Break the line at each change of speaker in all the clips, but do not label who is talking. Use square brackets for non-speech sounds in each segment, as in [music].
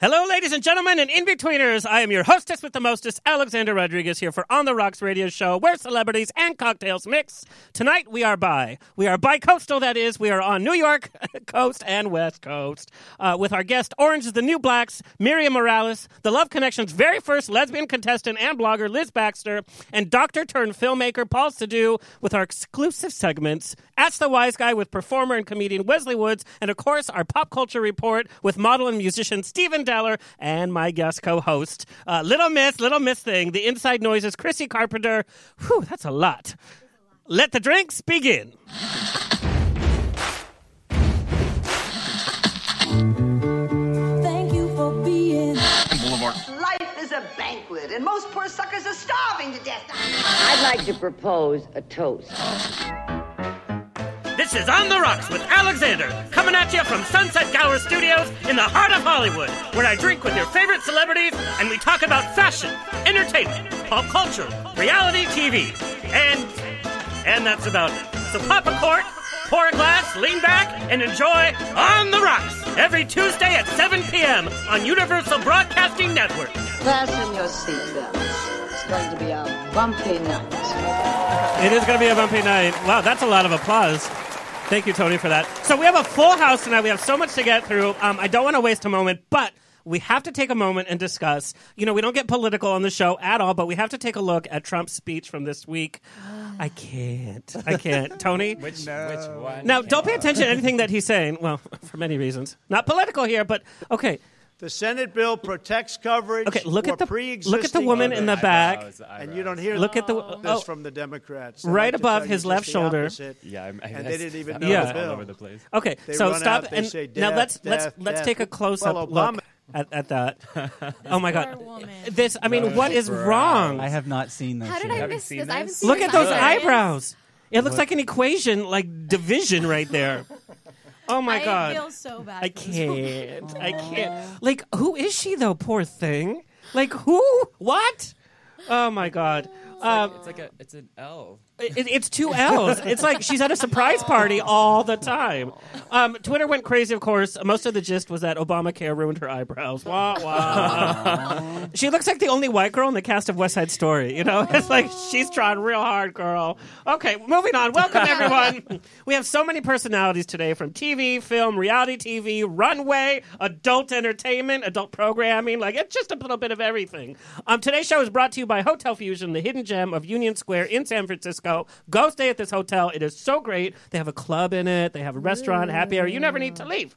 Hello, ladies and gentlemen, and in betweeners. I am your hostess with the mostest, Alexander Rodriguez, here for On the Rocks Radio Show, where celebrities and cocktails mix. Tonight we are by we are by coastal. That is, we are on New York [laughs] coast and West Coast uh, with our guest Orange is the New Blacks, Miriam Morales, the Love Connection's very first lesbian contestant and blogger Liz Baxter, and Doctor turned filmmaker Paul Sadu with our exclusive segments. Ask the Wise Guy with performer and comedian Wesley Woods, and of course our pop culture report with model and musician Steven Deller and my guest co-host, uh, Little Miss, Little Miss Thing, the Inside Noises, Chrissy Carpenter. Whew, that's a lot. Let the drinks begin.
Thank you for being.
Life is a banquet, and most poor suckers are starving to death.
I'd like to propose a toast.
This is On the Rocks with Alexander, coming at you from Sunset Gower Studios in the heart of Hollywood, where I drink with your favorite celebrities and we talk about fashion, entertainment, pop culture, reality TV, and and that's about it. So pop a cork, pour a glass, lean back, and enjoy On the Rocks every Tuesday at 7 p.m. on Universal Broadcasting Network.
Fasten your seatbelts. It's going to be a bumpy night.
It is going to be a bumpy night. Wow, that's a lot of applause. Thank you, Tony, for that. So we have a full house tonight. We have so much to get through. Um, I don't want to waste a moment, but we have to take a moment and discuss. You know, we don't get political on the show at all, but we have to take a look at Trump's speech from this week. I can't. I can't. Tony?
Which, which one?
Now, don't pay attention to anything that he's saying. Well, [laughs] for many reasons. Not political here, but okay.
The Senate bill protects coverage.
Okay, look
for
at the
pre-existing
look at the woman in the back.
Eyebrows,
And you don't hear
Look at the-
this
oh.
from the Democrats. They
Right
like to
above
tell you
his
just
left
the
shoulder.
opposite,
Yeah, I mean,
and
that's-
they didn't even
that
know
Yeah.
the
was
bill.
all over the place.
Okay,
They
so
run
stop
out, they
and
say
now
death,
let's let's
death,
let's
death.
take a close
Well,
up look
Obama-
at, at that.
[laughs]
oh my
Poor
god.
woman.
This I mean what is
Those
wrong?
I have not seen this.
How did
yet.
I
Haven't
miss
seen
this? I haven't
this?
seen
Look
this
at those
either.
eyebrows. It looks like an equation like division right
[laughs]
there. Oh my
I
god.
feel so bad.
I
for this
can't. I can't. Like who is she though, poor thing? Like who? What? Oh my god. Um,
It's like a, it's an L.
It, it's two L's. It's like she's at a surprise party all the time. Um, Twitter went crazy, of course. Most of the gist was that Obamacare ruined her eyebrows. Wah, wah. she looks like the only white girl in the cast of West Side Story. You know, [laughs] [laughs] it's
[laughs]
like she's trying real hard, girl. Okay, moving on. Welcome, everyone. we have so many personalities today from TV, film, reality TV, runway, adult entertainment, adult programming. Like, it's just a little bit of everything. Um, today's show is brought to you by Hotel Fusion, the hidden gem of Union Square in San Francisco. Go stay at this hotel. It is so great. They have a club in it, they have a restaurant, happy hour. You never need to leave.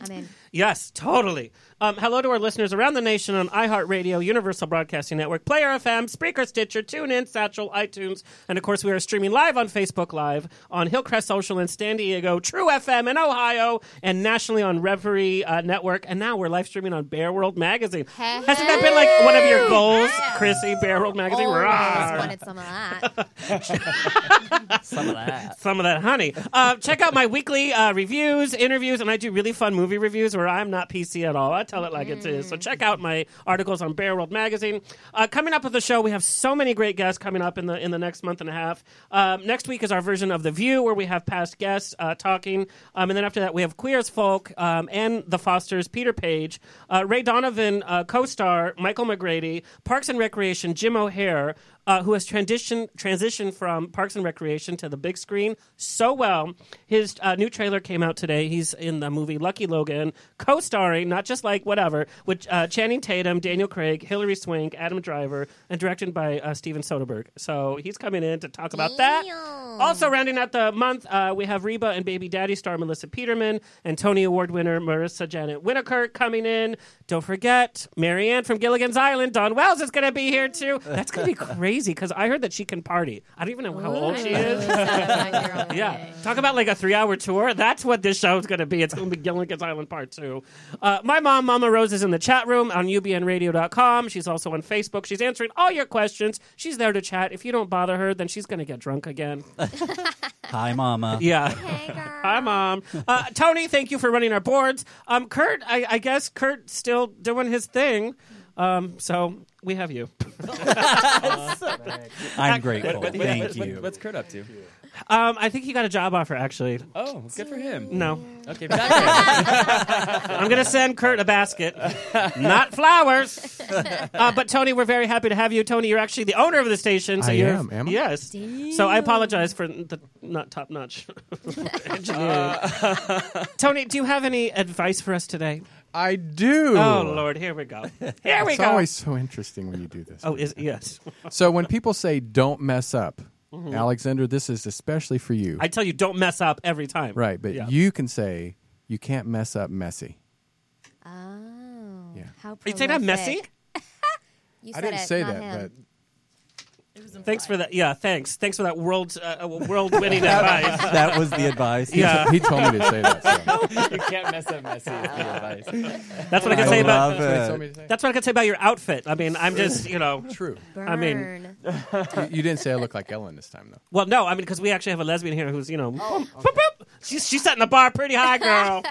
I'm in.
Yes, totally. Um, hello to our listeners around the nation on iHeartRadio, Universal Broadcasting Network, Player FM, Spreaker, Stitcher, TuneIn, Satchel, iTunes, and of course we are streaming live on Facebook Live, on Hillcrest Social in San Diego, True FM in Ohio, and nationally on Reverie uh, Network, and now we're live streaming on Bear World Magazine.
Hey.
Hasn't that been like one of your goals, Chrissy? Bear World Magazine.
Oh,
Always
Rawr.
Oh, wanted some of
[laughs]
that.
[laughs] Some of that.
some of that honey. Uh, check out my weekly uh, reviews, interviews, and I do really fun movie reviews where I'm not PC at all. I tell it like it is. So check out my articles on Bear World Magazine. Uh, coming up with the show, we have so many great guests coming up in the in the next month and a half. Um, next week is our version of the View, where we have past guests uh, talking, um, and then after that we have Queer as Folk um, and The Fosters, Peter Page, uh, Ray Donovan, uh, co-star Michael McGrady, Parks and Recreation Jim O'Hare uh, who has transitioned transitioned from Parks and Recreation to the big screen so well. His uh, new trailer came out today. He's in the movie Lucky Logan, co-starring not just like whatever with uh, Channing Tatum, Daniel Craig, Hilary Swank, Adam Driver, and directed by uh, Steven Soderbergh. So he's coming in to talk about that. Also rounding out the month, uh, we have Reba and Baby Daddy star Melissa Peterman and Tony Award winner Marissa Janet Winnaker coming in. Don't forget Marianne from Gilligan's Island, Don Wells is going to be here too. That's going to be crazy because I heard that she can party. I don't even know [laughs] how old she is. Yeah, talk about like a three-hour tour. That's what this show is going to be. It's going to be Gilligan's Island Part Two. Uh, my mom, Mama Rose, is in the chat room on UBNRadio.com. She's also on Facebook. She's answering all your questions. She's there to chat. If you don't bother her, then she's going to get drunk again.
Hi, Mama.
[laughs] Yeah.
Hey, girl.
Hi, mom. Uh, Tony, thank you for running our boards. Um, Kurt, I, I guess Kurt still doing his thing. Um, so we have you.
I'm grateful.
What- what-
Thank
what- what-
you.
What's Kurt [laughs] up to?
Um, I think he got a job offer actually.
Oh, good for him.
No,
Okay, back
[laughs] I'm gonna send Kurt a basket, not flowers. Uh, but Tony, we're very happy to have you. Tony, you're actually the owner of the station. So
I
you're,
am, am I?
Yes. So I apologize for the not top notch [laughs] engineering.
Uh.
Tony, do you have any advice for us today?
I do.
Oh Lord, here we go. Here we
It's
go.
always so interesting when you do this.
Oh, is, yes.
[laughs]
Mm-hmm.
So when people say "don't mess up," Alexander, this is especially for you,
I tell you, don't mess up every time.
right? But
Yeah.
you can say you can't mess up messy.
Oh.
Yeah.
How
You say that
prolific.
messy?
[laughs] You
I
said
didn't
it,
say
not
that,
him.
Thanks for that. Yeah, thanks. Thanks for that world uh, world
[laughs]
winning advice.
[laughs] that was the advice.
Yeah,
[laughs]
but he told me to say
[laughs]
that. so.
you can't mess up messy with [laughs] the advice.
that's what I
I
can say about.
love
He told
it.
me to say.
That's what I can say about your outfit. I mean, I'm just you know.
True.
Burn.
I mean-
[laughs]
You, you didn't say I look like Ellen this time, though.
Well, no, I mean because we actually have a lesbian here who's you know. boop, boop. She's she's setting the bar pretty high, [laughs] girl.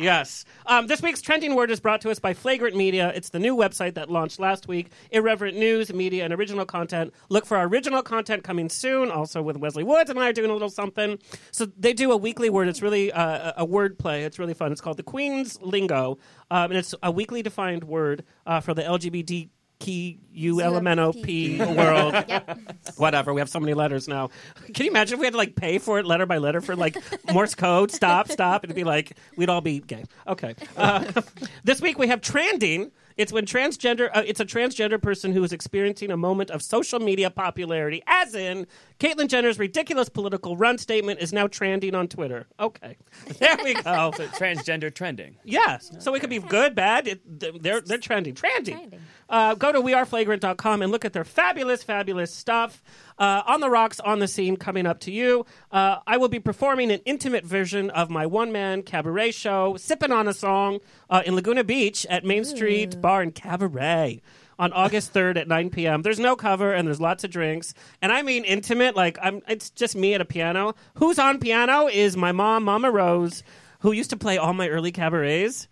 yes. Um, this week's trending word is brought to us by Flagrant Media. It's the new website that launched last week. Irreverent news, media, and original content. Look for our original content coming soon. Also with Wesley Woods and I are doing a little something. So they do a weekly word. It's really uh, a a word play. It's really fun. It's called the Queen's Lingo, um, and it's a weekly defined word uh, for the LGBT. Key U L M N O P world
Yep.
[laughs] whatever. We have so many letters now. Can you imagine if we had to like pay for it letter by letter for like Morse code? Stop, stop. It'd be like we'd all be gay. Okay. Uh, [laughs] this week we have trending. It's when transgender. Uh, it's a transgender person who is experiencing a moment of social media popularity, as in Caitlyn Jenner's ridiculous political run statement is now trending on Twitter. Okay, [laughs] there we go.
So transgender trending.
Yes. So it could be good, bad. It, th- they're they're trending. Trending.
Trending.
Uh, go to weareflagrant.com and look at their fabulous, fabulous stuff. Uh, on the Rocks, on the scene, coming up to you. Uh, I will be performing an intimate version of my one man cabaret show, Sippin' on a Song, uh, in Laguna Beach at Main Street Bar and Cabaret. On August 3rd at 9 p.m. There's no cover and there's lots of drinks. And I mean intimate, like I'm, it's just me at a piano. Who's on piano is my mom, Mama Rose, who used to play all my early cabarets.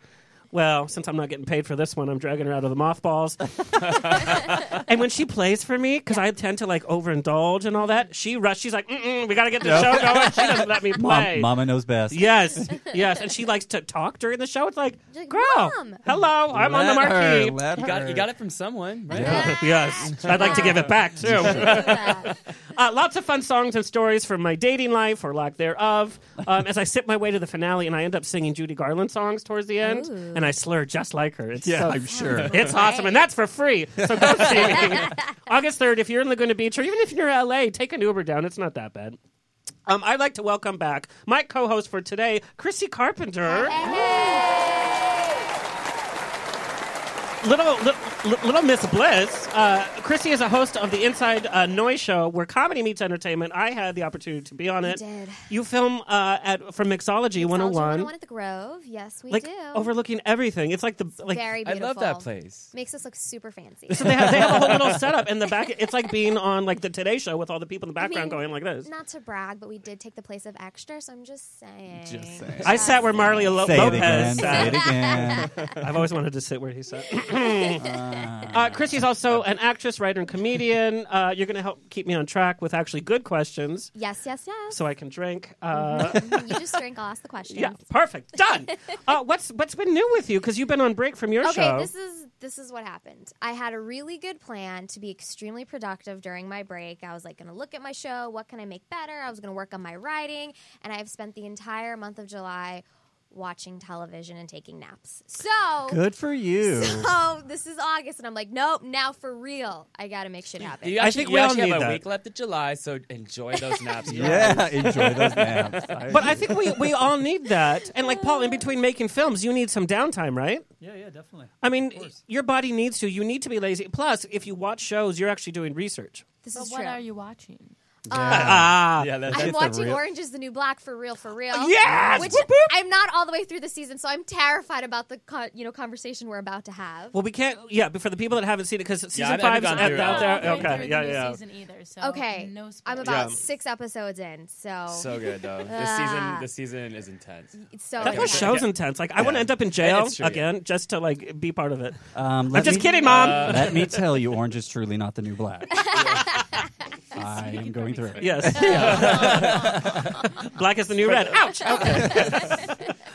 Well, since I'm not getting paid for this one, I'm dragging her out of the mothballs. [laughs] and when she plays for me, because I tend to like overindulge and all that, she rushes. She's like, Mm-mm, "We got to get the show going." She doesn't let me play.
[laughs] Mom, mama knows best.
Yes, yes, and she likes to talk during the show. It's like,
Like,
girl,
Mom."
hello, I'm on the marquee.
You got, you got it from someone, right?
[laughs] yes, [laughs] I'd like to give it back too. Uh, lots of fun songs and stories from my dating life or lack thereof. Um, as I sip my way to the finale, and I end up singing Judy Garland songs towards the end,
Ooh.
and I slur just like her. It's so
I'm sure.
it's awesome, and that's for free. So go see [laughs] me. August 3rd, if you're in Laguna Beach or even if you're in LA, take an Uber down. It's not that bad. Um, I'd like to welcome back my co host for today, Chrissy Carpenter.
uh,
Little, little, little Miss Bliss. Uh, Chrissy is a host of the Inside uh, Noise Show, where comedy meets entertainment. I had the opportunity to be on it.
did.
You film uh, at from Mixology, 101,
at the Grove. Yes, we
like
do.
overlooking everything. It's like the like
Very
I
beautiful.
love that place.
Makes us look super fancy.
So they have, they have a whole
[laughs]
[laughs]
little setup in the back. It's like being on like the Today Show with all the people in the background
mean,
going like this.
Not to brag, but we did take the place of extra, so I'm just saying.
Just saying.
I sat where Marley Lo-
Say it again.
Lopez
Say it
sat.
again.
[laughs] I've always wanted to sit where he
[laughs]
sat. uh, Christy's also an actress, writer, and comedian. Uh, you're going to help keep me on track with actually good questions
Yes, yes, yes.
so I can drink.
[laughs]
Uh,
[laughs] you just drink. I'll ask the
[laughs]
questions.
yeah, perfect. Done. Uh, what's What's been new with you? Because you've been on break from your
Okay,
show.
this is this is what happened. I had a really good plan to be extremely productive during my break. I was like going to look at my show, what can I make better? I was going to work on my writing, and I have spent the entire month of July watching television and taking naps. So
Good for you.
[laughs] So this is August, and I'm like, nope. Now for real, I got to make shit happen.
You actually,
I think
you
we all
actually
need
have a
that.
week left of July, so enjoy those naps. girl.
Yeah, enjoy
[laughs]
those naps.
[laughs] but I think we, we all need that. And like Paul, in between making films, you need some downtime, right?
Yeah, yeah, definitely.
I mean, your body needs to. You need to be lazy. Plus, if you watch shows, you're actually doing research.
This
But
is
what
true. Um,
are you watching?
Ah.
Yeah, that's,
I'm
that's
watching
real-
Orange is the New Black for real, for real.
Yes!
Which
Whoop, whoop!
I'm not all the way through the season, so I'm terrified about the co- you know conversation we're about to have.
Well, we can't. Yeah, but for the people that haven't seen it, because season
I've- I
five is
haven't gone
at-
through it.
out
I'm
there.
not
Okay, yeah, yeah.
Season either, so
okay,
no
I'm
spoilers.
about
Yeah.
six episodes in, so
[laughs] so good
[laughs]
though. This season, this season is intense.
it's so
That whole
intense.
show's intense. Like, I want to end up in jail
It's true, yeah.
again just to like be part of it.
Um,
I'm
let
just
me-
kidding, mom.
Let me tell you, orange is truly not the
[laughs]
new black. I am going through it.
Yes.
[laughs]
[laughs] Black is the new red. Ouch.
[laughs]
Okay.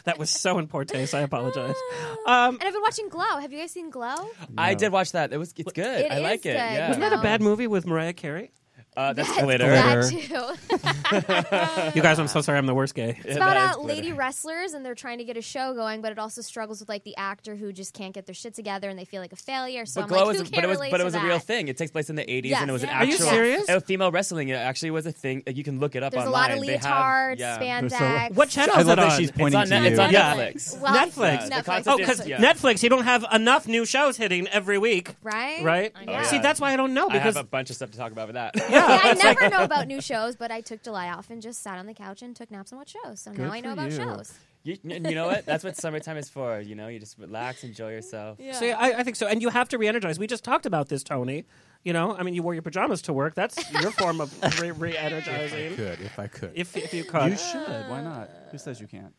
that was so in poor taste. I apologize. Um,
Ah. and I've been watching Glow. Have you guys seen Glow?
I did watch that. It was it's good.
It
I
is
like it.
good,
Yeah.
Wasn't
isn't that a bad movie with Mariah Carey?
Uh, that's
Yes,
glitter.
That
Glitter.
[laughs]
too.
[laughs]
You guys, I'm so sorry. I'm the worst gay.
It's about uh, lady wrestlers, and they're trying to get a show going, but it also struggles with like the actor who just can't get their shit together, and they feel like a failure. So
But
I'm
Glow
like,
is,
who
but
can
it was,
relate
but
to
it was a
that?
real thing. It takes place in the 80s, and it was an
Yes. Are
actual.
you
serious?
uh, female wrestling. It actually was a thing. You can look it up
There's a lot
online.
of
They
leotards,
have- yeah.
spandex.
There's a-
What channel
I
is it
love that
on?
she's
It's
pointing
on,
to
Ne-
you.
it's on
Yeah.
Netflix.
Well,
Netflix.
Yeah, the
Netflix.
concept
Oh,
is-
because
yeah.
Netflix, you don't have enough new shows hitting every week,
Right?
right?
I know.
See, that's why I don't know
I
because
have a bunch of stuff to talk about with that. [laughs]
Yeah, I never know about
[laughs]
new shows, but I took July off and just sat on the couch and took naps and watched shows. So now I know
for
about
you.
shows.
you, you know what? That's what summertime is for. You know, you just relax, enjoy yourself.
So yeah, I, I think so. And you have to re-energize. We just talked about this, Tony. You know, I mean, you wore your pajamas to work. That's your form of re- re-energizing.
Could if I could.
if, if you could.
You should. Why not? Who says you can't?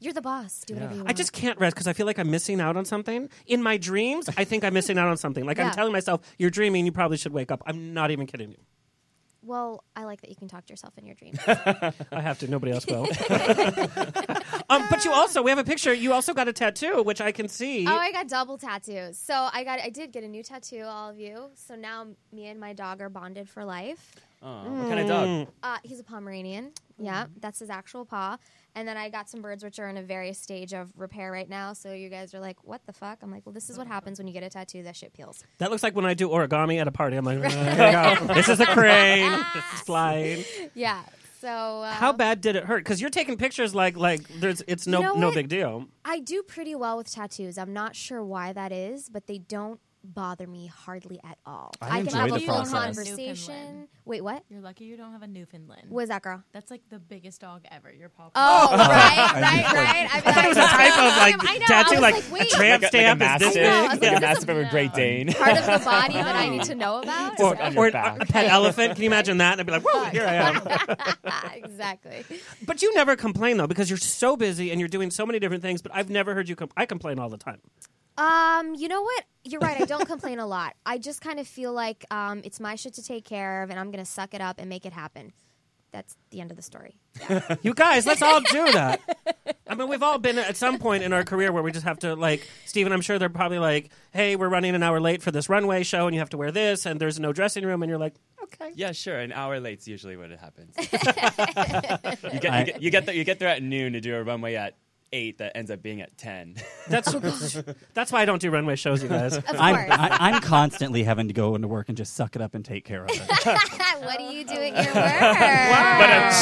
You're the boss. Do whatever you want.
I just can't rest because I feel like I'm missing out on something. In my dreams, I think I'm missing out on something. Like
Yeah.
I'm telling myself, "You're dreaming. You probably should wake up." I'm not even kidding you.
Well, I like that you can talk to yourself in your
[laughs]
dreams.
I have to. Nobody else
[laughs]
will. um, but you also, we have a picture. You also got a tattoo, which I can see.
Oh, I got double tattoos. So I got, I did get a new tattoo, all of you. So now me and my dog are bonded for life.
Aw, What kind of
Mm.
dog?
Uh, he's a Pomeranian. Yeah, that's his actual paw. And then I got some birds which are in a various stage of repair right now. So you guys are like, what the fuck? I'm like, well, this is what happens when you get a tattoo. That shit peels.
that looks like when I do origami at a party. I'm like, "Uh, here
[laughs]
we go. this is a crane. this is flying.
Ah. Yeah. So uh,
How bad did it hurt? Because you're taking pictures like like there's it's no
You know
no
what?
big deal.
I do pretty well with tattoos. I'm not sure why that is, but they don't bother me hardly at all.
I
can
enjoy
have
the
a full
process.
conversation. Wait, what?
You're lucky you don't have a Newfoundland.
What is that girl?
That's like the biggest dog ever. Your paw.
Oh, right,
Uh,
right, right. I, thought
It was a type of like
I know, I
tattoo,
was
like,
like, wait.
a tramp
Like a-
stamp
like a
is this
I
mastiff.
know, I was
big.
like,
Like
this
a
is
massive
a-
of a Great Dane.
part of
[laughs]
the body that I need
[laughs]
to know about.
Or,
on your
or uh,
back.
a pet elephant. Can you imagine that? And I'd be like, whoa, here I am.
[laughs] exactly.
But you never complain though, because you're so busy and you're doing so many different things. But I've never heard you. Com- I complain all the time.
Um, you know what? You're right. I don't complain a lot. I just kind of feel like um, it's my shit to take care of, and I'm gonna suck it up and make it happen. That's the end of the story.
You guys, let's all do that. I mean, we've all been at some point in our career where we just have to like Steven, I'm sure they're probably like, "Hey, we're running an hour late for this runway show, and you have to wear this, and there's no dressing room," and you're like, "Okay."
Yeah, sure. An hour late's usually when it [laughs] happens. you get
I-
you get you get, there, you get there at noon to do a runway at eight that ends up being at ten.
[laughs]
That's that's why I don't do runway shows, you guys.
Of
I'm,
course.
I,
[laughs]
I'm constantly having to go into work and just suck it up and take care of it.
[laughs] what do you do at [laughs] your work?
[laughs]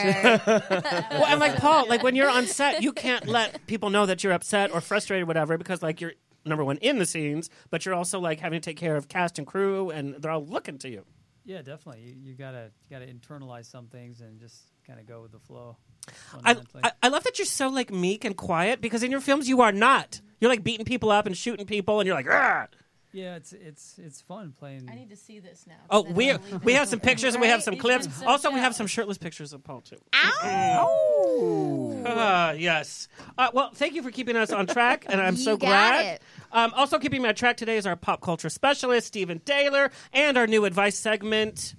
Well, and like Paul, like when you're on set, you can't let people know that you're upset or frustrated, or whatever, because like you're number one in the scenes, but you're also like having to take care of cast and crew, and they're all looking to you.
Yeah, definitely. You, you gotta you gotta internalize some things and just kind of go with the flow.
I,
fundamentally.
I I love that you're so like meek and quiet because in your films you are not. You're like beating people up and shooting people, and you're like, "Argh."
yeah, it's it's it's fun playing.
I need to see this now.
oh,
'cause I
we
don't
we
believe
have some
it.
pictures and we have some
Right?
clips.
Even some
Also, we have
shows.
some shirtless pictures of Paul too.
Oh.
Ow!
Ah, yes. Uh, well, thank you for keeping us on track, and I'm so
You got
glad.
it.
Um, also, keeping me on track today is our pop culture specialist, Stephen Taylor, and our new advice segment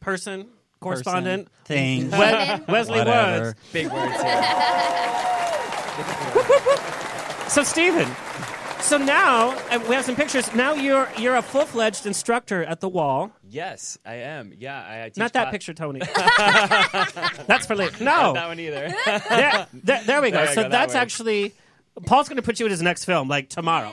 person, correspondent,
Thing.
Wes- Wesley
Whatever.
Woods.
Big words. Here.
So, Stephen. So now uh, we have some pictures. Now you're you're a full fledged instructor at the wall.
Yes, I am. Yeah, I, I teach
Not that
cla-
picture,
[laughs]
Tony. [laughs] that's for later. No,
Not that one either.
[laughs] there, there- there we go.
There we
so
go, that
that's
way.
actually Paul's going to put you in his next film, like tomorrow.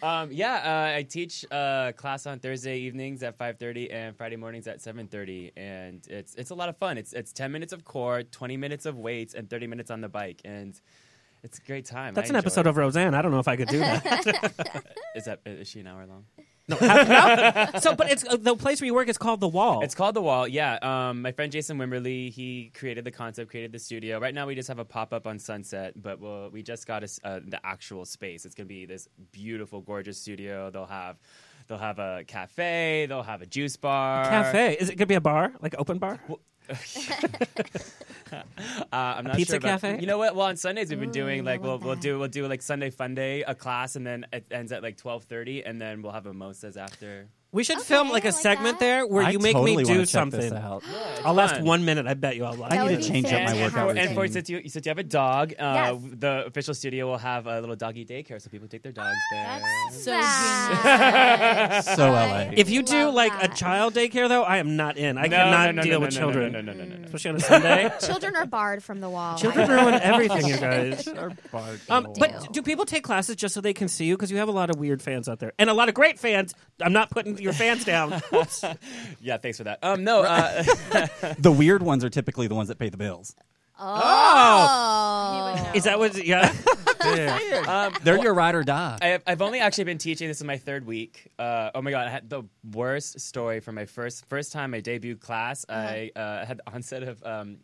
um, yeah, uh, I teach uh, class on Thursday evenings at 5:30 and Friday mornings at 7:30, and it's it's a lot of fun. It's it's 10 minutes of core, 20 minutes of weights, and 30 minutes on the bike, and it's a great time.
That's
I
an
enjoy
episode
it. [laughs]
of Roseanne. I don't know if I could do that.
Is that is she an hour long?
No, have
[laughs]
nothing. so, but it's uh, the place where you work is called the Wall.
It's called the Wall. Yeah. Um, my friend Jason Wimberly, he created the concept, created the studio. Right now, we just have a pop up on Sunset, but we'll, we just got a s uh, the actual space. It's gonna be this beautiful, gorgeous studio. They'll have. They'll have a cafe. They'll have a juice bar.
Cafe. Is it gonna be a bar, like open bar?
[laughs] Uh, I'm not
pizza
sure about-
cafe?
You know what? Well, on Sundays we've been doing like we'll, we'll do we'll do like Sunday Fun Day a class, and then it ends at like 12:30, and then we'll have mimosas after.
We should film like a segment there where
I
you make
totally
me
wanna
do
check
something.
this out. Yeah, it's
I'll last
fun.
one minute. I bet you I'll last.
I That need would to be change up my fantastic. workout
And for
routine.
since you since you have a dog, uh,
Yes.
the official studio will have a little doggy daycare, so people take their dogs there.
So
[laughs]
So LA.
If you do like a child daycare, though, I am not in. I
No,
cannot
no, no,
deal
no,
with
no, no,
children,
no, no, no, no, no.
especially on a Sunday.
[laughs] Children are barred from the wall.
Children
I know.
ruin everything, you
[laughs]
guys. Um, but do people take classes just so they can see you? Because you have a lot of weird fans out there, and a lot of great fans. I'm not putting your fans down. Oops.
[laughs] yeah, thanks for that. Um, no, uh, [laughs]
the weird ones are typically the ones that pay the bills.
Oh.
Is that what? Yeah.
[laughs] Um,
They're your ride or die.
I have, I've only actually been teaching. This is my third week. Uh, oh my god, I had the worst story from my first first time my debut class. I uh, had the onset of. Um,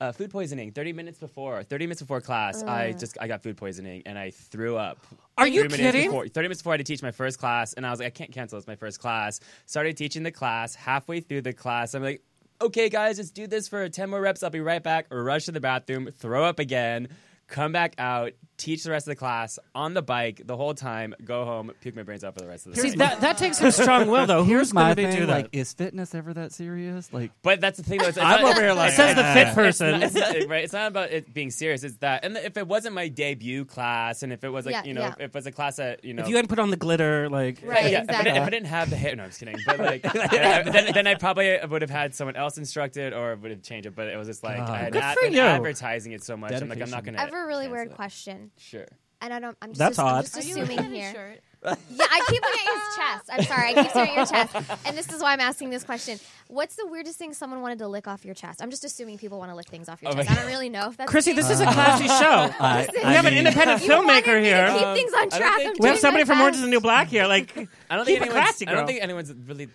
uh, food poisoning. Thirty minutes before, thirty minutes before class, I
Ugh.
just I got food poisoning and I threw up.
Are you
30 minutes
kidding?
Before, Thirty minutes before I had to teach my first class, and I was like, I can't cancel. It's my first class. Started teaching the class. Halfway through the class, I'm like, okay, guys, just do this for ten more reps. I'll be right back. Rush to the bathroom. Throw up again. Come back out, teach the rest of the class on the bike the whole time, go home, puke my brains out for the rest of the
See,
night.
that- that takes some strong will, though.
[laughs] Here's
Who's
my
gonna be
thing,
do that?
Like, is fitness ever that serious? Like,
But that's the thing. Though, it's, it's
I'm
not-
over here like,
it's-
Says the
uh,
it's-
fit
it's
[laughs]
person.
not- It's not, right. It's not about it being serious. It's that. And if it wasn't my debut class, and if it was like
Yeah,
you know,
yeah.
if it was a class that you know,
If you hadn't put on the glitter, like
yeah, if I didn't- if, I didn't have the hair, no, I'm just kidding.
[laughs]
But like, I- I- then, then I probably would have had someone else instructed, or would have changed it. But it was just like
God.
I had
Ah, Good
ad-
for
been
you.
advertising it so much. I'm like, I'm
Dedication.
not gonna.
I have a really weird question.
Sure.
And I don't. I'm just.
That's
I'm just
odd. Are you
assuming
looking at
here.
his shirt?
[laughs]
[laughs]
Yeah, I keep looking at his chest. I'm sorry. I keep staring at
[laughs]
your chest. And this is why I'm asking this question. What's the weirdest thing someone wanted to lick off your chest? I'm just assuming people want to lick things off your
Oh my
chest. I don't really know if that's.
Chrissy, this is a
[laughs]
classy show.
I-
we
I
have
mean-
an independent
You wanted
filmmaker
me to
here.
keep Um, things on I don't track. think- I'm
we have
doing
somebody
my
from
best.
Orange is the New Black here. Like,
I don't
keep
think
it
anyone's.
classy,
I
girl.
don't think anyone's really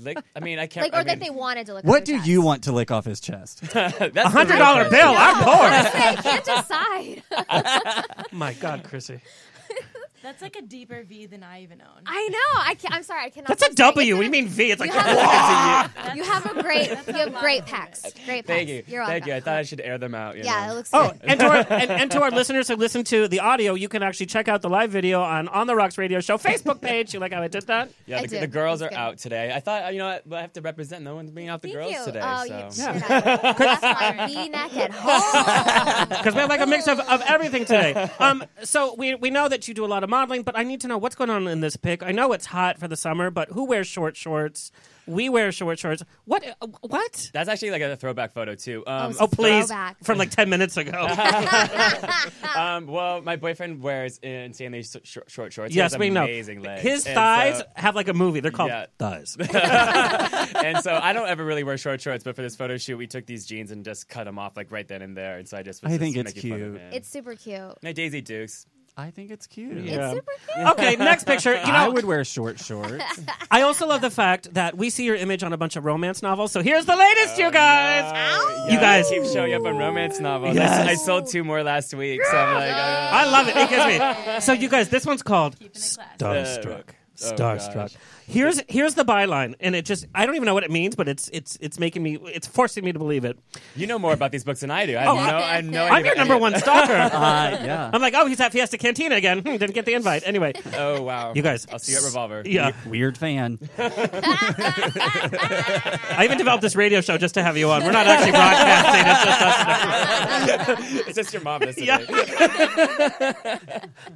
lick. I mean, I can't.
Like, or
I mean,
that they wanted to lick.
what do you want to lick off
[laughs]
his chest?
A
hundred dollar bill.
[laughs]
I'm
I
poor.
can't decide. [laughs]
My God, Chrissy.
[laughs] That's like a deeper V than I even own.
I know. I can't, I'm sorry. I cannot.
That's a W. We mean V. It's like.
You have a great. You have great packs. Great packs.
Thank you.
You're welcome.
Thank you. I thought I should air them out. you
Yeah,
know.
it looks
Oh, and to, our, and, and to our listeners who listen to the audio, you can actually check out the live video on On the Rocks Radio Show Facebook page. You like how I did that?
Yeah, the, the girls are out today. I thought, you know, what, I have to represent. No one's bringing out the girls
you.
today.
Oh,
so.
you-
[laughs]
shit, I [laughs] lost my V-neck at
[laughs]
home.
Because we have like a mix of, of everything today. Um, so we, we know that you do a lot of modeling, but I need to know what's going on in this pic. I know it's hot for the summer, but who wears short shorts? We wear short shorts. What? uh, What?
That's actually like a throwback photo too. Um,
oh, please. From like 10 minutes [laughs] ago.
[laughs] um, well, my boyfriend wears insanely s- short, short shorts. He
yes,
has
we know.
Amazing legs.
His
And
thighs
so-
have like a movie. They're called
Yeah.
thighs.
[laughs] and so I don't ever really wear short shorts, but for this photo shoot, we took these jeans and just cut them off like right then and there. And so I just was
I
just
think it's
making fun of
cute.
him.
It's super cute.
No, Daisy Dukes.
I think it's cute.
It's
super
cute.
Okay, next picture. You know,
[laughs]
I would wear
[laughs]
short shorts.
I also love the fact that we see your image on a bunch of romance novels. So here's the latest, you guys. You
Yeah,
guys
keep showing up on romance novels.
Yes.
I, I sold two more last week, so I'm like,
I love it. It gets
[laughs]
me. So you guys, this one's called Starstruck.
Uh, oh,
Starstruck. Here's here's the byline, and it just I don't even know what it means, but it's it's it's making me it's forcing me to believe it. Oh,
You know more about these books than I do. I have no, I have no idea
I'm your
about
number
any
one
of-
stalker.
yeah.
I'm like, oh, he's at Fiesta Cantina again. [laughs] Hmm, didn't get the invite. Anyway.
Oh wow.
You guys.
I'll see you at Revolver.
Yeah.
Weird fan.
I even developed this radio show just to have you on. We're not actually broadcasting. It's just
it's just your mom listening.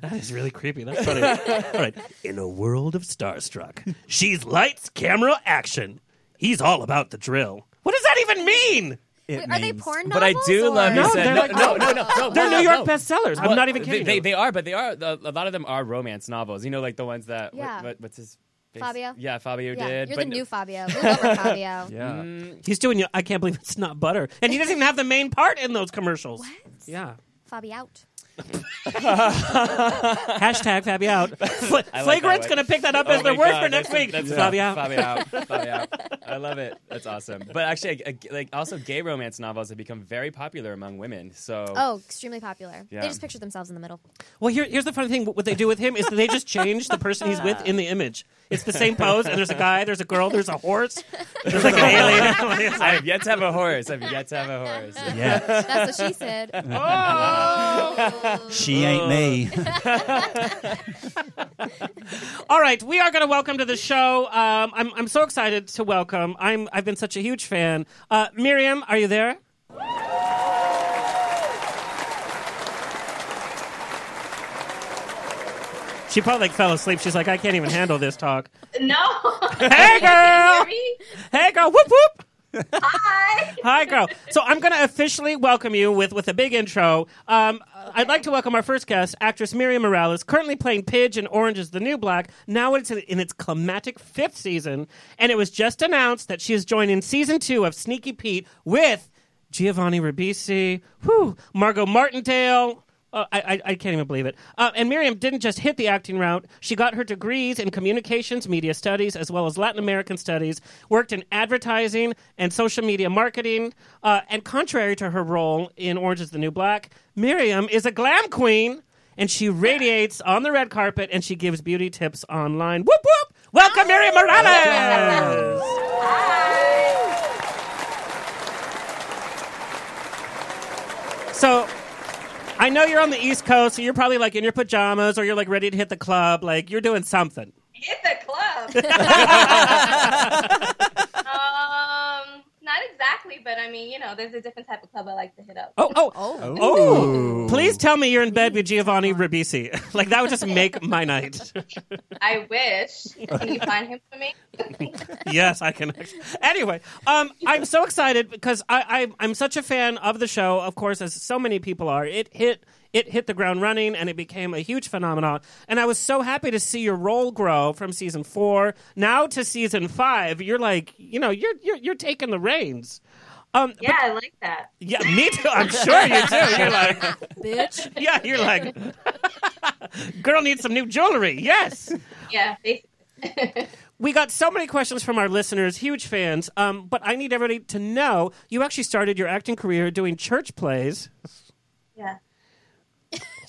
That is really creepy. That's funny. all right. In a world of starstruck, she's lights, camera, action. He's all about the drill. What does that even mean?
Wait, are they porn
But I do love
no,
you said
they're
no,
like-
no, no, no, no.
They're
no,
New York
no.
bestsellers. I'm
Well,
not even
they-
kidding.
They,
you.
they are, but they are a a lot of them are romance novels. You know, like the ones that what-
Yeah.
what- what's his face?
Fabio?
Yeah, Fabio
Yeah,
did.
you're
but
the new Fabio. Move
[laughs]
over, Fabio.
Mm. He's doing. I can't believe it's not butter, and he doesn't even have the main part in those commercials. Yeah.
Fabio out.
[laughs] Hashtag Fabby out. Fla-
[laughs] I like that
Flagrant's
one.
going to pick that up
Oh
as their
my
word
God,
for next
that's-
week.
That's
Fabby out. [laughs]
Fabi out. Fabi out. I love it. That's awesome. But actually, I- I- like also gay romance novels have become very popular among women. So
Oh, extremely popular.
Yeah.
They just picture themselves in the middle.
Well, here, here's the
[laughs]
funny thing. What they do with him is that they just change the person he's with in the image. It's the same pose, and there's a guy, there's a girl, there's a horse, there's like an alien.
I have yet to have a horse. I've yet to have a horse.
Yeah.
That's what she said.
[laughs]
She ain't me.
All right, we are going to welcome to the show. Um, I'm, I'm so excited to welcome. I'm I've been such a huge fan. Uh, Miriam, are you there? She probably like, fell asleep. She's like, I can't even handle this talk.
[laughs] No.
Hey, girl.
Can [laughs] you hear me?
Hey, girl, whoop whoop.
Hi.
[laughs] Hi, girl. So I'm going to officially welcome you with, with a big intro. Um, I'd like to welcome our first guest, actress Miriam Morales, currently playing Pidge in Orange is the New Black. Now it's in, in its climatic fifth season, and it was just announced that she is joining season two of Sneaky Pete with Giovanni Ribisi, whew, Margot Martindale. Uh, I, I, I can't even believe it. Uh, and Miriam didn't just hit the acting route. She got her degrees in communications, media studies, as well as Latin American studies, worked in advertising and social media marketing. Uh, and contrary to her role in Orange is the New Black, Miriam is a glam queen and she radiates on the red carpet and she gives beauty tips online. Whoop, whoop! Welcome, Miriam Morales! So I know you're on the East Coast, so you're probably like in your pajamas or you're like ready to hit the club. Like you're doing something.
Hit the club.
[laughs]
um, not exactly, but I mean, you know, there's a different type of club I like to hit up.
Oh, oh,
oh,
oh. Please tell me you're in bed with Giovanni Ribisi. [laughs] like that would just make my night. [laughs]
I wish. Can you find him for me?
yes, I can. actually- Anyway, um, I'm so excited because I, I I'm such a fan of the show. Of course, as so many people are, it hit it hit the ground running and it became a huge phenomenon. And I was so happy to see your role grow from season four now to season five. You're like, you know, you're you're, you're taking the reins. Um,
Yeah, I like that.
yeah, me too. I'm sure you do. You're like,
Bitch.
[laughs] yeah, you're like, girl needs some new jewelry. Yes.
Yeah, basically.
We got so many questions from our listeners, huge fans. Um, but I need everybody to know you actually started your acting career doing church plays.
Yeah.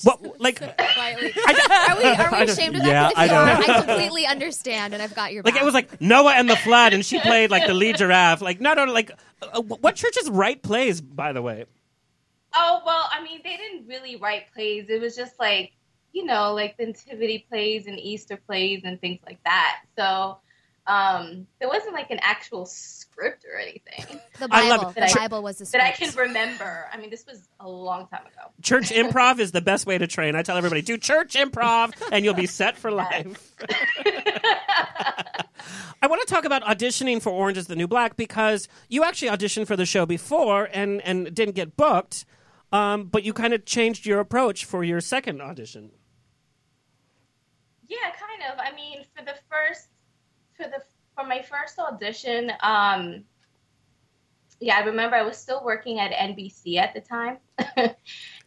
What, like,
Quietly. Are we, [laughs] are
[laughs] I
we
don't-
ashamed of
yeah,
that? 'Cause
I
if we
don't-
are, I completely understand, and I've got your
[laughs]
back.
like it was like Noah and the Flood, and she played like the lead giraffe. Like, no, no, like, uh, what churches write plays, by the way?
Oh well, I mean, they didn't really write plays. It was just like you know, like the nativity plays and Easter plays and things like that. So um, there wasn't like an actual script or anything.
The I love Bible. it. The
That
Bible was the
that I can
script.
remember. I mean, this was a long time ago.
Church improv is the best way to train. I tell everybody, do church improv, and you'll be set for life. [laughs] I want to talk about auditioning for Orange is the New Black because you actually auditioned for the show before and, and didn't get booked, um, but you kind of changed your approach for your second audition.
Yeah, kind of. I mean, for the first, for the for my first audition, um, yeah, I remember I was still working at NBC at the time, [laughs]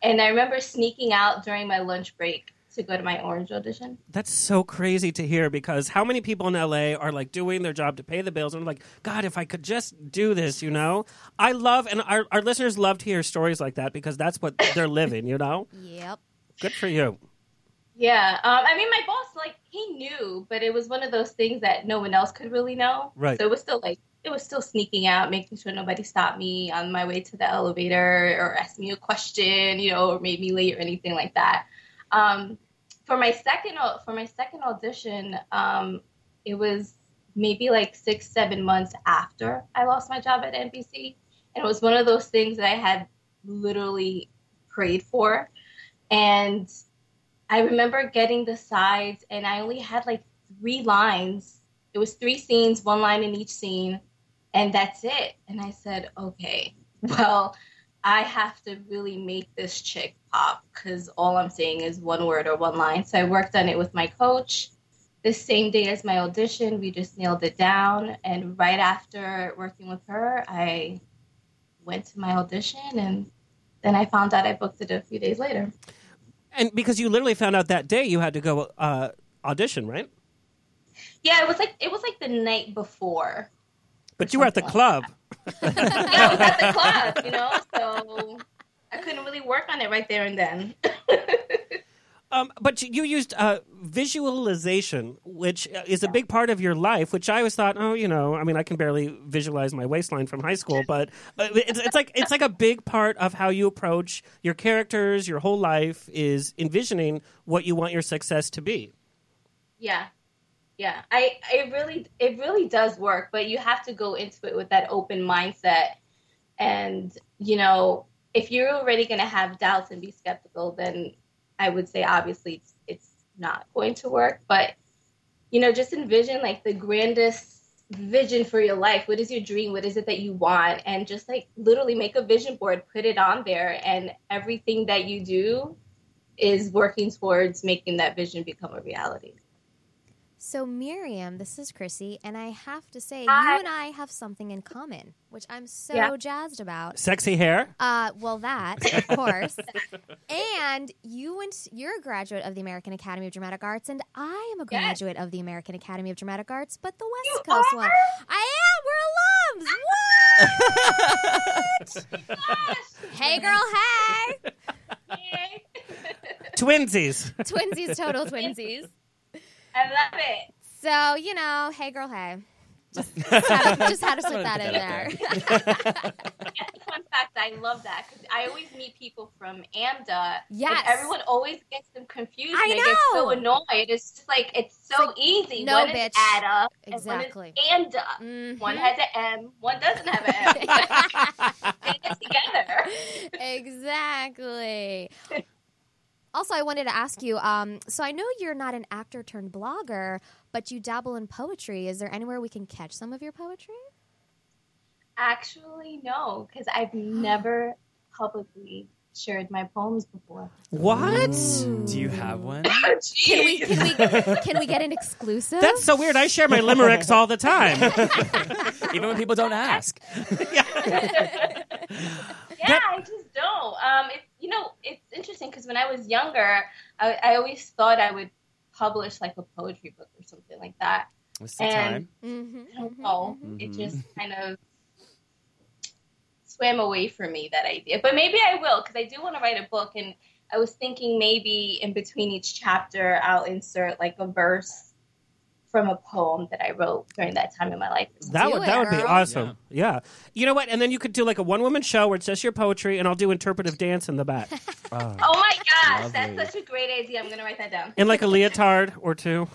and I remember sneaking out during my lunch break to go to my Orange audition.
That's so crazy to hear because how many people in LA are like doing their job to pay the bills and like, God, if I could just do this, you know? I love, and our, our listeners love to hear stories like that because that's what they're living, you know?
Yep.
Good for you.
Yeah, um, I mean, my boss like he knew, but it was one of those things that no one else could really know.
Right.
So it was still like it was still sneaking out, making sure nobody stopped me on my way to the elevator or asked me a question, you know, or made me late or anything like that. Um, for my second au- for my second audition, um, it was maybe like six seven months after I lost my job at NBC, and it was one of those things that I had literally prayed for, and I remember getting the sides, and I only had like three lines. It was three scenes, one line in each scene, and that's it. And I said, okay, well, I have to really make this chick pop because all I'm saying is one word or one line. So I worked on it with my coach. The same day as my audition, we just nailed it down. And right after working with her, I went to my audition, and then I found out I booked it a few days later.
And because you literally found out that day, you had to go uh, audition, right?
Yeah, it was like it was like the night before.
But you were at the club.
Yeah, I was at the club, you know, so I couldn't really work on it right there and then.
Um, but you- you used uh, visualization, which uh, is a big part of your life. Which I always thought, oh, you know, I mean, I can barely visualize my waistline from high school, but uh, it's, it's like it's like a big part of how you approach your characters. Your whole life is envisioning what you want your success to be.
Yeah. Yeah. I it really it really does work, but you have to go into it with that open mindset. And, you know, if you're already going to have doubts and be skeptical, then I would say obviously it's it's not going to work, but you know, just envision like the grandest vision for your life. What is your dream? What is it that you want? And just like literally make a vision board, put it on there, and everything that you do is working towards making that vision become a reality.
So, Miriam, this is Chrissy, and I have to say,
Hi.
you and I have something in common, which I'm so
Yeah.
jazzed about.
Sexy hair.
Uh, well, that of
[laughs]
course. and you went. You're a graduate of the American Academy of Dramatic Arts, and I am a graduate of the American Academy of Dramatic Arts, but the West Coast one. I am. We're alums. [laughs] What? hey, girl.
[laughs]
Hey.
Twinsies.
Twinsies.
[laughs]
Total twinsies.
I love it.
So you know, hey, girl. Hey.
[laughs]
Just had to, just had to slip that in there. [laughs]
Fun fact, I love that because I always meet people from AMDA.
Yes.
And everyone always gets them confused.
I
and They get so
know.
annoyed. [laughs] It's just like, it's so easy.
no,
one is
bitch.
ADA.
Exactly. Mm-hmm.
And one is AMDA. One has an M, one doesn't have
[laughs]
an M.
exactly. Also, I wanted to ask you. Um, so I know you're not an actor turned blogger, but you dabble in poetry. Is there anywhere we can catch some of your poetry?
Actually, no, because I've never publicly shared my
[laughs]
poems before.
What?
Do you have one?
Can we can we can we get an exclusive?
That's so weird. I share my limericks all the time,
[laughs]
even when people don't ask.
yeah, I just don't. Um, it, you know, it's interesting because when I was younger, I, I always thought I would publish like a poetry book or something like that.
What's the
And-
time?
I don't know.
mm-hmm.
It
mhm.
Mm-hmm.
just kind of swam away from me that idea. But maybe I will because I do want to write a book, and I was thinking maybe in between each chapter I'll insert like a verse from a poem that I wrote during that time in my life.
That would that would be awesome. Yeah. You know what? And then you could do like a one woman show where it's just your poetry, and I'll do interpretive dance in the
[laughs]
back,
Oh my gosh,
Lovely.
that's such a great idea. I'm gonna write that down.
in like a leotard or [laughs] two.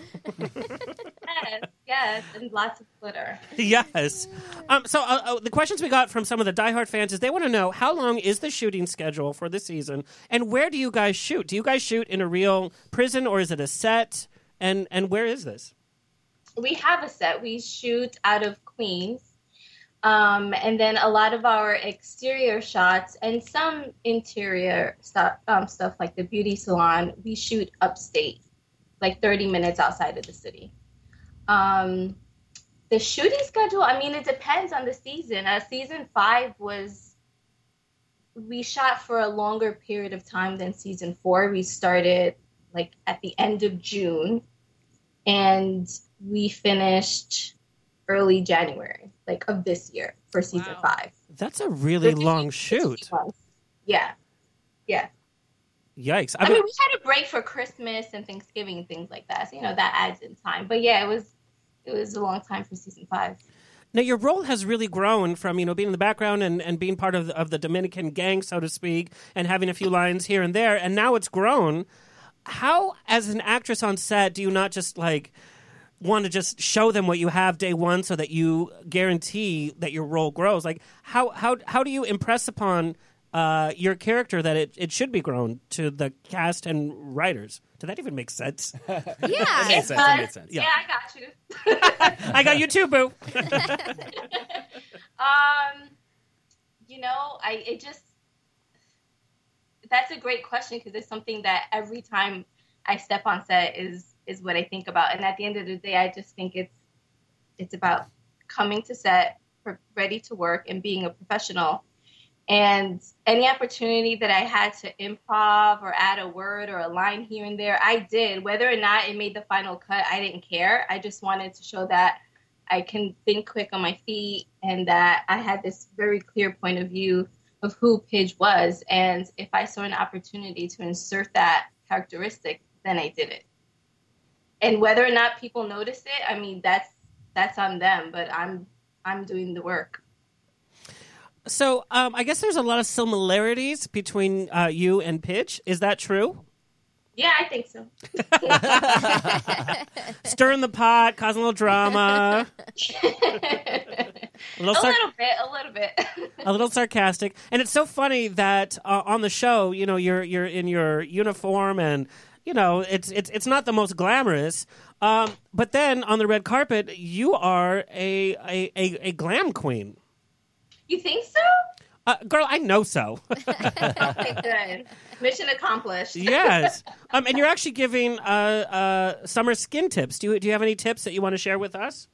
[laughs] yes, yes, and lots of glitter.
yes. Um, so uh, uh, the questions we got from some of the diehard fans is they want to know how long is the shooting schedule for this season, and where do you guys shoot? Do you guys shoot in a real prison or is it a set? And and where is this?
we have a set. We shoot out of Queens. Um, and then a lot of our exterior shots and some interior stuff, um, stuff like the beauty salon, we shoot upstate, like 30 minutes outside of the city. Um, the shooting schedule, I mean, it depends on the season. Uh, season five was, we shot for a longer period of time than season four. We started like at the end of June and we finished early January, like of this year for season five.
That's a really long shoot.
Yeah, yeah.
Yikes!
I mean, we had a break for Christmas and Thanksgiving and things like that. So you know that adds in time. But yeah, it was it was a long time for season five.
Now your role has really grown from you know being in the background and, and being part of the, of the Dominican gang, so to speak, and having a few lines here and there, and now it's grown. How, as an actress on set, do you not just like want to just show them what you have day one, so that you guarantee that your role grows? Like how how how do you impress upon uh, your character that it, it should be grown to the cast and writers? Did that even make sense? Yeah,
It makes sense. It makes sense.
Yeah, I got you.
I got you too, boo. [laughs]
Um, you know, I it just that's a great question because it's something that every time I step on set is is what I think about, and at the end of the day, I just think it's it's about coming to set, pre- ready to work, and being a professional, And any opportunity that I had to improv or add a word or a line here and there, I did. Whether or not it made the final cut, I didn't care. I just wanted to show that I can think quick on my feet and that I had this very clear point of view of who Pidge was. And if I saw an opportunity to insert that characteristic, then I did it. And whether or not people notice it, I mean that's that's on them, but I'm I'm doing the work.
So um, I guess there's a lot of similarities between uh, you and Pitch. Is that true?
[laughs] Yeah, I think so. [laughs]
Stirring the pot, causing a little
[laughs]
drama,
a,
little
little
sar-
bit, a little bit. [laughs]
a little sarcastic, and it's so funny that uh, on the show, you know, you're you're in your uniform, and you know, it's it's it's not the most glamorous. Um, but then on the red carpet, you are a a, a, a glam queen,
you think so?
uh, girl. I know so. [laughs]
Okay, good. Mission accomplished.
[laughs]
yes, um, and you're actually giving uh, uh, summer skin tips. Do you do you have any tips that you want to share with us?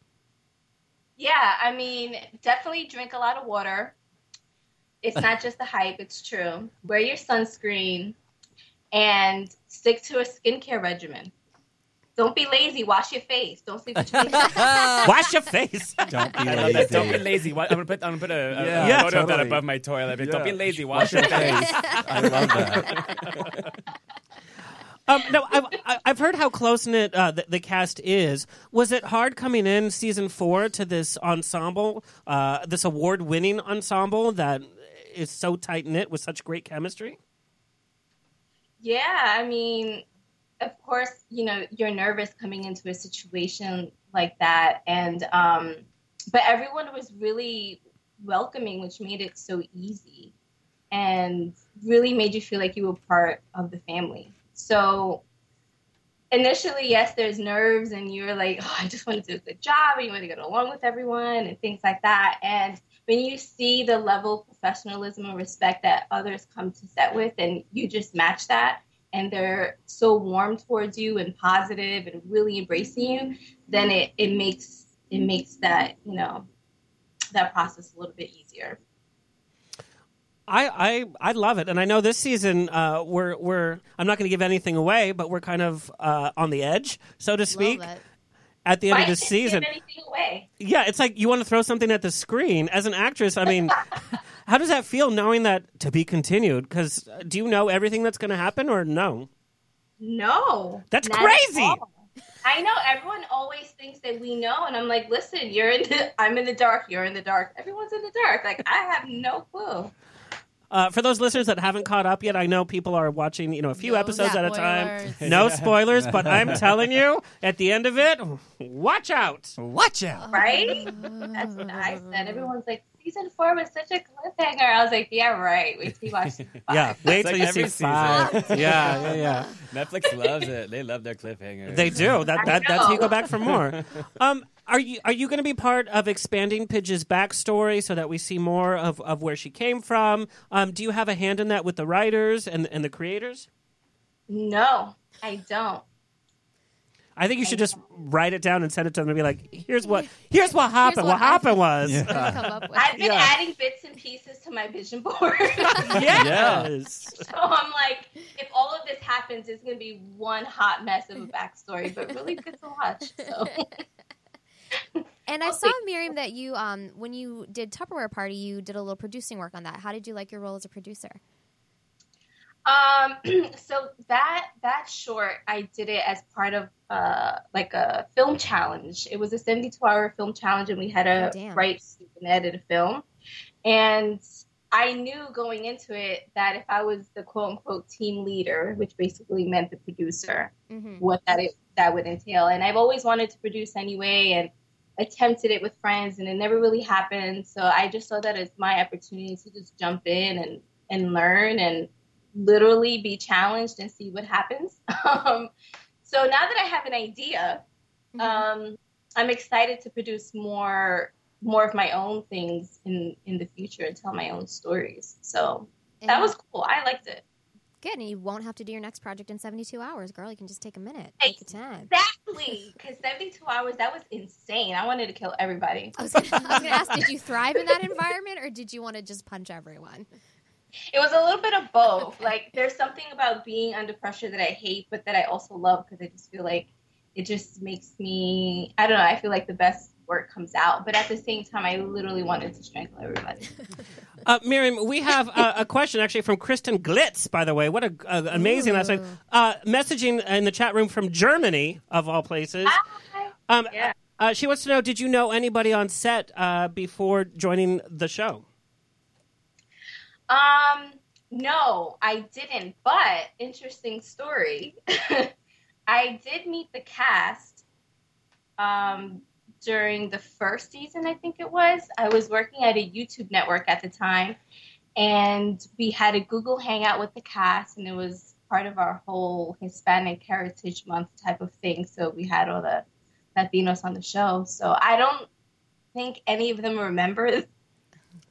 Yeah, I mean, definitely drink a lot of water. It's not just the hype, it's true. Wear your sunscreen and stick to a skincare regimen. Don't be lazy, wash your face. Don't sleep
[laughs]
between
Wash your face.
Uh, [laughs] Don't be
I love that.
lazy.
Don't be lazy. Wa- I'm gonna put I'm gonna put
Uh,
a, a,
Yeah,
a
yeah,
photo of that
totally.
above my toilet. But Don't
Yeah.
be lazy. Wash,
Wash your
your face.
I love that.
Um, no, I've, I- I've heard how close knit uh, the, the cast is. Was it hard coming in season four to this ensemble, uh, this award winning ensemble that is so tight knit with such great chemistry?
Yeah, I mean, of course, you know, you're nervous coming into a situation like that. And, um, but everyone was really welcoming, which made it so easy and really made you feel like you were part of the family. So, initially, yes, there's nerves, and you're like, oh, I just want to do a good job, and you want to get along with everyone, and things like that. And when you see the level of professionalism and respect that others come to set with, and you just match that, and they're so warm towards you and positive and really embracing you, then it, it makes it makes that you know that process a little bit easier.
I, I, I love it, and I know this season uh, we're we're I'm not going to give anything away, but we're kind of uh, on the edge, so to speak, at the end
Why
of this
can't you give
season.
anything away?
Yeah, it's like you want to throw something at the screen. As an actress, I mean, [laughs] how does that feel knowing that to be continued? Because do you know everything that's going to happen or no?
No.
That's
not at
crazy.
all. I know everyone always thinks that we know and I'm like, "Listen, you're in the I'm in the dark, you're in the dark. Everyone's in the dark. Like I have no clue."
Uh, for those listeners that haven't caught up yet, I know people are watching, you know, a few episodes at a time.
spoilers.
No spoilers, but I'm telling you, at the end of it, watch out. Watch out.
Right? That's what I said. Everyone's like, "Season 4 was such a cliffhanger." I was like, "Yeah, right. Wait till
[laughs]
you watch."
[laughs] Yeah, wait
It's like
till you
every
see
season.
five.
[laughs]
yeah, yeah, yeah.
Netflix loves it. They love their cliffhangers.
They do. That, that that's how you
know.
go back for [laughs]
[laughs]
more. Um, are you are you going to be part of expanding Pidge's backstory so that we see more of, of where she came from? Um, do you have a hand in that with the writers and and the creators?
no, I don't.
I think you should just write it down and send it to them and be like, "Here's what here's what happened. what,
what I-
happened was."
I've been
Yeah.
adding bits and pieces to my
[laughs]
vision board.
Yes.
So I'm like, if all of this happens, it's gonna be one hot mess of a backstory, but really good to watch. So
And
[laughs]
I saw, Miriam, that you, um, when you did Tupperware Party, you did a little producing work on that. How did you like your role as a producer?
Um, [clears throat] so that that short, I did it as part of uh, like a film challenge. It was a seventy-two hour film challenge, and we had
Oh,
a
damn.
write, shoot, and edit a film. And I knew going into it that if I was the quote-unquote team leader, which basically meant the producer, what that it, that would entail. And I've always wanted to produce anyway, and attempted it with friends, and it never really happened. So I just saw that as my opportunity to just jump in and and learn and literally be challenged and see what happens. [laughs] Um, so now that I have an idea, um, I'm excited to produce more more of my own things in in the future and tell my own stories. So that was cool. I liked it.
Good, and you won't have to do your next project in 72 hours, girl. You can just take a minute. Take your time.
Exactly, because 72 hours, that was insane. I wanted to kill everybody.
I was gonna, I was gonna ask, did you thrive in that environment, or did you want to just punch everyone?
[laughs] It was a little bit of both. Like, there's something about being under pressure that I hate, but that I also love because I just feel like it just makes me, I don't know, I feel like the best work comes out. But at the same time, I literally wanted to strangle
[laughs]
everybody.
Uh, Miriam, we have uh, a question actually from Kristen Glitz, by the way. What a, a amazing last name. Uh, messaging in the chat room from Germany, of all places. Um, uh, she wants to know Did you know anybody on set uh, before joining the show?
Um, no, I didn't. But interesting story. [laughs] I did meet the cast um, during the first season, I think it was. I was working at a YouTube network at the time, and we had a Google Hangout with the cast, and it was part of our whole Hispanic Heritage Month type of thing. So we had all the Latinos on the show. So I don't think any of them remember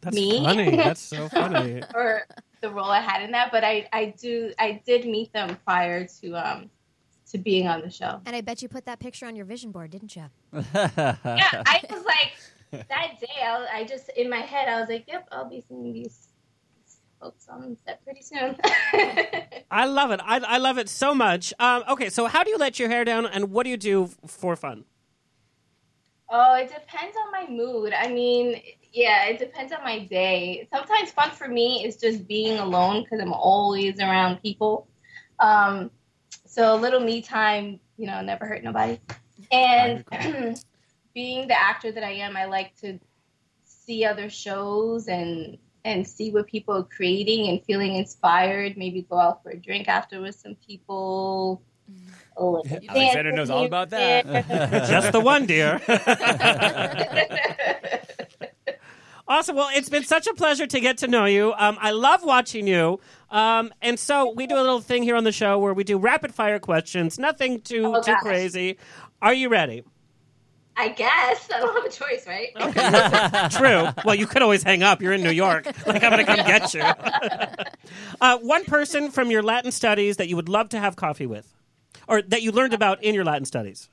That's
me.
funny. That's
[laughs]
so funny.
or the role I had in that, but I, I do I did meet them prior to um to being on the show.
And I bet you put that picture on your vision board, didn't you?
Yeah, [laughs] I was like that day. I, was- I just in my head I was like, "Yep, I'll be seeing these folks on set pretty soon."
I love it. I, I love it so much. Um, okay, so how do you let your hair down and what do you do f- for fun?
oh, it depends on my mood. I mean, yeah, it depends on my day. Sometimes fun for me is just being alone because I'm always around people. Um, so a little me time, you know, never hurt nobody. And [clears throat] being the actor that I am, I like to see other shows and and see what people are creating and feeling inspired. Maybe go out for a drink after with some people. [laughs] A little
[laughs] Alexander knows all about that.
[laughs] Just the one, dear. Awesome. Well, it's been such a pleasure to get to know you. Um, I love watching you. Um, and so we do a little thing here on the show where we do rapid fire questions. Nothing too
Oh,
too
gosh.
crazy. Are you ready? [laughs]
I guess I don't have a choice, right?
True. Well, you could always hang up. You're in New York. Like I'm going to come get you. [laughs] uh, one person from your Latin studies that you would love to have coffee with, or that you learned about in your Latin studies.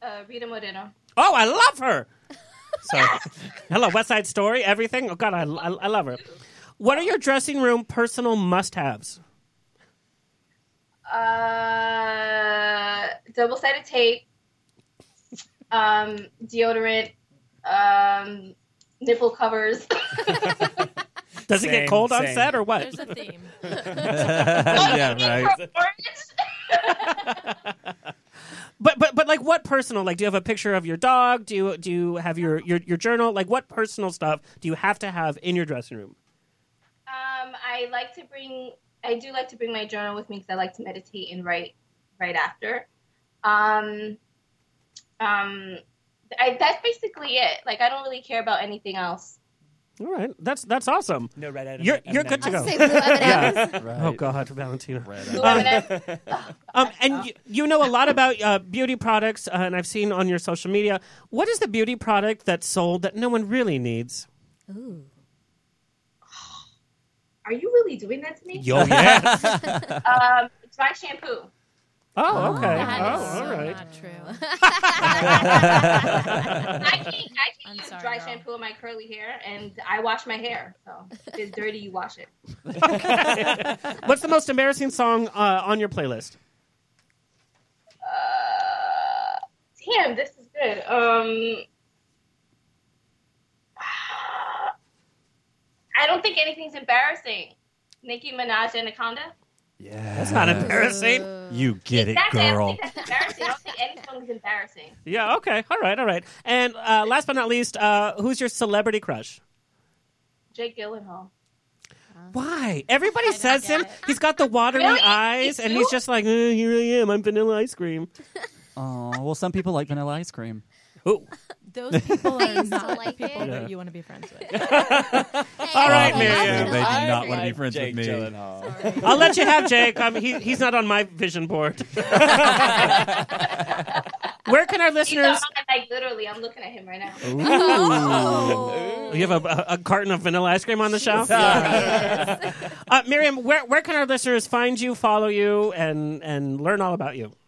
Uh, Rita Moreno.
Oh, I love her. So, hello, West Side Story, everything. Oh God, I, I, I love her. What are your dressing room personal must-haves?
Uh, double sided tape. Um, deodorant. Um, nipple covers.
Does it get
Same,
cold on
same.
set or what?
There's a
[laughs]
theme.
Um,
yeah,
[laughs]
right.
But but but like what personal? Like, do you have a picture of your dog? Do you do you have your your, your journal? Like, what personal stuff do you have to have in your dressing room?
Um, I like to bring. I do like to bring my journal with me because I like to meditate and write right after. Um, um, I, that's basically it. Like I don't really care about anything else.
All right, that's that's awesome.
No red M&Ms.
You're you're good to go.
say blue M&Ms.
[laughs]
Yeah. [laughs] Oh God, Valentina.
Blue
Um,
M&Ms.
[laughs] um, and you, you know a lot about uh, beauty products, uh, and I've seen on your social media. What is the beauty product that's sold that no one really needs? [laughs]
Ooh.
Are you really doing that to me?
yeah.
Um, dry shampoo.
oh, okay.
That is
oh, all
so
right.
not
[laughs]
true.
I can I can
I'm
use
sorry,
dry
girl.
shampoo in my curly hair, and I wash my hair. So if it's dirty, you wash it. [laughs]
What's the most embarrassing song uh, on your playlist?
Uh, damn, this is good. Um, [sighs] I don't think anything's embarrassing. Nicki Minaj Anaconda.
Yeah.
That's not embarrassing.
You get it,
Exactly.
girl.
I don't think that's embarrassing. I don't think any song is embarrassing.
Yeah. Okay. All right. All right. And uh, last but not least, uh, who's your celebrity crush?
Jake Gyllenhaal.
Why? Everybody
I don't
says
get
him.
it.
He's got the watery
Really?
eyes, and he's
You?
just like, "Eh, here I am. I'm vanilla ice cream.
Oh, well, some people like vanilla ice cream.
Ooh.
Those people
I
are
used to
not
like
the people
it.
that you want to be friends
[laughs]
with.
All
right,
Oh,
Miriam.
yeah, They do
I
not want to be
like
friends
Jake
with me.
Gyllenhaal.
I'll let you have Jake. Um, he, he's
[laughs]
not on my vision board. Where can our
He's
listeners?
not on my Like literally, I'm looking at him right now.
You have a, a, a carton of vanilla ice cream on the shelf. uh, Miriam, where where can our listeners find you, follow you, and and learn all about you?
[laughs]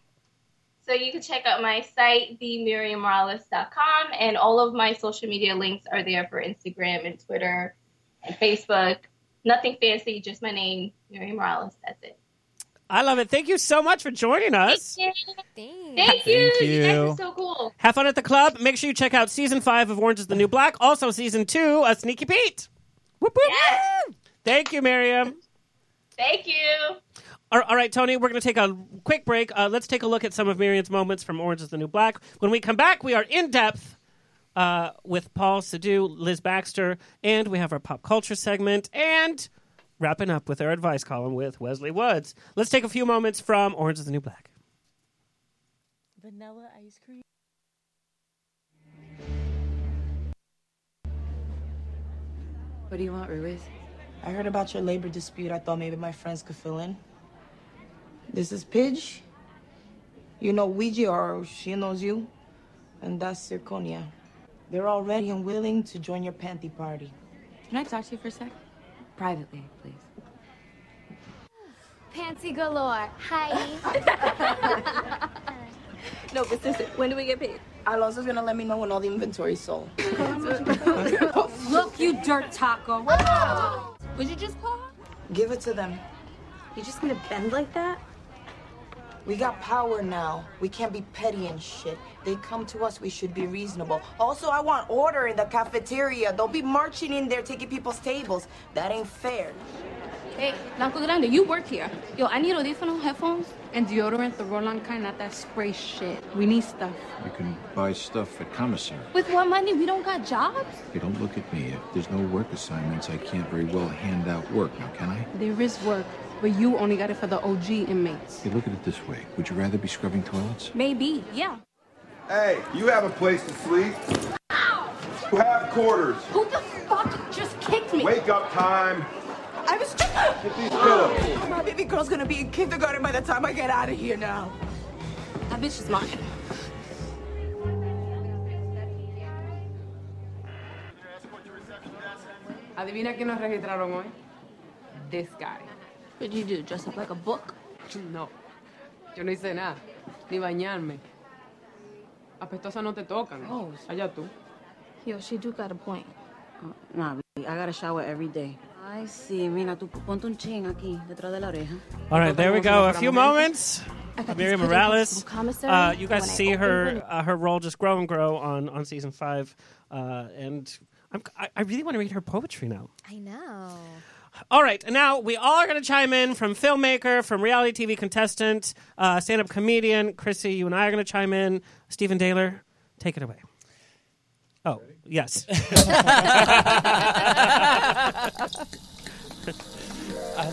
So you can check out my site, themiriammorales.com, and all of my social media links are there for Instagram and Twitter and Facebook. Nothing fancy, just my name, Miriam Morales. That's it.
I love it. Thank you so much for joining us.
Thank you. Thank you.
Thank
You guys
you.
are so cool.
Have fun at the club. Make sure you check out season five of Orange is the New Black. Also, season two, A Sneaky Pete. Whoop, whoop. Thank you, Miriam.
Thank you.
All- all right, Tony, we're going to take a quick break. Uh, let's take a look at some of Miriam's moments from Orange is the New Black. When we come back, we are in depth uh, with Paul Sadu, Liz Baxter, and we have our pop culture segment and wrapping up with our advice column with Wesley Woods. Let's take a few moments from Orange is the New Black.
Vanilla ice cream.
What do you want, Ruiz? I heard about your labor dispute. I thought maybe my friends could fill in. This is Pidge. You know Ouija, or she knows you. And that's Zirconia. They're all ready and willing to join your panty party.
Can I talk to you for a sec? Privately, please.
Pansy galore.
[laughs]
Hi. [laughs]
No, but this when do we get paid? Alonso's gonna let me know when all the inventory's sold.
Look, you dirt taco.
Ah! Would you just call her? Give it to them. You just gonna bend like that? We got power now. We can't be petty and shit. They come to us, we should be reasonable. Also, I want order in the cafeteria. They'll be marching in there taking people's tables. That ain't fair.
Hey, Naco Grande, you work here. Yo, I need audífono, headphones, and deodorant, the roll-on kind, not that spray shit. We need stuff.
You can buy stuff at commissary.
With what money? We don't got jobs.
Hey, don't look at me. If there's no work assignments, I can't very well hand out work now, can I?
There is work, but you only got it for the OG inmates.
Hey, look at it this way. Would you rather be scrubbing toilets?
Maybe, yeah.
Hey, you have a place to sleep. You have quarters.
Who the fuck just kicked me?
Wake up time.
I was. Oh, My baby girl's gonna be in kindergarten by the time I get out of here now. That bitch is mine.
Adivina quién nos registraron hoy? This guy. What'd you do? Dress up like a book? No. Yo no hice nada. Ni bañarme. Apestosa no te tocan. Oh, allá tú.
Yo, she do got a point.
Uh,
Nah, I got a shower every day. I see. Mira, tú ponte un ching aquí, detrás de la oreja.
All right, there we go. A few moments.
got
Miriam
this
Morales.
cookie from commissary
Uh, you guys
when I
see
open
her
it.
uh, her role just grow and grow on on season five, uh, and I'm, I, I really want to read her poetry now.
I know.
All right, and now we all are going to chime in from filmmaker, from reality TV contestant, uh, stand up comedian Chrissy. You and I are going to chime in. Stephen Daler, take it away. Oh yes. [laughs]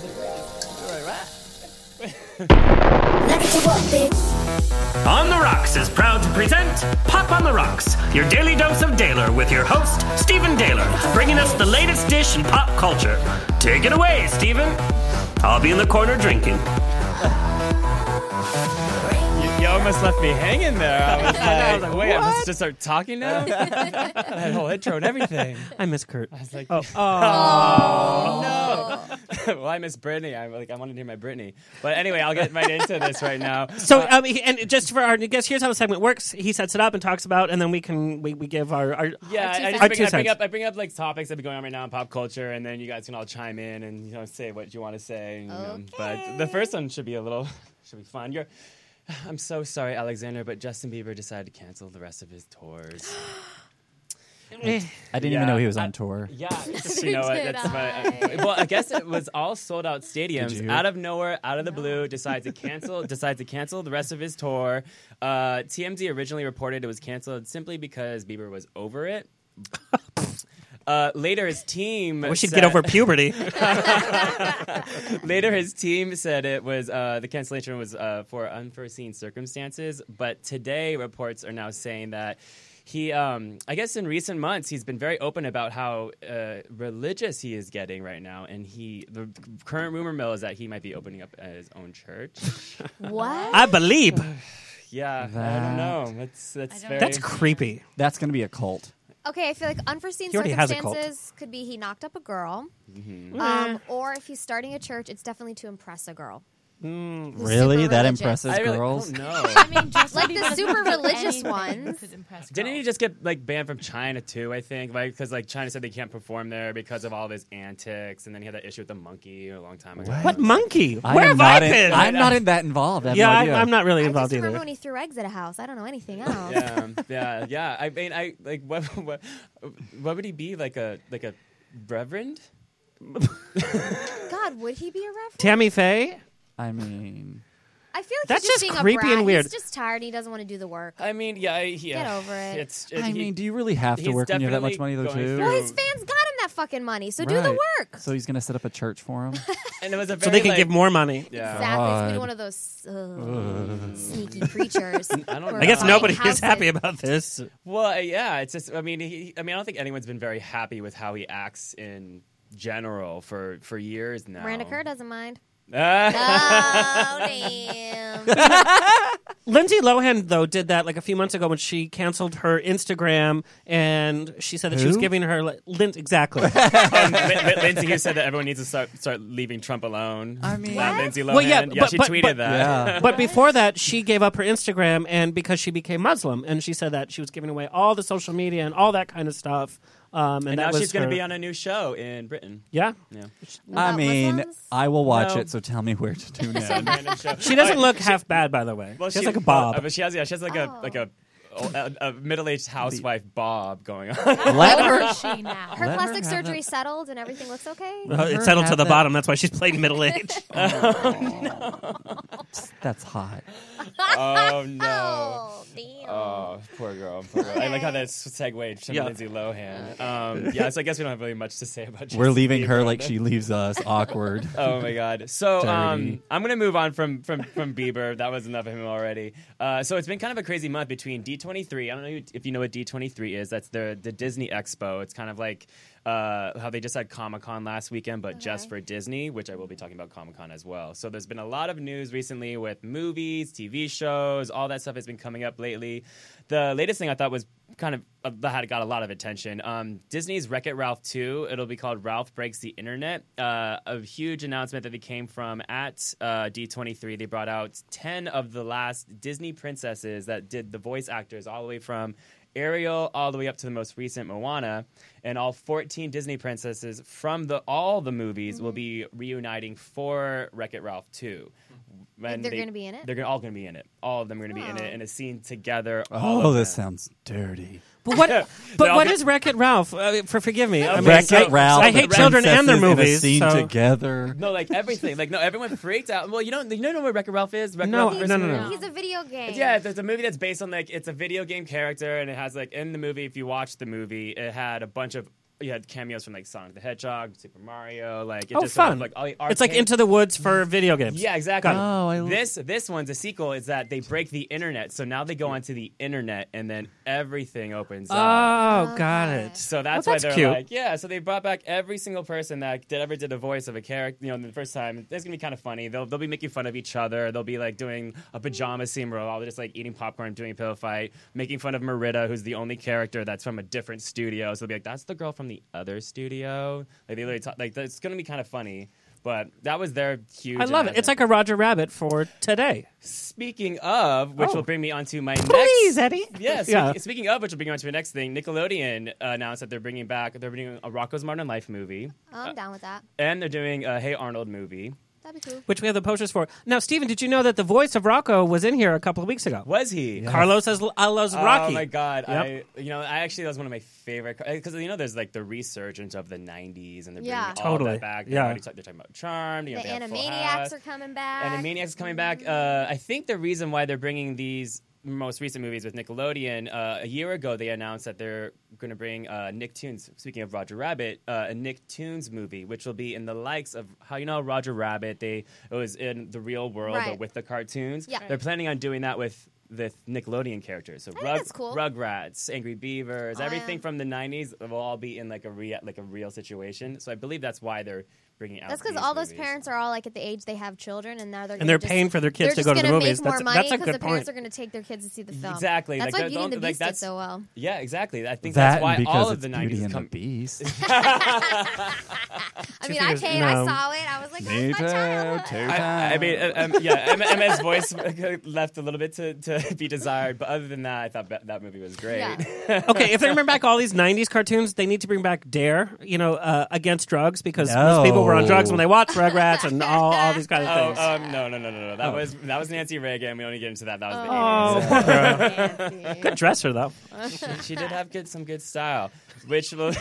On the Rocks is proud to present Pop on the Rocks, your daily dose of Daler with your host, Stephen Daler, bringing us the latest dish in pop culture. Take it away, Stephen. I'll be in the corner drinking.
You, you almost left me hanging there. I was like,
[laughs] I was like,
wait, I'm
what?
supposed to start
[laughs]
talking now? [laughs] that whole intro and everything.
I miss Kurt. I
was like, [laughs]
oh,
no. [laughs] well, I miss Brittany. I'm like, I wanted to hear my Brittany. But anyway, I'll get right into this right now.
So, um, he- and just for our guess, here's how the segment works. He sets it up and talks about, and then we can we, we give our, our
Yeah, I, I
our two
just bring, I bring
cents.
up I bring up like topics that be going on right now in pop culture, and then you guys can all chime in and you know say what you want to say. you know. But the first one should be a little [laughs] should be fun. You're, [sighs] I'm so sorry, Alexander, but Justin Bieber decided to cancel the rest of his tours.
I didn't even know he was on tour.
Yeah,
[laughs]
[laughs]
it's- you know what?
Did
That's what. I- well, I guess it was all sold out
Did
stadiums.
you?
Out of nowhere, out of the blue, decides to cancel. decides to cancel the rest of his tour. Uh, TMZ originally reported it was canceled simply because Bieber was
[laughs]
over it. Uh, later, his team.
I wish he'd
said-
get over
[laughs]
puberty. [laughs]
Later, his team said it was uh, the cancellation was uh, for unforeseen circumstances, but today reports are now saying that. He, um, I guess, in recent months, he's been very open about how uh, religious he is getting right now, and he. The [laughs] current rumor mill is that he might be opening up his own church.
What?
I believe.
[sighs] Yeah, I don't know. That's that's very
That's creepy.
That's going to be a cult.
Okay, I feel like unforeseen
He already has a cult.
circumstances could be he knocked up a girl,
Mhm.
um, or if he's starting a church, it's definitely to impress a girl.
Really? That impresses
Hmm. I really- oh,
girls?
I don't
I
know.
mean, just like the
because
super
he does
religious
anything
ones.
[laughs]
could impress
Didn't he just get like banned from China too? I think like because like China said they can't perform there because of all of his antics, and then he had that issue with the monkey a long time ago.
What monkey?
I
Where
am
have I
not in-
been?
I'm not in that involved. I have
yeah,
no
I-
idea.
I'm not really
I just
involved
remember
either.
when he threw eggs at a house. I don't know anything else.
yeah, yeah, yeah. I mean, I like what, [laughs] what, what would he be like a like a reverend?
God, would he be a reverend?
Tammy Faye?
I mean,
I feel like
That's
he's just,
just
being
creepy
a brat.
and weird.
He's just tired. and He doesn't want to do the work.
I mean, yeah, yeah.
Get over it.
It's.
I
he-
mean, do you really have to
he's
work when you have that much money
definitely
though,
going
too?
well, his fans got him that fucking money, so do the
Right.
work.
So he's going to set up a church
[laughs]
for him.
And it was a
So
very,
they can
like-
give more money.
Yeah.
Exactly. It's
God.
been one of those uh,
[laughs]
Ugh.
sneaky preachers.
I don't.
who are
I guess
buying
nobody
houses.
is happy about this.
Well, uh, yeah, it's just. I mean, he, I mean, I don't think anyone's been very happy with how he acts in general for for years now.
Miranda Kerr doesn't
[laughs]
mind.
Oh, Ah.
Oh, damn. Um,
Lindsay Lohan though did that like a few months ago when she canceled her Instagram and she said that she was
Who?
giving her like, Lin- [laughs]
[laughs]
exactly.
Um, Lin- Lin- Lindsay,
[laughs]
you said that everyone needs to start, start leaving Trump alone. I mean, Lindsay Lohan.
Well, yeah, but-
she
but-
tweeted
but-
that. [laughs]
but before that, she gave up her Instagram and because she became Muslim and she said that she was giving away all the social media and all that kind of stuff. Um, and,
and
that
now
was
she's going
her-
to be on a new show in Britain.
Yeah.
Yeah.
I mean, I will watch
No.
it, so tell me
[laughs]
where to tune
It's a
in.
random
[laughs]
show.
She doesn't
Oh,
look
she-
half bad, by the way.
Well,
she has
she- [laughs]
like a bob.
uh, but she has yeah, she has like
Oh.
a like a a, a middle-aged housewife bob going on.
[laughs] Let
Where
her-
is
[laughs]
she now? Her
Let her
plastic
have
surgery settled and everything looks okay.
Oh, it settled to the bottom. That's why she's playing middle
[laughs]
age.
Oh,
[laughs]
That's hot.
oh no! Oh, poor girl. Poor girl. I like how that segued from
Yeah.
Lindsay Lohan. Um, yeah, so I guess we don't have really much to say about.
We're
Justin
leaving her
Bieber.
like she leaves us. Awkward.
[laughs] Oh my god! So
Dirty.
um, I'm gonna move on from from from Bieber. That was enough of him already. Uh, so it's been kind of a crazy month between D23. I don't know if you know what D23 is. That's the the Disney Expo. It's kind of like uh, how they just had Comic Con last weekend, but just for Disney, which I will be talking about Comic Con as well. So there's been a lot of news recently with movies, TV shows, all that stuff has been coming up lately. The latest thing I thought was kind of uh, that had got a lot of attention. Um, Disney's Wreck It Ralph 2, it'll be called Ralph Breaks the Internet. Uh, a huge announcement that they came from at uh, D23. They brought out 10 of the last Disney princesses that did the voice actors, all the way from Ariel all the way up to the most recent Moana, and all 14 Disney princesses from the all the movies
Mm-hmm.
will be reuniting for Wreck It Ralph 2. When
they're gonna be in it?
They're gonna, all going to be in it. All of them are going to be in
Oh.
it in a scene together. all
[laughs] Oh,
of
this
them.
sounds dirty.
But
[laughs]
what?
They
But
all
what
get-
is Wreck It Ralph? Uh, for forgive me, I mean,
Wreck
I-
It Ralph.
I hate
the
children and their
princesses in a
movies.
Scene
so-
together.
No, like everything. Like no, everyone freaked out. Well, you don't you don't know what Wreck-It Ralph is? Wreck-It
No,
Ralph
no,
is-
no, no.
He's a video game.
Yeah, there's a movie that's based on like it's a video game character, and it has like in the movie. If you watch the movie, it had a bunch of you had cameos from like Sonic the Hedgehog, Super Mario, like it
Oh,
just sort of,
fun!
like all the
it's like
arcade-
Into the Woods
[laughs]
for video games.
Yeah, exactly.
Got it.
this this one's a sequel. Is that they break the internet, so now they go onto the internet, and then everything opens up.
Oh, got it.
So that's,
Well, that's
why they're
cute.
like, yeah. So they brought back every single person that did, ever did a voice of a character. You know, the first time it's gonna be kind of funny. They'll they'll be making fun of each other. They'll be like doing a pajama scene where all they're just like eating popcorn, doing a pillow fight, making fun of Merida, who's the only character that's from a different studio. So they'll be like, that's the girl from the other studio. Like they literally talk, like it's gonna be kind of funny. But that was their huge.
I love it. It's like a Roger Rabbit for today.
Speaking of, which
Oh.
will bring me on to my
Please,
next.
Eddie.
Yeah, speak-
Yeah.
Speaking of, which will bring me on to my next thing. Nickelodeon uh, announced that they're bringing back. They're bringing a Rocco's Modern Life movie, Uh,
I'm down with that.
and they're doing a Hey Arnold movie.
Um. That'd be cool.
Which we have the posters for. Now, Steven, did you know that the voice of Rocco was in here a couple of weeks
[laughs]
ago? [laughs]
Was he?
Carlos as Alos Rocky.
Oh my god!
Yep.
I you know I actually that was one of my favorite because you know there's like the resurgence of the '90s and they're
Yeah.
bringing all
Totally.
that back. They're,
Yeah.
already ta- they're talking about Charmed. You know,
the
they have Full
Animaniacs
House.
are coming back.
Animaniacs is coming back. Uh, I think the reason why they're bringing these most recent movies with Nickelodeon uh, a year ago, they announced that they're going to bring uh, Nicktoons. Speaking of Roger Rabbit, uh, a Nicktoons movie, which will be in the likes of how you know Roger Rabbit. They it was in the real world
Right.
but with the cartoons.
Yeah. Right.
they're planning on doing that with. The Nickelodeon characters, so Rug,
that's cool.
Rugrats, Angry Beavers,
Oh,
everything
yeah.
from the '90s will all be in like a rea- like a real situation. So I believe that's why they're bringing out.
That's because
these
all those
movies.
parents are all like at the age they have children, and now they're
And they're
gonna
paying
just-
for their kids
they're just
to go to the
gonna
movies.
Make more
That's-
money
that's a
'cause
good
the parents
point.
are going to take their kids to see the film.
Exactly.
That's why
like, that-
Beauty and the
don't- like,
Beast did
that's-
so well.
Yeah, exactly. I think
That
that's why
and because
all of
it's
the
Beauty
nineties
and the
come.
Beast.
[laughs]
I mean, I paid. I saw it. I was like, "Oh,
Me too,
I, I mean, uh, um, yeah,
[laughs]
M- Emma's voice [laughs] left a little bit to, to be desired, but other than that, I thought that, that movie was great. [laughs]
okay, if they bring back all these '90s cartoons, they need to bring back Dare, you know, uh, against drugs because most people were on drugs when they watched Rugrats and all, all these kinds of
Oh,
things.
um, no, no, no, no, no. That
Oh.
was that was Nancy Reagan. We don't need to get into that. That was
Oh,
the 80s.
poor girl. Good dresser, though.
She, she did have good some good style, which will [laughs]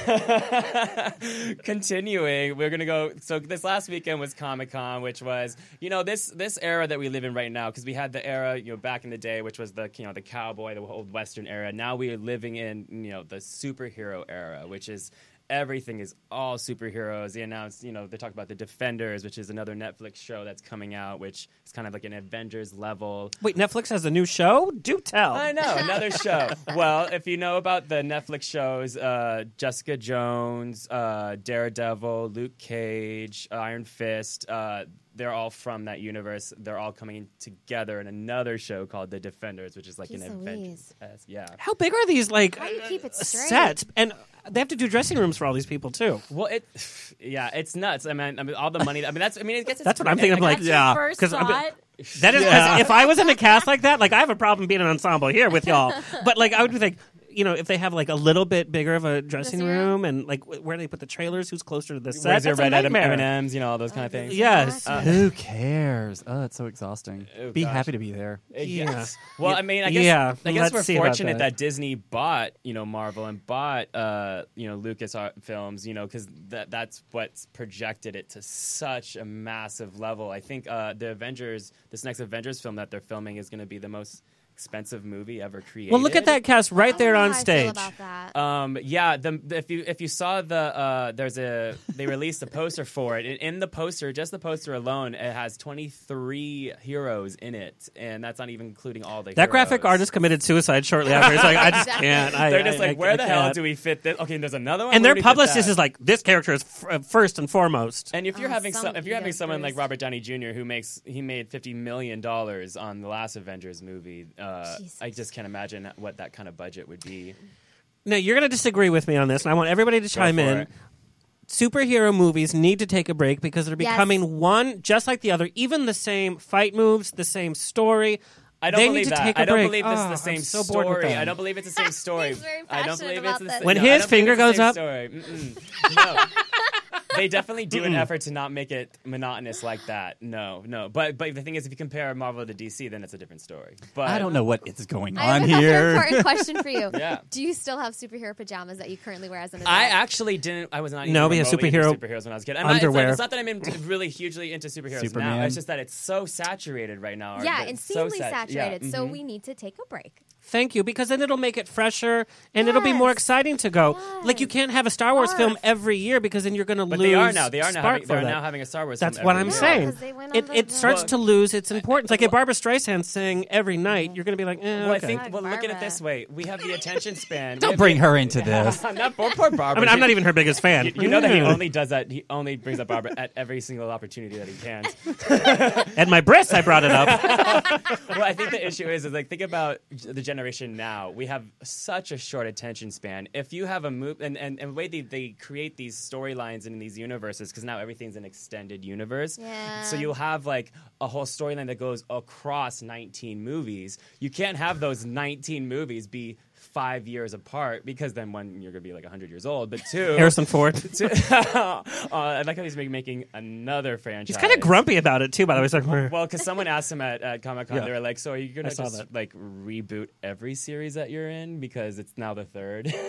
continuing. We're gonna go. So this last weekend was Comic Con, which was you know this this era that we live in right now because we had the era you know back in the day, which was the you know the cowboy, the old western era. Now we are living in you know the superhero era, which is everything is all superheroes. They announced, you know, they talked about the Defenders, which is another Netflix show that's coming out, which is kind of like an Avengers level.
Wait, Netflix has a new show? Do tell.
I know another show. Well, if you know about the Netflix shows, uh, Jessica Jones, uh, Daredevil, Luke Cage, Iron Fist, uh, they're all from that universe. They're all coming together in another show called The Defenders, which is like
Jeez
an adventure.
Louise.
Yeah.
[laughs] How big are these like
How do you keep it straight?
sets? And they have to do dressing rooms for all these people too.
Well, it, yeah, it's nuts. I mean, I mean, all the money. I mean, that's. I mean, I guess it's
That's what I'm thinking. I'm like,
That's your
yeah,
first
I'm-
thought?
[laughs] that is 'cause
Yeah.
if I was in a cast like that, like I have a problem being an ensemble here with y'all. But like I would be like, you know, if they have like a little bit bigger of a dressing room and like wh- where they put the trailers, who's closer to the set?
Where's your
that's a
red M
nightmare.
and M's? You know, all those kind of things.
Yes.
Uh,
Who cares? Oh, it's so exhausting.
Oh,
Be
gosh.
happy to be there.
Uh, Yes. Well, I mean, I guess,
Yeah,
I guess
let's
we're
see about
fortunate that.
that.
Disney bought, you know, Marvel and bought, uh, you know, Lucas films, you know, because that that's what's projected it to such a massive level. I think uh, the Avengers, this next Avengers film that they're filming is going to be the most expensive movie ever created.
Well, look at that cast right there on stage.
Um, yeah, the, the- if you if you saw the uh, there's a they released a poster for it, and in the poster, just the poster alone, it has 23 heroes in it, and that's not even including all the
That
heroes.
graphic artist committed suicide shortly after. He's like, I just
Exactly.
can't. I,
They're just
I-
like,
I-
where
I
the hell
can't."
do we fit this? Okay, there's another one.
And
Where
their
do we fit
publicist
that?
is like, this character is f- uh, first and foremost.
And if you're
Oh,
having
some
some, if you're having someone like
idiots.
Robert Downey Jr. who makes he made fifty million dollars on the last Avengers movie, uh, I just can't imagine what that kind of budget would be.
No, you're going to disagree with me on this, and I want everybody to chime
for
in.
it.
Superhero movies need to take a break because they're
Yes.
becoming one just like the other, even the same fight moves, the same story.
I don't
they
believe
need to
that.
take a
I don't
break.
believe this
Ah,
is the same
I'm so bored with
story.
them.
I don't believe it's
[laughs]
the same story. I don't believe it's the same.
When
no, I
his
don't believe
finger goes
it's the same
up-
story. Mm-mm.
[laughs]
No. they definitely do an effort to not make it monotonous like that. No, no. But but the thing is, if you compare Marvel to DC, then it's a different story. But
I don't know what is going
I have
on
another
[laughs]
here. [laughs]
Important question for you.
Yeah.
Do you still have superhero pajamas that you currently wear as an adult?
I actually didn't. I was not.
No,
even
we had
remotely into
superhero
superheroes when I was a kid. I'm not- it's not-
underwear.
it's, not, that I'm in, really hugely into superheroes now.
Superman.
It's just that it's so saturated right now. or
yeah,
that
and
it's so
seemingly
sat- yeah,
saturated. So
mhm.
we need to take a break.
Thank you, because then it'll make it fresher and it'll be more exciting to go. Like you can't have a Star Wars film every year because then you're going to lose.
But they are now. They are now.
spark
Having,
for
they're
that.
now having a Star Wars.
That's
film
what
every
I'm
year.
saying. It, it starts to lose its importance. Like if Barbara Streisand's saying every night, you're going to be like, eh,
Well, I
okay.
think. Well, look at it this way: we have the
[laughs]
attention span.
Don't bring her
into this.
[laughs] I'm not poor, poor Barbara.
I mean, I'm
She-
not even her biggest fan. Hmm.
You, you know that he only does that. He only brings up Barbara at every single opportunity that he can.
At my breasts, I brought it
[laughs]
up.
well, I think the issue is, is like think about the generation now. We have such a short attention span. If you have a move and, and, and the way they, they create these storylines in these universes, because now everything's an extended universe.
Yeah.
So you'll have like a whole storyline that goes across 19 movies. You can't have those 19 movies be five years apart because then one you're gonna be like 100 years old but two
Harrison Ford.
[laughs] two, uh, i like how he's make- making another franchise
He's kind of grumpy about it too. By the way, he's like, [laughs] "Meh."
well, because someone asked him at, at Comic Con,
Yeah.
they were like, "So are you gonna
I saw
just
that.
like reboot every series that you're in because it's now the third [laughs]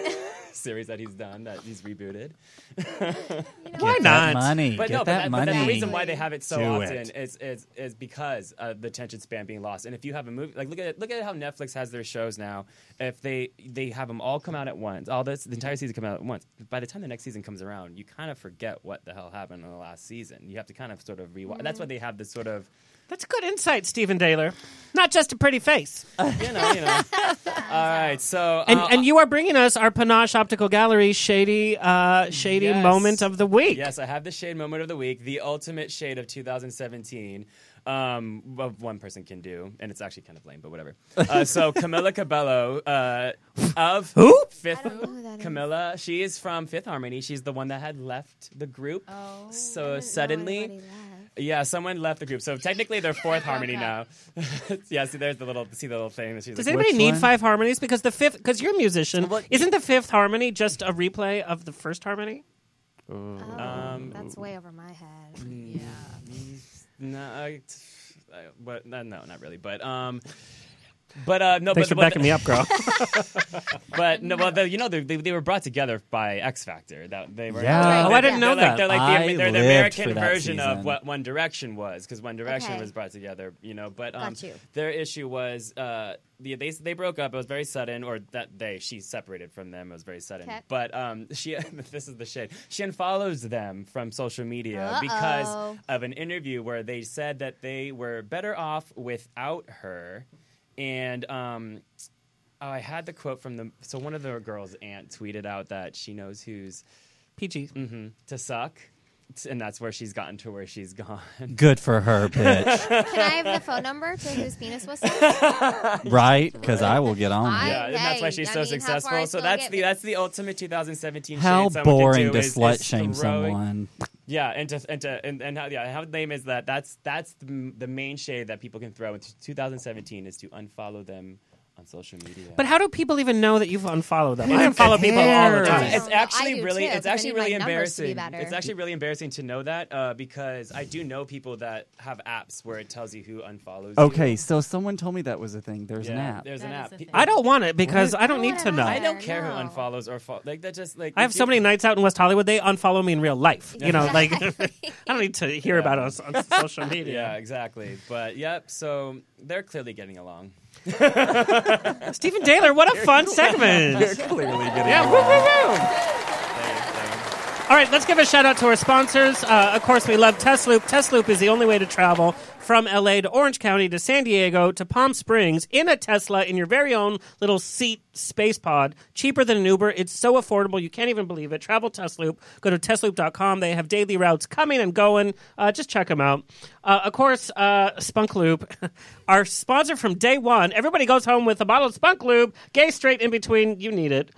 series that he's done that he's rebooted? [laughs]
Why
Get that not? money.
But
Get
no, but
that
that, but that's the
money.
reason why they have it so
Do
often
it.
is is is because of the attention span being lost. And if you have a movie, like look at look at how Netflix has their shows now. If they they have them all come out at once, all this the entire season come out at once. By the time the next season comes around, you kind of forget what the hell happened in the last season. You have to kind of sort of rewatch. That's why they have this sort of
That's good insight, Stephen Daler. Not just a pretty
[laughs]
face.
you know, you know. All right, so uh,
And, and you are bringing us our Panache Optical Gallery shady, uh, shady
Yes.
moment of the week.
Yes, I have the shade moment of the week, the ultimate shade of 2017. Um, of one person can do, and it's actually kind of lame, but whatever.
[laughs]
Uh, so Camila Cabello uh, of
Who?
Fifth Camila, she is from Fifth Harmony. She's the one that had left the group. Oh, so suddenly, yeah, someone left the group. So technically, they're Fourth Harmony now. [laughs] yeah, see, there's the little, see the little thing. that she's
Does
like,
anybody
"Which
need
one?"
five harmonies? Because the fifth, because you're a musician, isn't the fifth harmony just a replay of the first harmony? Oh.
Um,
That's way over my head.
Yeah. No, I, I, but uh, no, no, not really. But um, but uh, no.
Thanks
but,
for backing me up,
[laughs]
girl. [laughs]
but no, well, the, you know, they, they, they were brought together by X Factor. That they were.
Yeah. Oh, I
they're-
didn't know
they're like-
that.
they're like
I
the, they're the
lived for
American
that
version
season.
of what One Direction was, because One Direction
Okay.
was brought together. You know, but um,
Got you.
their issue was uh, the, they they broke up. It was very sudden, or that they she separated from them. It was very sudden.
Okay.
But um, she [laughs] this is the shit. She unfollows them from social media because
Uh-oh.
of an interview where they said that they were better off without her, and um. Oh, I had the quote from the so one of the girls' aunt tweeted out that she knows who's
PG
hmm to suck, and that's where she's gotten to where she's gone.
Good for her, bitch.
[laughs] Can I have the phone number to whose penis was
[laughs]
sucked?
right? Because I will get on. it.
yeah, and that's why she's so
mean, how far I
successful. So
still
that's
get
the that's the ultimate 2017.
How
shade someone can
boring
do
to
is-
slut
is
shame
throwing-
someone.
Yeah, and to, and to and, and how yeah how lame is that? That's that's the, the main shade that people can throw into 2017 is to unfollow them on social media.
But how do people even know that you've unfollowed them? I unfollow people all the time.
It's, it's actually
do
really,
too, 'cause
it's
I
actually
need my
really
numbers to be
embarrassing.
better.
It's actually really embarrassing to know that uh, because I do know people that have apps where it tells you who unfollows. you.
Okay, so someone told me that was a thing. There's an
Yeah,
app.
There's an app.
I don't want it because I don't need to know.
I don't care who unfollows or fo- like that. Just like
I have
if
so
you-
many nights out in West Hollywood. They unfollow me in real life. You know, like [laughs] I
Exactly.
don't need to hear about us on [laughs]
[laughs]
social media.
Yeah, exactly. But yep. So they're clearly getting along.
Stephen Taylor, what a fun [laughs] segment!
You're clearly getting
yeah,
along.
woo, woo, woo. All right, let's give a shout out to our sponsors. Uh, of course, we love Test Loop. Test Loop is the only way to travel from LA to Orange County to San Diego to Palm Springs in a Tesla in your very own little seat space pod. Cheaper than an Uber. It's so affordable, you can't even believe it. Travel Test Loop. Go to testloop.com. They have daily routes coming and going. Uh, just check them out. Uh, of course, uh, Spunk Loop, [laughs] our sponsor from day one. Everybody goes home with a bottle of Spunk Loop, gay straight in between. You need it.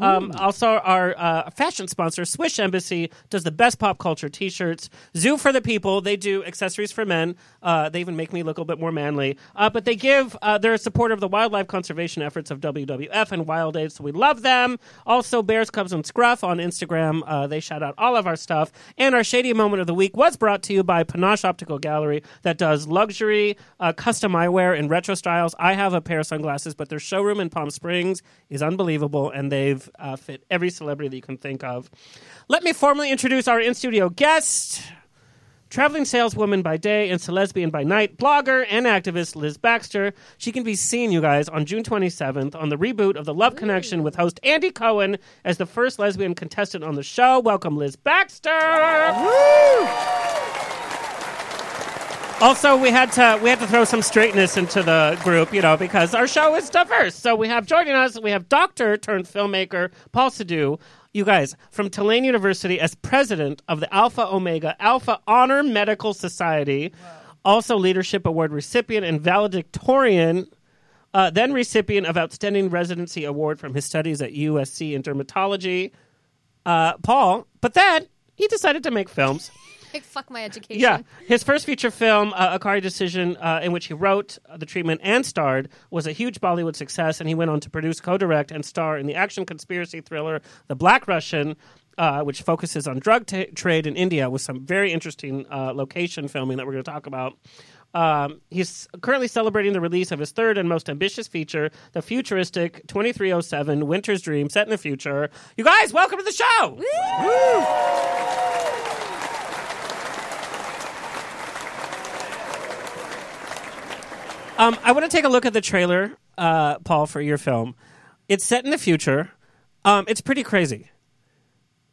Um,
Ooh.
also, our uh, fashion sponsor, Swish Embassy, does the best pop culture t shirts. Zoo for the People, they do accessories for men. Uh, they even make me look a little bit more manly. Uh, but they give, uh, they're a supporter of the wildlife conservation efforts of WWF and Wild Aid, so we love them. Also, Bears, Cubs, and Scruff on Instagram. Uh, they shout out all of our stuff. And our Shady Moment of the Week was brought to you by Panache Optical Gallery that does luxury, uh, custom eyewear, and retro styles. I have a pair of sunglasses, but their showroom in Palm Springs is unbelievable, and they've uh, fit every celebrity that you can think of. Let me formally introduce our in studio guest. Traveling saleswoman by day and lesbian by night, blogger and activist Liz Baxter. She can be seen, you guys, on June 27th on the reboot of The Love Connection with host Andy Cohen as the first lesbian contestant on the show. Welcome, Liz Baxter. Also, we had to we had to throw some straightness into the group, you know, because our show is diverse. So we have joining us, we have doctor turned filmmaker Paul Sadu. You guys from Tulane University as president of the Alpha Omega Alpha Honor Medical Society, also leadership award recipient and valedictorian. Uh, then recipient of outstanding residency award from his studies at USC in dermatology, uh, Paul. But then he decided to make films.
[laughs] Like, fuck my education.
Yeah, his first feature film, uh, Akari Decision, uh, in which he wrote uh, the treatment and starred, was a huge Bollywood success, and he went on to produce, co-direct, and star in the action conspiracy thriller The Black Russian. Uh, which focuses on drug ta trade in India with some very interesting uh, location filming that we're going to talk about. Um, he's currently celebrating the release of his third and most ambitious feature, the futuristic 2307 Winter's Dream, set in the future. You guys, welcome to the show! Woo! Um, I want to take a look at the trailer, uh, Paul, for your film. It's set in the future. Um, it's pretty crazy.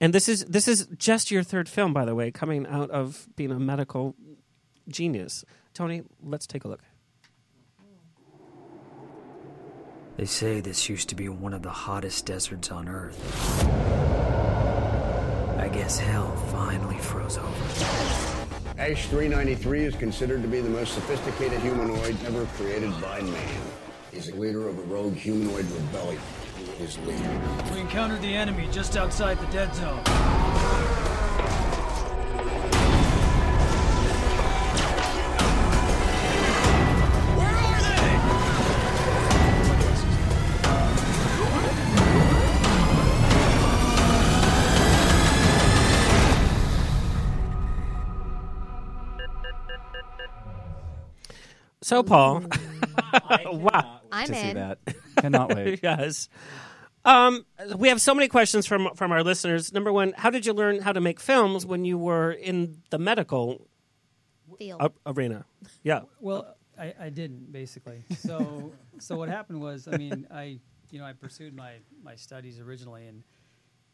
And this is this is just your third film, by the way, coming out of being a medical genius. Tony, let's take a look.
They say this used to be one of the hottest deserts on Earth. I guess hell finally froze over.
Ash 393 is considered to be the most sophisticated humanoid ever created by man. He's a leader of a rogue humanoid rebellion. He is leader.
We encountered the enemy just outside the dead zone.
So, Paul, [laughs] wow,
I'm
to see
in. [laughs]
that.
Cannot wait.
[laughs] yes. Um, we have so many questions from from our listeners. Number one, how did you learn how to make films when you were in the medical
Field.
a- arena? Yeah.
Well, I, I didn't basically. So so what happened was, I mean, I you know I pursued my my studies originally, and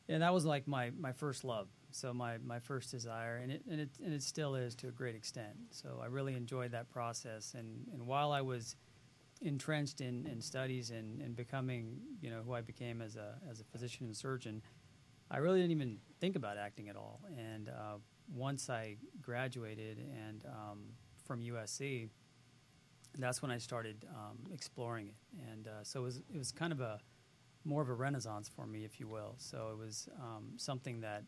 and that was like my my first love. So my my first desire, and it and it and it still is to a great extent. So I really enjoyed that process, and and while I was entrenched in, in studies and, and becoming you know who I became as a as a physician and surgeon, I really didn't even think about acting at all. And uh, once I graduated and um, from USC, that's when I started um, exploring it. And uh, so it was it was kind of a more of a renaissance for me, if you will. So it was um, something that.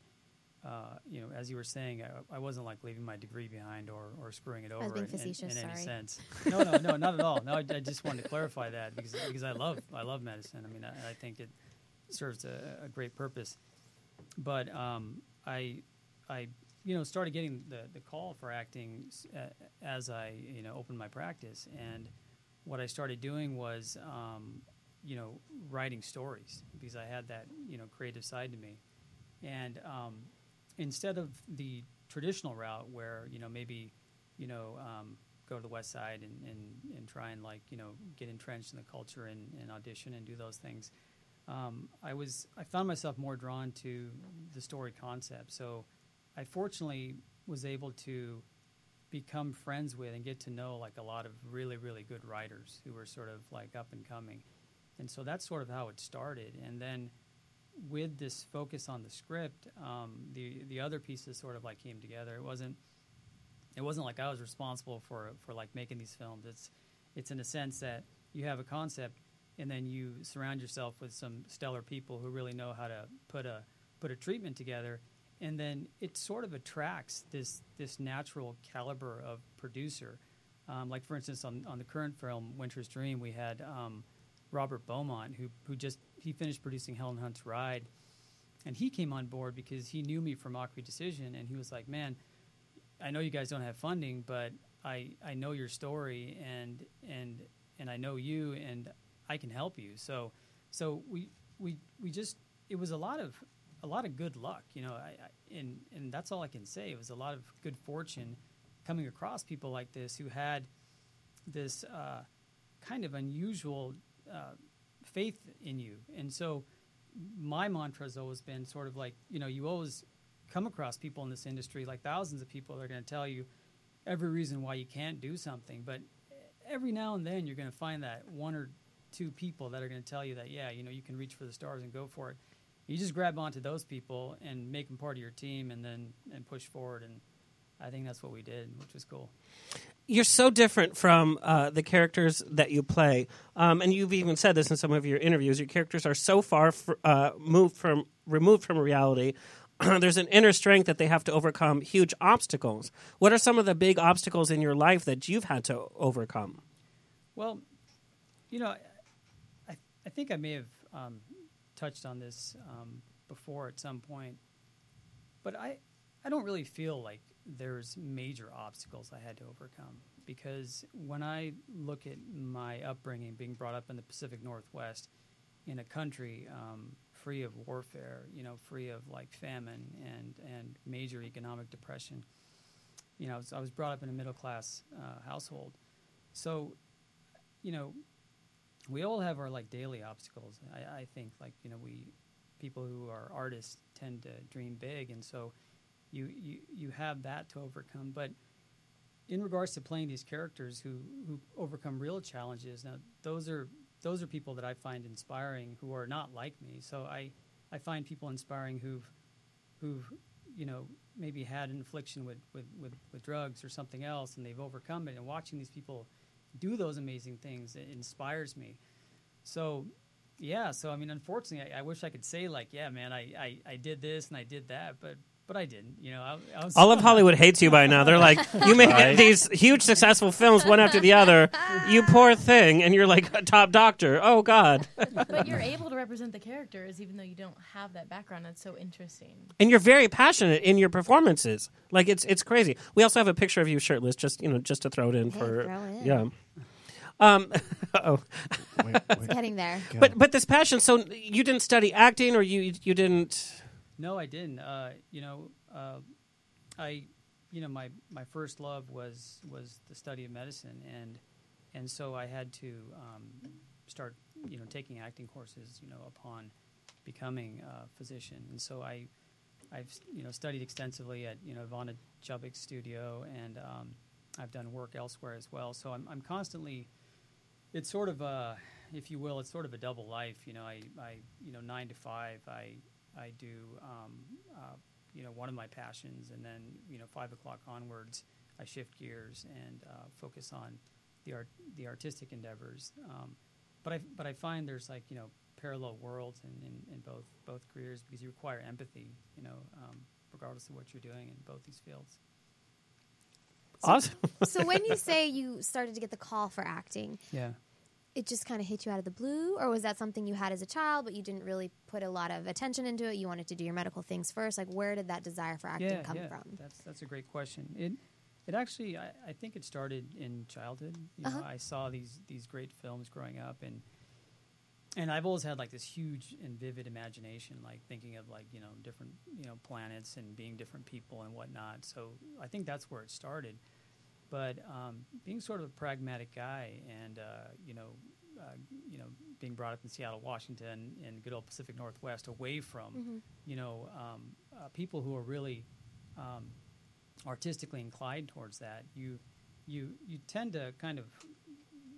Uh, you know, as you were saying, I, I wasn't like leaving my degree behind or, or screwing it over
was being
in- in-
facetious,
in, any
sorry.
sense. No, no, no, not at all. No, I, I just wanted to clarify that because because I love I love medicine. I mean, I, I think it serves a, a great purpose. But um, I I you know started getting the, the call for acting s- a- as I you know opened my practice, and what I started doing was um, you know writing stories because I had that you know creative side to me, and um, instead of the traditional route where you know maybe you know um, go to the west side and, and, and try and like you know get entrenched in the culture and, and audition and do those things um, i was i found myself more drawn to the story concept so i fortunately was able to become friends with and get to know like a lot of really really good writers who were sort of like up and coming and so that's sort of how it started and then with this focus on the script um, the the other pieces sort of like came together it wasn't it wasn't like I was responsible for for like making these films. It's it's in a sense that you have a concept and then you surround yourself with some stellar people who really know how to put a put a treatment together and then it sort of attracts this this natural caliber of producer. Um, like for instance on, on the current film Winter's Dream we had um, Robert Beaumont who who just he finished producing Helen Hunt's Ride and he came on board because he knew me from Aqua Decision and he was like, Man, I know you guys don't have funding, but I, I know your story and and and I know you and I can help you. So so we we we just it was a lot of a lot of good luck, you know. I, I and and that's all I can say. It was a lot of good fortune coming across people like this who had this uh, kind of unusual uh, faith in you. And so my mantra has always been sort of like, you know, you always come across people in this industry, like thousands of people that are going to tell you every reason why you can't do something. But every now and then you're going to find that one or two people that are going to tell you that, yeah, you know, you can reach for the stars and go for it. You just grab onto those people and make them part of your team and then and push forward. And I think that's what we did, which was cool.
You're so different from uh, the characters that you play, um, and you've even said this in some of your interviews. Your characters are so far fr- uh, moved from removed from reality. [clears throat] There's an inner strength that they have to overcome huge obstacles. What are some of the big obstacles in your life that you've had to overcome?
Well, you know, I, I- I think I may have um, touched on this um, before at some point, but I, I don't really feel like there's major obstacles I had to overcome because when I look at my upbringing, being brought up in the Pacific Northwest, in a country um, free of warfare, you know, free of like famine and and major economic depression, you know, I was, I was brought up in a middle class uh, household, so you know, we all have our like daily obstacles. I, I think like you know we people who are artists tend to dream big, and so you you you have that to overcome. But in regards to playing these characters who, who overcome real challenges, now those are those are people that I find inspiring who are not like me. So I, I find people inspiring who've who've you know maybe had an affliction with, with, with, with drugs or something else and they've overcome it and watching these people do those amazing things it inspires me so yeah so i mean unfortunately i, I wish i could say like yeah man I, I, I did this and i did that but but i didn't you know i, I was
All of Hollywood hates you by now. They're
[laughs]
like, you make
Right.
these huge successful films one after the other. You poor thing, and you're like a top doctor. Oh God.
but you're able to represent the characters even though you don't have that background. That's so interesting.
and you're very passionate in your performances. Like it's it's crazy. We also have a picture of you shirtless, just you know, just to throw it in
Hey,
for
throw it in.
yeah. Um, [laughs] oh,
It's getting there.
But but this passion. So you didn't study acting, or you you didn't.
No, I didn't. Uh, you know, uh, I, you know, my, my first love was was the study of medicine, and and so I had to um, start, you know, taking acting courses, you know, upon becoming a physician, and so I, I've you know studied extensively at you know Ivana Jubik's studio, and um, I've done work elsewhere as well. So I'm I'm constantly it's sort of a, if you will, it's sort of a double life. You know, I, I you know, nine to five, I, I do, um, uh, you know, one of my passions, and then you know, five o'clock onwards, I shift gears and uh, focus on the art, the artistic endeavors. Um, but I, but I find there's like you know parallel worlds in, in, in both both careers because you require empathy, you know, um, regardless of what you're doing in both these fields.
Awesome.
[laughs] so when you say you started to get the call for acting,
[laughs] Yeah.
it just kind of hit you out of the blue, or was that something you had as a child but you didn't really put a lot of attention into it? You wanted to do your medical things first. Like, where did that desire for acting come from?
That's that's a great question. It it actually I, I think it started in childhood. You know,
Uh-huh.
I saw these these great films growing up and and I've always had like this huge and vivid imagination, like thinking of like, you know, different, you know, planets and being different people and whatnot. So I think that's where it started. But um, being sort of a pragmatic guy and, uh, you know, uh, you know, being brought up in Seattle, Washington, and good old Pacific Northwest, away from,
Mm-hmm.
Mhm.
you know, um, uh, people who are really um, artistically inclined towards that, you you you tend to kind of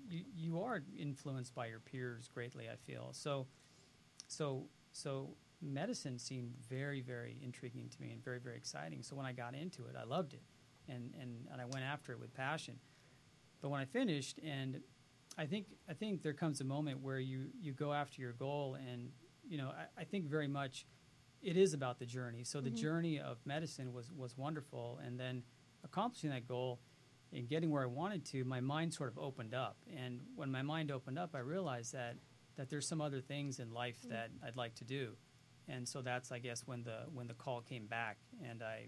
you, you are influenced by your peers greatly. I feel so so so medicine seemed very very intriguing to me and very very exciting. So when I got into it, I loved it, and and, and I went after it with passion. But when I finished, and I think I think there comes a moment where you you go after your goal, and you know I, I think very much it is about the journey. So the
Mhm.
journey of medicine was was wonderful, and then accomplishing that goal and getting where I wanted to, my mind sort of opened up. And when my mind opened up, I realized that that there's some other things in life
Mm.
that I'd like to do. And so that's I guess when the when the call came back, and I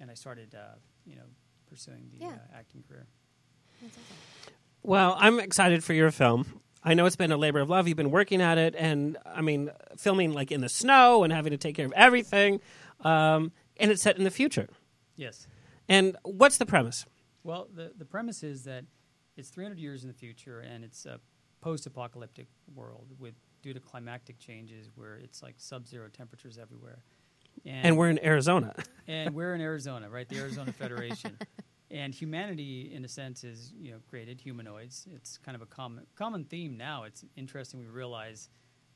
and I started uh, you know pursuing the
Yeah.
uh, acting career.
Well, I'm excited for your film. I know it's been a labor of love. You've been working at it, and I mean, filming like in the snow and having to take care of everything. Um, and it's set in the future.
Yes.
And what's the premise?
Well, the, the premise is that it's 300 years in the future, and it's a post-apocalyptic world with due to climatic changes where it's like sub-zero temperatures everywhere.
And we're in Arizona.
[laughs] and we're in Arizona, right? The Arizona Federation. And humanity, in a sense, is you know created humanoids. It's kind of a common common theme now. It's interesting we realize,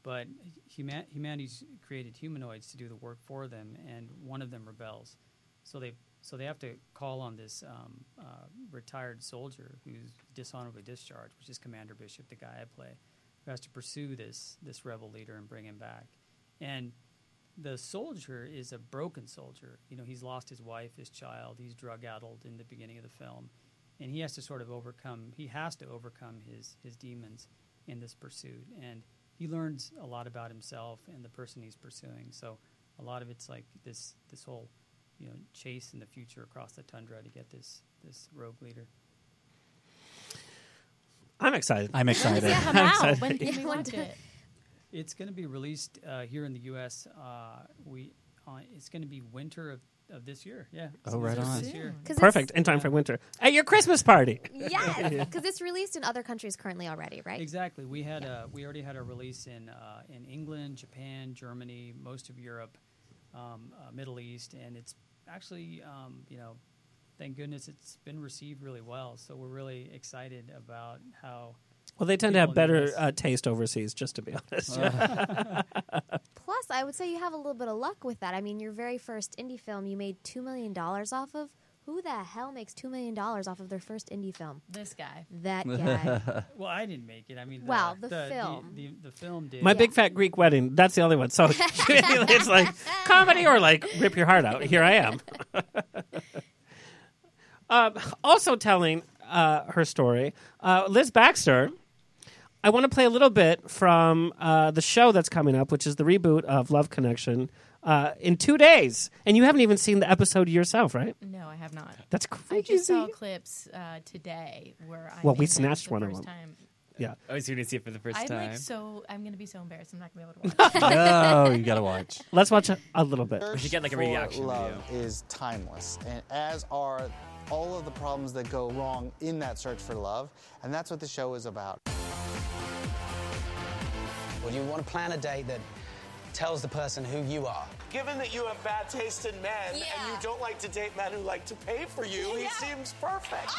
but human, humanity's created humanoids to do the work for them, and one of them rebels. So they so they have to call on this um, uh, retired soldier who's dishonorably discharged, which is Commander Bishop, the guy I play, who has to pursue this this rebel leader and bring him back. And the soldier is a broken soldier. You know, he's lost his wife, his child. He's drug addled in the beginning of the film, and he has to sort of overcome. He has to overcome his his demons in this pursuit, and he learns a lot about himself and the person he's pursuing. So, a lot of it's like this this whole, you know, chase in the future across the tundra to get this this rogue leader.
I'm excited.
I'm excited.
Yeah, I'm
I'm
out.
excited.
Oh,
[laughs]
[laughs]
When can we
Yeah.
watch it?
It's going to be released uh, here in the U.S. Uh, we uh, it's going to be winter of, of this year. Yeah. it's
Oh,
gonna
right
be
on.
this year.
Perfect in time for winter at your Christmas party.
Yes,
[laughs]
because it's released in other countries currently already, right?
Exactly. We had a we already had a release in uh, in England, Japan, Germany, most of Europe, um, uh, Middle East, and it's actually um, you know thank goodness it's been received really well. So we're really excited about how.
Well, they tend to have
people in the
better
West-
uh, taste overseas, just to be honest.
Plus, I would say you have a little bit of luck with that. I mean, your very first indie film you made $2 million off of. Who the hell makes $2 million off of their first indie film?
This guy.
[laughs]
That guy.
[laughs] well, I didn't make it. I mean, the,
Well, the
the
film.
the, the, the film did.
My big fat Greek wedding. That's the only one. So [laughs] it's like comedy or like rip your heart out. Here I am. [laughs] um, also telling uh, her story, uh, Liz Baxter. I want to play a little bit from uh, the show that's coming up, which is the reboot of Love Connection. Uh, in two days, and you haven't even seen the episode yourself, right?
No, I have not.
That's
I
crazy.
just saw clips uh, today where I
well, we
made that for
snatched
the
one of
[laughs] first
them.
time.
Yeah.
I was going to see it for the 1st
I'm
time.
[laughs]
like so. I'm gonna be so embarrassed. I'm not gonna
[laughs]
be able to watch.
Oh, gotta watch. Let's watch a, a little bit.
Search for love is timeless, and as are all of the problems that go wrong in that search for love, and that's what the show is about.
Well, you want to plan a date that tells the person who you are.
Given that you have bad taste in men and you don't like to date men who like to pay for you, he seems perfect.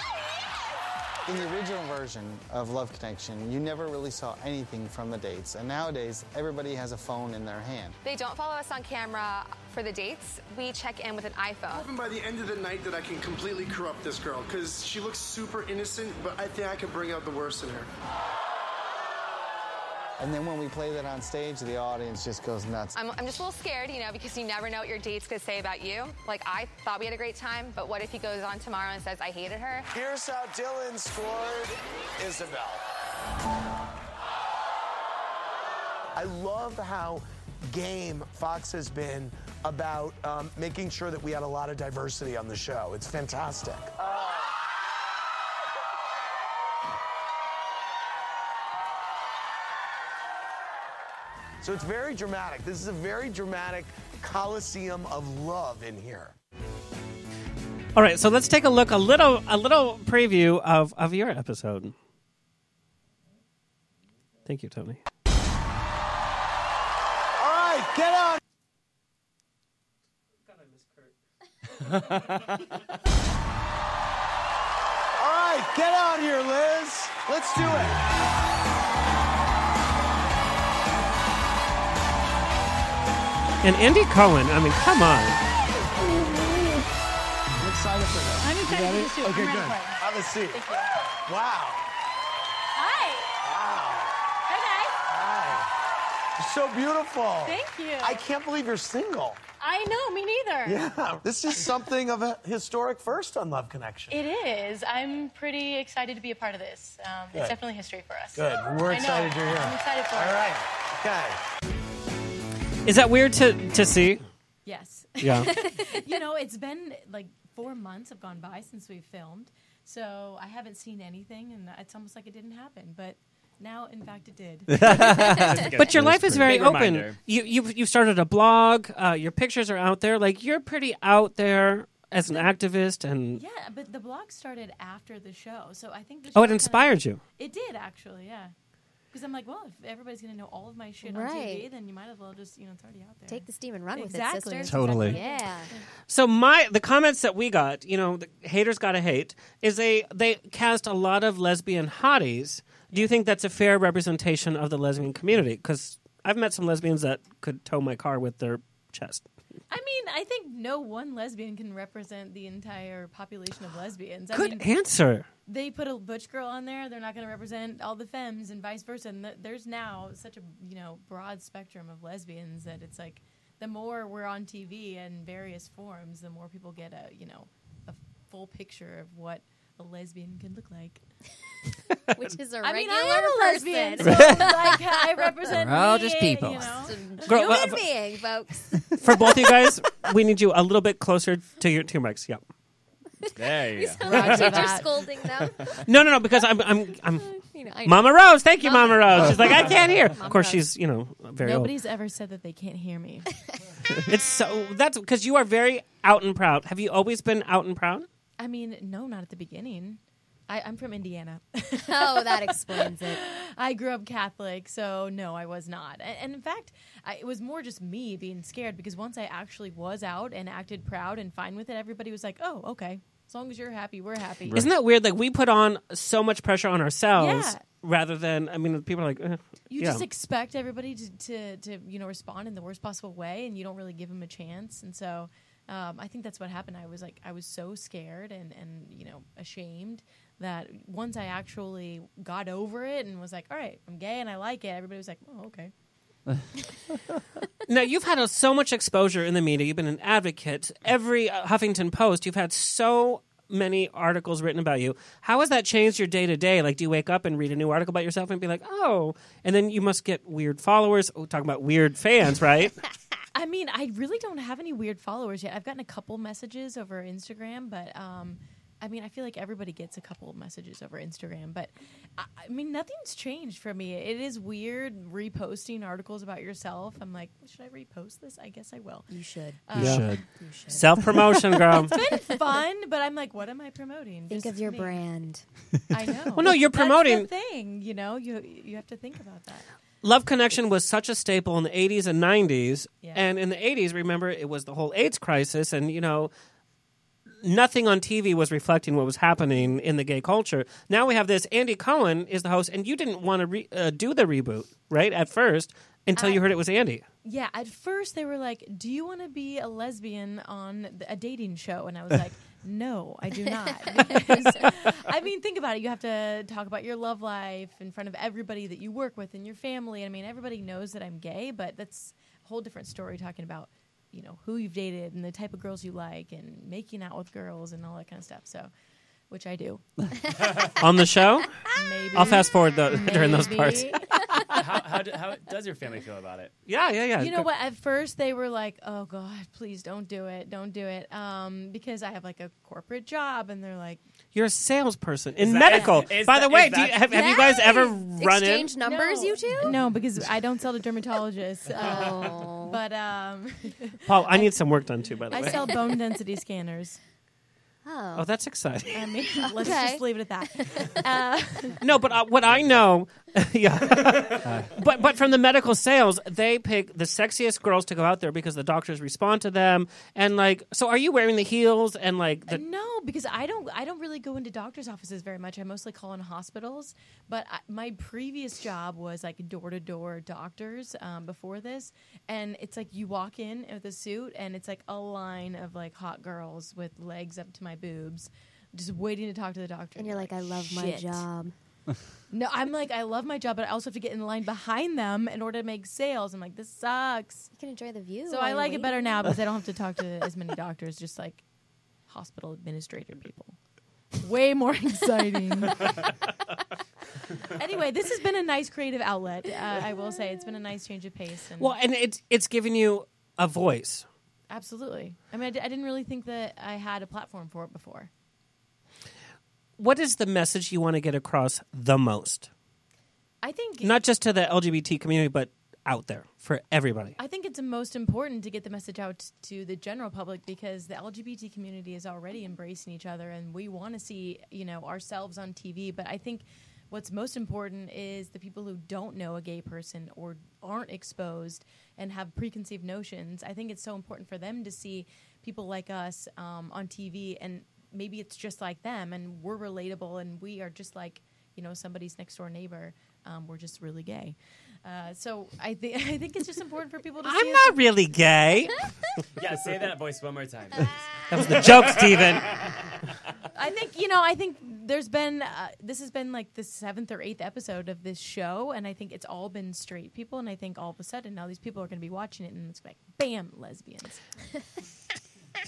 In the original version of Love Connection, you never really saw anything from the dates, and nowadays everybody has a phone in their hand.
They don't follow us on camera for the dates. We check in with an iPhone.
hoping by the end of the night that I can completely corrupt this girl because she looks super innocent, but I think I can bring out the worst in her.
And then when we play that on stage, the audience just goes nuts.
I'm, I'm just a little scared, you know, because you never know what your date's gonna say about you. Like, I thought we had a great time, but what if he goes on tomorrow and says, I hated her?
Here's how Dylan scored Isabel.
I love how game Fox has been about um, making sure that we had a lot of diversity on the show. It's fantastic. So it's very dramatic. This is a very dramatic coliseum of love in here.
All right, so let's take a look a little a little preview of of your episode. Thank you, Tony.
All right, get on.
All right, get out here, Liz. Let's do it.
And Andy Cohen, I mean, come on.
Let's sign up for that.
I'm
excited for this too. I'm
Okay,
ready
good.
for it.
Have a seat. Wow. Hi. Wow. Okay. Hi. You're so beautiful.
Thank you.
I can't believe you're single.
I know, me neither.
Yeah. This is something of a historic first on Love Connection.
It is. I'm pretty excited to be a part of this. Um,
Good.
it's definitely history for us.
Good.
I
We're
know.
excited you're here.
I'm excited for
All
it.
right. Okay.
Is that weird to to
[laughs]
see?
Yes.
Yeah.
[laughs] you know, it's been like four months have gone by since we filmed, so I haven't seen anything, and it's almost like it didn't happen. But now, in fact, it
[laughs]
did.
but your life is very
Big
open.
reminder.
You you've you've started a blog. Uh, your pictures are out there. Like you're pretty out there as an activist, and
Yeah, but the blog started after the show, so I think. The
Oh,
show
it
kinda-
inspired you.
It did actually, yeah. Because I'm like, well, if everybody's gonna know all of my shit on TV,
Right.
then you might as well just, you know, it's already out there.
Take the steam and run
Exactly.
with it, sisters.
Totally.
Yeah.
so my the comments that we got, you know, the haters gotta hate. Is they they cast a lot of lesbian hotties. Do you think that's a fair representation of the lesbian community? Because I've met some lesbians that could tow my car with their chest.
I mean, I think no one lesbian can represent the entire population of lesbians. I
Good
mean,
answer.
They put a butch girl on there; they're not going to represent all the femmes, and vice versa. And th- there's now such a you know broad spectrum of lesbians that it's like the more we're on TV in various forms, the more people get a you know a full picture of what a lesbian can look like.
[laughs] Which is a
I mean, I
regular
am a lesbian,
person.
so,
[laughs]
like I represent.
We're all
me,
just
people.
You know?
Girl,
Human
well,
being, folks.
[laughs] For both of you
[laughs]
guys, we need you a little bit closer to your two mics. Yeah.
There
you sound like Roger teacher that. scolding them.
No, no, no. Because I'm, I'm, I'm.
You know, I know.
Mama Rose, thank you, Mama, Rose. She's like, I can't hear.
Mama
of course,
Rose.
she's you know very
Nobody's ever said that they can't hear me.
old. [laughs] It's so that's because you are very out and proud. Have you always been out and proud?
I mean, no, not at the beginning. I, I'm from Indiana.
[laughs] Oh, that explains it.
[laughs] I grew up Catholic, so no, I was not. A- And, in fact, I, it was more just me being scared because once I actually was out and acted proud and fine with it, everybody was like, "Oh, okay, As long as you're happy, we're happy.
Isn't that weird? Like we put on so much pressure on ourselves
Yeah.
rather than I mean, people are like, eh,
You
yeah.
just expect everybody to, to, to you know respond in the worst possible way, and you don't really give them a chance. And so, um, I think that's what happened. I was like, I was so scared and and you know ashamed that once I actually got over it and was like, all right, I'm gay and I like it. Everybody was like, oh okay.
now you've had uh, so much exposure in the media. You've been an advocate. Every uh, Huffington Post, you've had so many articles written about you. How has that changed your day to day? Like, do you wake up and read a new article about yourself and be like, oh? And then you must get weird followers. Oh, talking about weird fans, right?
I mean, I really don't have any weird followers yet. I've gotten a couple messages over Instagram, but um, I mean, I feel like everybody gets a couple messages over Instagram. But I, I mean, nothing's changed for me. It is weird reposting articles about yourself. I'm like, should I repost this? I guess I will. Uh,
You should.
[laughs] You
[laughs]
should. You should. Self-promotion, girl.
it's been fun, but I'm like, what am I promoting?
Think
Just
of your
me.
brand.
I know.
Well, no, you're
That's the
promoting-
thing. You know, you you have to think about that.
Love Connection was such a staple in the 80s and 90s. And in the 80s, remember, it was the whole AIDS crisis, and you know, nothing on TV was reflecting what was happening in the gay culture. Now we have this. Andy Cohen is the host, and you didn't want to re- uh, do the reboot, right? At first, until
Uh,
you heard it was Andy.
Yeah, at first they were like, "Do you want to be a lesbian on th- a dating show?" And I was
[laughs]
like, "No, I do not." [laughs] Because, I mean, think about it. You have to talk about your love life in front of everybody that you work with and your family. I mean, everybody knows that I'm gay, but that's a whole different story talking about, you know, who you've dated and the type of girls you like and making out with girls and all that kind of stuff. So, which I do.
[laughs] on the show?
[laughs] Maybe.
I'll fast forward tho- [laughs] during those
[laughs]
parts.
Maybe.
[laughs] how, how, do, how does your family feel about it?
Yeah, yeah, yeah.
You know
Go-
what? At first, they were like, "Oh God, please don't do it, don't do it," um, because I have like a corporate job, and they're like,
You're a salesperson in
Is that-
medical.
is- is
By
that-
the way,
is
do you,
that-
have, have you guys ever
Nice.
run in?
Exchange numbers, you two?
No, because I don't sell to [laughs] dermatologists. Uh, but um,
Paul, I need some work done too. [laughs] By the
I
way,
sell bone density scanners.
[laughs] Oh, that's exciting.
I [laughs] mean, let's
Okay.
just leave it at [laughs] that. Uh,
No, but uh, what I know, [laughs] yeah. but but from the medical sales, they pick the sexiest girls to go out there because the doctors respond to them. And like, so are you wearing the heels and like the?
no, because I don't. I don't really go into doctors' offices very much. I mostly call in hospitals. But I, my previous job was like door to door doctors um, before this, and it's like you walk in with a suit, and it's like a line of like hot girls with legs up to my boobs, just waiting to talk to the doctor.
And you're like, I love my
"Shit."
job.
[laughs] No, I'm like, I love my job, but I also have to get in line behind them in order to make sales. I'm like, this sucks.
You can enjoy the view.
So
while
I
you
like it better
wait.
now because I don't have to talk to as many doctors, just like hospital administrator people. Way [laughs] more exciting. anyway, this has been a nice creative outlet. Uh, I will say it's been a nice change of pace. And
Well, and it's it's giving you a voice.
absolutely. I mean, I d- I didn't really think that I had a platform for it before.
What is the message you want to get across the most?
I think
Not just to the LGBT community, but out there for everybody.
I think it's most important to get the message out to the general public because the LGBT community is already embracing each other, and we want to see you know ourselves on TV. But I think what's most important is the people who don't know a gay person or aren't exposed and have preconceived notions. I think it's so important for them to see people like us um, on TV, and maybe it's just like them, and we're relatable, and we are just like you know somebody's next door neighbor. Um, we're just really gay. Uh, so I think [laughs] I think it's just important for people to. see
I'm
us-
not really
[laughs]
gay.
Yeah, say that voice one more
[laughs]
time.
That was the joke, Steven.
I think you know. I think there's been uh, this has been like the seventh or eighth episode of this show, and I think it's all been straight people, and I think all of a sudden now these people are going to be watching it, and it's like bam,
[laughs]
lesbians.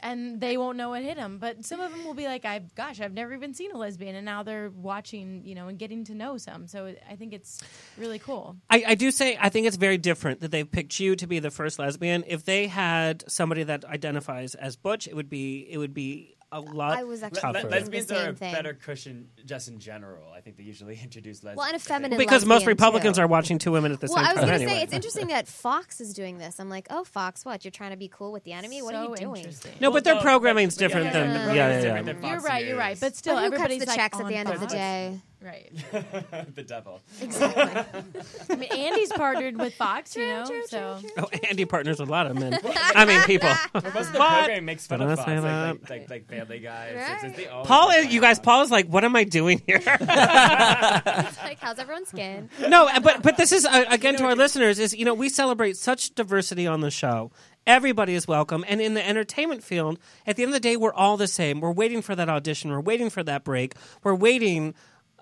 And they won't know what hit them, but some of them will be like, "I've gosh, I've never even seen a lesbian," and now they're watching, you know, and getting to know some. So I think it's really cool.
I, I do say I think it's very different that they've picked you to be the first lesbian. If they had somebody that identifies as butch, it would be it would be a lot.
I was actually
Le-
tougher.
le- lesbians are a
same thing.
better cushion just in general. I think they usually [laughs] introduce lesbians.
Well, and a feminine
because most
lesbian,
Republicans
too.
are watching two women at the
well,
same
I was
time.
gonna
anyway. [laughs]
say it's interesting that Fox is doing this. I'm like, oh, Fox, what? You're trying to be cool with the enemy? What are you
So
doing?
No, but their
no,
programming's
but- but yeah,
different
yeah,
than yeah,
yeah,
yeah,
programming's
yeah.
different than
You're right. You're right. But
But
still,
who cuts
everybody's
the
like
checks at
on
the end of the
Fox.
day?
Right.
[laughs] the devil.
Exactly. [laughs] I mean, Andy's partnered with Fox, you know. so
Oh, Andy partners with a lot of men. I mean, people.
Well, most of the
But-
program makes fun
But
of
let's
Fox,
say
like,
that-
like, like, like Family Guy. and Simpsons. They always
Paul
[laughs] make
is, you guys, Paul is like, what am I doing
[laughs]
here?
It's like, how's everyone's skin?
[laughs] no, but but this is uh, again to our listeners is you know we celebrate such diversity on the show. Everybody is welcome, and in the entertainment field, at the end of the day, we're all the same. We're waiting for that audition. We're waiting for that break. We're waiting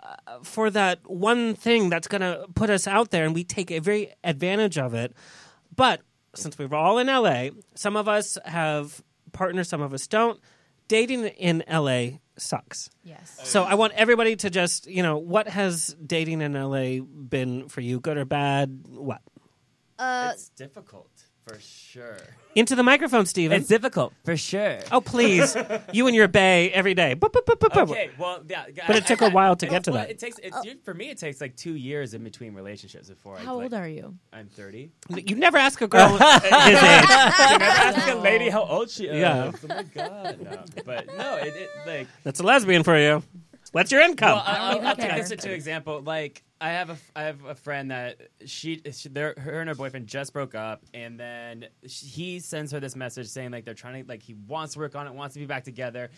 uh, for that one thing that's going to put us out there, and we take a very advantage of it. But since we're all in LA, some of us have partners, some of us don't. Dating in LA sucks.
Yes.
So I want everybody to just, you know, what has dating in LA been for you, good or bad? What?
Uh,
it's difficult for sure.
Into the microphone, Steven.
It's
difficult,
for sure.
Oh, please.
[laughs]
you and your bay every day. Boop, boop, boop, boop, boop.
Okay, well, yeah, yeah,
But it
I-
took a while to
I-
get to
well,
that.
It takes
Oh.
it's, for me. It takes like two years in between relationships before. I,
How
like-
old are you?
I'm 30.
You never ask a
[laughs]
girl [laughs] his age.
You
[laughs]
never ask a lady how old she is.
Yeah.
Oh my god. No. But no, it, it like
That's a lesbian for you. What's your income?
Well, I,
don't
will I'll
even
take
care.
this into example. Like, I have a f- I have a friend that she, she their, her and her boyfriend just broke up, and then she, he sends her this message saying like they're trying to like he wants to work on it, wants to be back together.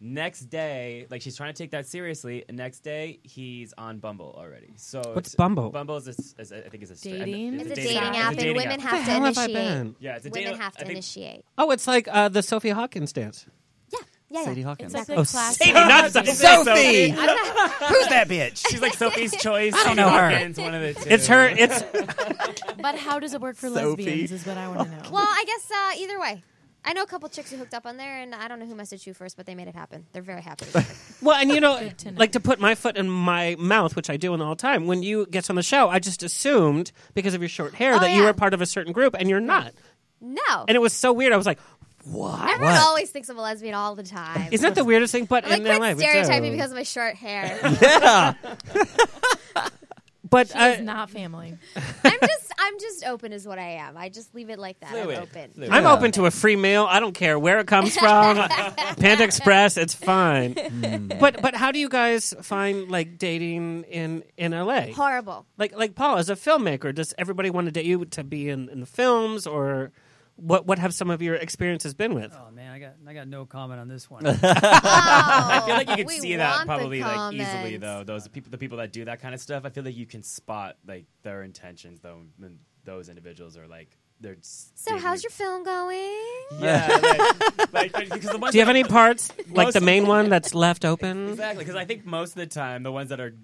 Next day, like she's trying to take that seriously. and Next day, he's on Bumble already. So
What's
it's-
Bumble?
Bumble is, a s- is a- I think is a str-
Dating?
It's a
a
dating
app.
app,
It's
and
a dating
women
app.
have
The
to
hell have I
initiate.
been?
Yeah, it's a
women
dating-
have to
I think-
initiate.
Oh, it's like uh, the Sophie Hawkins dance.
Yeah, yeah.
Sadie Hawkins.
Exactly.
Oh, Sadie, not Sophie. Sophie. [laughs]
I'm not-
Who's that
[laughs]
bitch?
She's
[laughs]
like Sophie's Choice.
I don't know her.
Hawkins, one of the two.
It's her. It's
But how does it work for
Sophie.
lesbians? Is what I want to know.
well, I guess uh, either way. I know a couple chicks who hooked up on there, and I don't know who messaged you first, but they made it happen. They're very
[laughs]
happy.
Well, and you know, like to put my foot in my mouth, which I do in all the time. When you get on the show, I just assumed because of your short hair
Oh,
that you
yeah.
were part of a certain group, and you're not.
No,
And it was so weird. I was like, "What?
everyone always thinks I'm a lesbian all the
[laughs]
time.
Isn't that the weirdest thing?" But
like
in
quit
LA, we do.
stereotyping because of my short
[laughs]
hair.
[laughs] yeah. [laughs] but
She
I,
is not
[laughs]
family.
I'm just I'm just open is what I am. I just leave it like that.
Fluid.
I'm open.
Fluid.
I'm open to a free meal. I don't care where it comes from.
[laughs]
Panda Express, it's fine.
Hmm.
But but how do you guys find like dating in in LA?
Horrible.
Like like Paul, as a filmmaker, does everybody want to date you to be in, in the films or what what have some of your experiences been with?
Oh man, I got I got no comment on this one.
[laughs] I feel like you could
Oh, we
see that
want the
probably like easily
comments.
though. Those people, the people that do that kind of stuff, I feel like you can spot like their intentions though. When those individuals are like they're. s-
So how's your film going?
Yeah, like, like, because the ones
Do you have
that-
any
[laughs]
parts like
most-
the main one that's left open?
Exactly, because I think most of the time the ones that are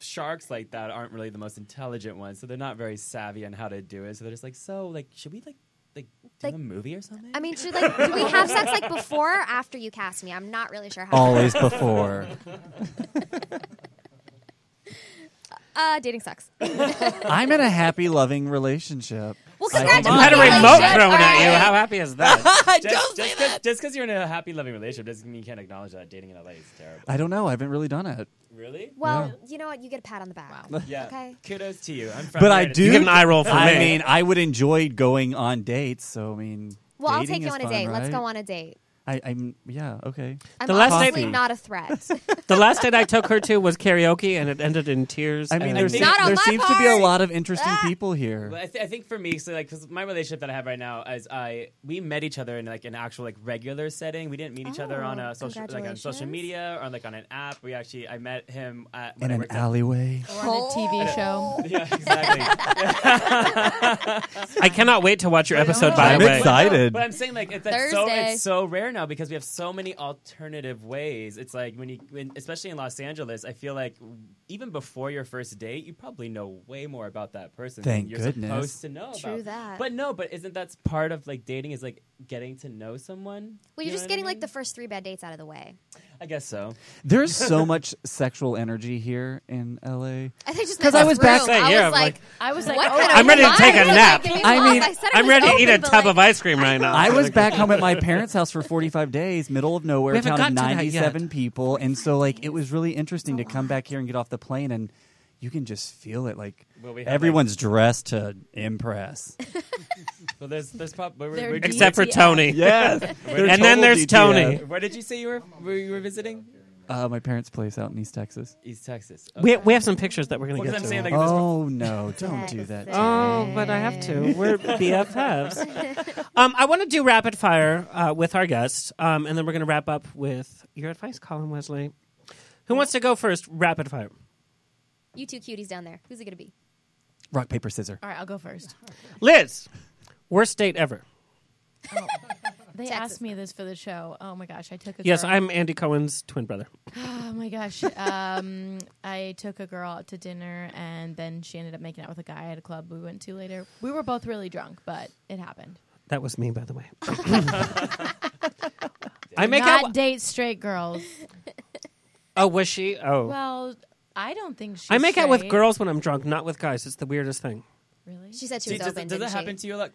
sharks like that aren't really the most intelligent ones, so they're not very savvy on how to do it. So they're just like, so like, should we like like do a movie or something?
I mean, should like do we have sex like before or after you cast me? I'm not really sure how.
Always before.
[laughs] Uh, dating sucks.
I'm in a happy, loving relationship.
Well,
I-
congratulations. Had a remote thrown at you. How
happy is that?
[laughs] just because you're in a happy, loving relationship doesn't mean you can't acknowledge that dating in LA is terrible.
I don't know. I haven't really done it.
Really?
[laughs] Well, you know what? You get a pat on the back.
Yeah.
Okay.
Kudos to you. I'm from
But I
there.
do.
You get an eye
roll from
I
me.
mean, I would enjoy going on dates. So I mean,
Well, I'll
dating
take you
is
on a
fun,
date. Let's
right?
go on a date.
I, I'm yeah okay.
I'm
The last
honestly
date-
not a threat. [laughs]
The last date I took her to was karaoke and it ended in tears.
I mean,
and-
there, seems,
Not on
there
my
seems to be a
part. Ah.
lot of interesting people here.
Well, I, th- I think for me, so like, because my relationship that I have right now is I we met each other in like an actual like regular setting. We didn't meet each other on
Oh,
a social like on social
congratulations.
media or like on an app. We actually I met him at,
In
when I
an
worked at-
alleyway.
Or on
[laughs]
a TV show.
Yeah,
[laughs]
exactly. [laughs]
I cannot wait to watch your episode. By
I'm
the way,
excited.
But I'm saying like it's, that's so
Thursday.
it's so rare now because we have so many alternative ways. It's like when you, when, especially in Los Angeles, I feel like even before your first date, you probably know way more about that person
Thank
than you're
goodness.
supposed to know.
True
about.
that.
But no, but isn't that's part of like dating is like getting to know someone?
Well, you're
You know what
just
I
getting
mean?
like the first three bad dates out of the way.
I guess so.
There's
[laughs]
so much sexual energy here in LA.
[laughs] I think just
Because
my
I was
room.
back
I
Yeah,
was
I'm
like,
like-
I was
what
like,
kind of
I'm ready to
mind
take a
is it?
nap.
Give me
I
pause.
mean,
I said I
I'm
was
ready to
open,
eat a
but,
tub
like,
of ice cream right now. [laughs]
I was back home at my parents' house for 45 days, middle of nowhere,
We haven't
town of
gotten to that yet.
97 people, and so like it was really interesting to come back here and get off the plane, and you can just feel it. Like
Well, we have, like-
everyone's dressed to impress.
oh,
Well, there's there's probably
They're Except for DTF. Tony.
Yes.
And then there's Tony.
Where did you say you were? Where you were visiting?
Uh, my parents' place out in East Texas.
East Texas.
We, we have some pictures that we're going
Well,
to
'cause
get
I'm
to.
saying, like, this-
Oh no! Don't do that. to
Oh,
me.
but I have
[laughs]
to. We're BFFs. Um, I want to do rapid fire uh, with our guest, um, and then we're going to wrap up with your advice, Colin Wesley. Who wants to go first? Rapid fire.
You two cuties down there. Who's it gonna be?
Rock paper scissor.
All right, I'll
[laughs]
go first.
Liz, worst date ever.
Oh. They asked me this for the show. Oh my gosh, I took a
Yes,
girl-
I'm Andy Cohen's twin brother.
[sighs] Oh my gosh. Um, I took a girl out to dinner and then she ended up making out with a guy at a club we went to later. We were both really drunk, but it happened.
That was me, by the way.
[laughs]
I make
Not
out.
date straight
[laughs]
girls.
Oh, was she? Oh,
Well, I don't think she
I make out with girls when I'm drunk, not with guys. It's the weirdest thing.
Really?
She said
she See, was does open, it- does didn't it happen she?
to you like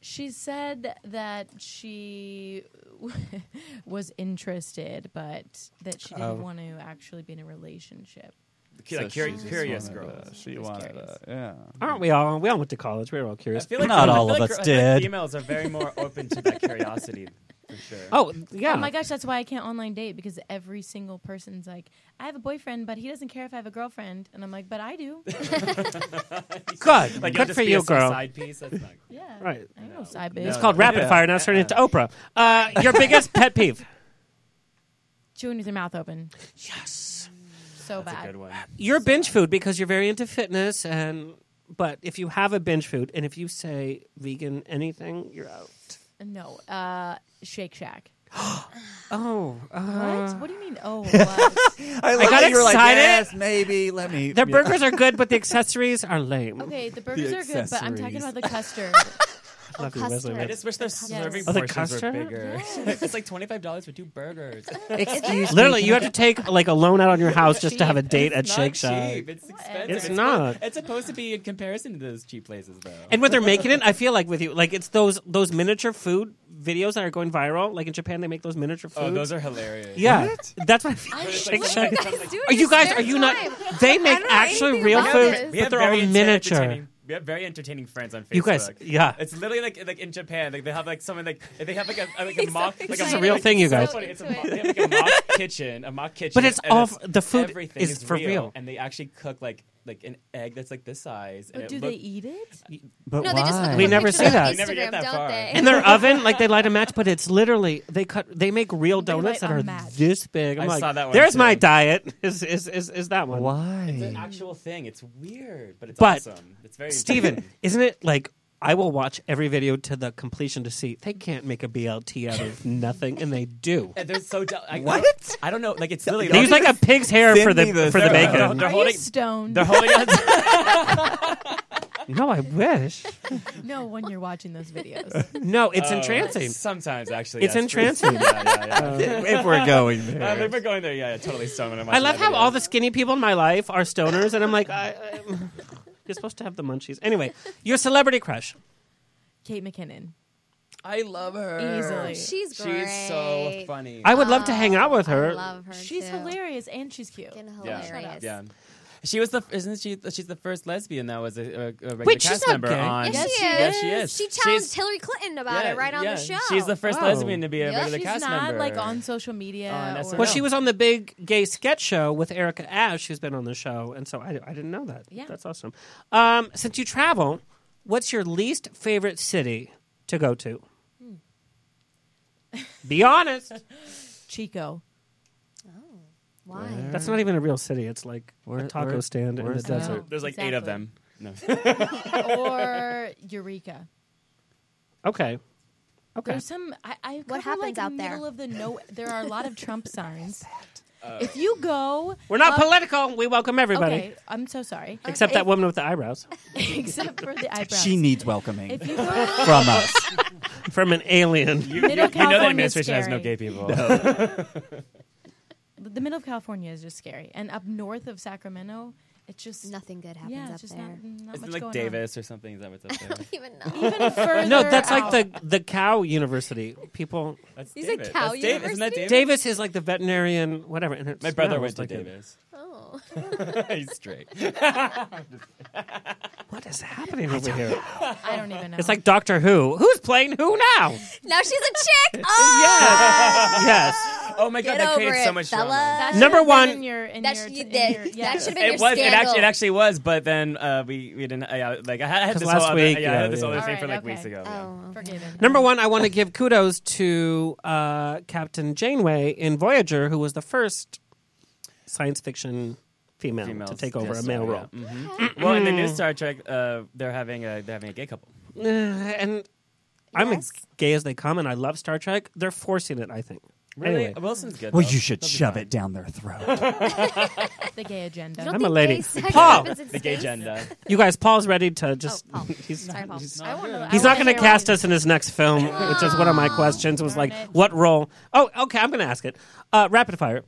She said that she [laughs] was interested, but that she didn't
Oh.
want to actually be in a relationship.
Cu- like curi- curious
wanted,
girl.
uh, she wanted, uh, yeah.
Aren't we all? We all went to college. We were all curious.
I feel like
Not
I
all
feel
of
like
us
gr- I feel like
did.
Females
[laughs]
are very more open to that curiosity, for sure.
Oh my gosh, that's why I can't online date because every single person's like, I have a boyfriend, but he doesn't care if I have a girlfriend. And I'm like, but I do. [laughs]
Good.
Like, you'll
Good
just
for
be
you,
a s-
girl.
side piece? That's [laughs] not-
Yeah.
Right.
I know side
It's
bitch.
called rapid
Yeah.
fire. Now it's turning into Oprah. Uh, your biggest pet peeve.
Chewing with your mouth open. Yes. So bad.
Your binge food because you're very into fitness and. But if you have a binge food and if you say vegan anything, you're out.
No. Uh, Shake
[gasps]
Shack.
Oh,
what? What do you mean? [laughs] Oh,
[laughs]
what?
I got
that you were like,
excited.
"Yes, maybe, let me-
Their
Yeah.
burgers are good, but the accessories are lame.
Okay, the burgers are good, but I'm talking about the custard.
Love you, Wesley.
I just wish their serving
Oh, the
portions were
custard?
bigger. [laughs] it's like twenty five dollars for two [laughs] burgers.
Excuse Literally, you have to take like a loan out on
[laughs]
your house just to have a date at
It's not
Shake Shack.
cheap. It's expensive.
It's
supposed-
not.
It's supposed to be in comparison to those cheap places, though.
And when they're making it, I feel like with you, like it's those those miniature food videos that are going viral. Like in Japan, they make those miniature food.
Oh, those are hilarious.
Yeah,
What?
that's why I
But
feel
it's
Shake
like-
Shack.
What do you guys do in
Are you
your
guys?
spare
Are you not?
time?
They make actually real food,
We
but
have
they're
very
all
enter-
miniature.
entertaining- We have very entertaining friends on Facebook.
You guys- yeah.
It's literally like like in Japan, like they have like someone like they have like a a- like a mock. Like
It's a real thing, you
so
guys.
funny. It's a, mo- they have like a mock
[laughs]
kitchen, a mock kitchen.
But it's
and
all f- the food
everything
is
is,
for real.
and they actually cook like like an egg that's like this size.
But
and
do
it
they
look-
eat it?
But
No, they just look
why?
We never see that.
You never get that far.
In
[laughs]
their oven, like they light a match, but it's literally they cut. They make real donuts that
a
are
match.
this big. I'm
I
like,
saw that one,
there's my
too."
diet. [laughs] Is is is, is that one?
It's an actual thing. It's weird, but it's
but
awesome. It's very
Steven,
entertaining. [laughs]
isn't it like I will watch every video to the completion to see they can't make a BLT out
[laughs]
of nothing, and they do.
And they're so del- I,
[laughs] What?
I don't know. Like it's literally
They use like a pig's hair for
Send
the
me this.
for the
They're-
bacon.
they're- they're Are you holding-
stoned?
they're holding on
no, I wish.
[laughs] No, when you're watching those videos.
No, it's
Oh,
entrancing.
Sometimes, actually,
It's
yes.
entrancing.
Yeah, yeah, yeah. [laughs]
Uh, if we're going there.
Uh, if we're going there, yeah, yeah totally. So I'm
I love how all the skinny people in my life are stoners, and I'm like, I, I'm, [laughs] you're supposed to have the munchies. Anyway, your celebrity crush.
Kate McKinnon.
I love her.
Easily.
She's
She's so
great.
funny.
I would love to hang out with
[laughs]
her.
She's hilarious and she's cute.
Yeah,
hilarious.
yeah. She was the isn't she? She's the first lesbian that was a, a, a regular
Wait, she's
cast
not
member
gay.
on.
Yes, she is.
Yes, she
She
is. She's-
challenged Hillary Clinton about
yeah,
it right on
yeah.
the show.
She's the first
Oh.
lesbian to be a
Yeah,
regular
she's
cast
Not
member. Oh,
like on social media.
On
Uh, or-
SNL.
Well, she was on the big gay sketch show with Erica Ash, who's been on the show, and so I, I didn't know that.
Yeah.
that's awesome. Um, since you travel, what's your least favorite city to go to?
Hmm. [laughs]
Be honest.
Chico.
Oh, Why?
That's not even a real city. It's like
Where-
a taco
where-
stand in the
where's that?
desert.
There's like eight of them. No.
[laughs]
[laughs]
or Eureka.
Okay. Okay.
There's some. I, I
What
cover, like,
happens out there?
middle of the no. There are a lot of
[laughs]
Trump signs.
Uh,
if you go,
We're not
up-
political. We welcome everybody.
Okay, I'm so
[laughs]
sorry.
[laughs] Except
If-
that woman with the eyebrows.
[laughs] except for the eyebrows.
She needs welcoming
If you
from [laughs]
go-
us.
From an alien.
[laughs]
You,
Middle
you- you know that
California's
administration has no
scary.
gay people.
[laughs] the middle of California is just scary, and up north of Sacramento, it's just nothing good
happens
yeah,
up
it's just Not, not
Isn't
much
it like
[laughs]
going [laughs]
Davis or something? Is that what's up there?
don't even
[laughs]
know.
Even
[laughs]
further
no, that's
out.
like the the cow university. People.
That's
He's
Davis.
a cow
That's Davis. Isn't that
university?
Davis?
Davis is like the veterinarian, whatever. And it
My brother
smells
went to
like it.
Davis.
Oh.
[laughs] He's
[laughs]
straight.
What is happening over here?
on. I don't even know.
It's like
[laughs]
Doctor Who. Who's playing who now? [laughs]
now she's a chick. Oh,
yes.
Oh my
Get
god, that
over
creates
it,
so much
fella.
drama.
That
Number
should've
one-
been in your- in
That
your- [laughs]
should-
in your-
that
yeah.
should've
been
It
your
was. It actually, it
scandal.
actually was. But then uh, we we didn't. Yeah, like I had, I had
'Cause
this
last
whole
week,
Other, yeah, I
yeah,
had this
yeah.
other thing
Alright,
for like
okay.
weeks ago.
Oh, forgiven.
Number one, I want to give kudos to uh, Captain Janeway in Voyager, who was the first science fiction female to
Females,
take over
yes,
a male
yeah.
role.
Mm-hmm.
Mhm.
[clears throat]
well, in the new Star Trek, uh, they're having a they're having a gay couple.
[sighs]
Uh, and I'm as gay as they come, and I love Star Trek. They're forcing it, I think.
Really?
Anyway.
Wilson's good.
Well,
though.
[laughs]
you should
He'll be
shove
fine.
it down their
[laughs]
throat.
the gay agenda.
I'm a lady.
sex
Paul,
happens in The gay space? agenda.
You guys, Paul's ready to just. [laughs] he's
Sorry, Oh, Paul.
he's-
I wanna- I
He's not
wanna
going to
hear
cast us in his next film, which is one of my questions. Was like, what role? Oh, okay, I'm going to ask it. Uh, rapid fire.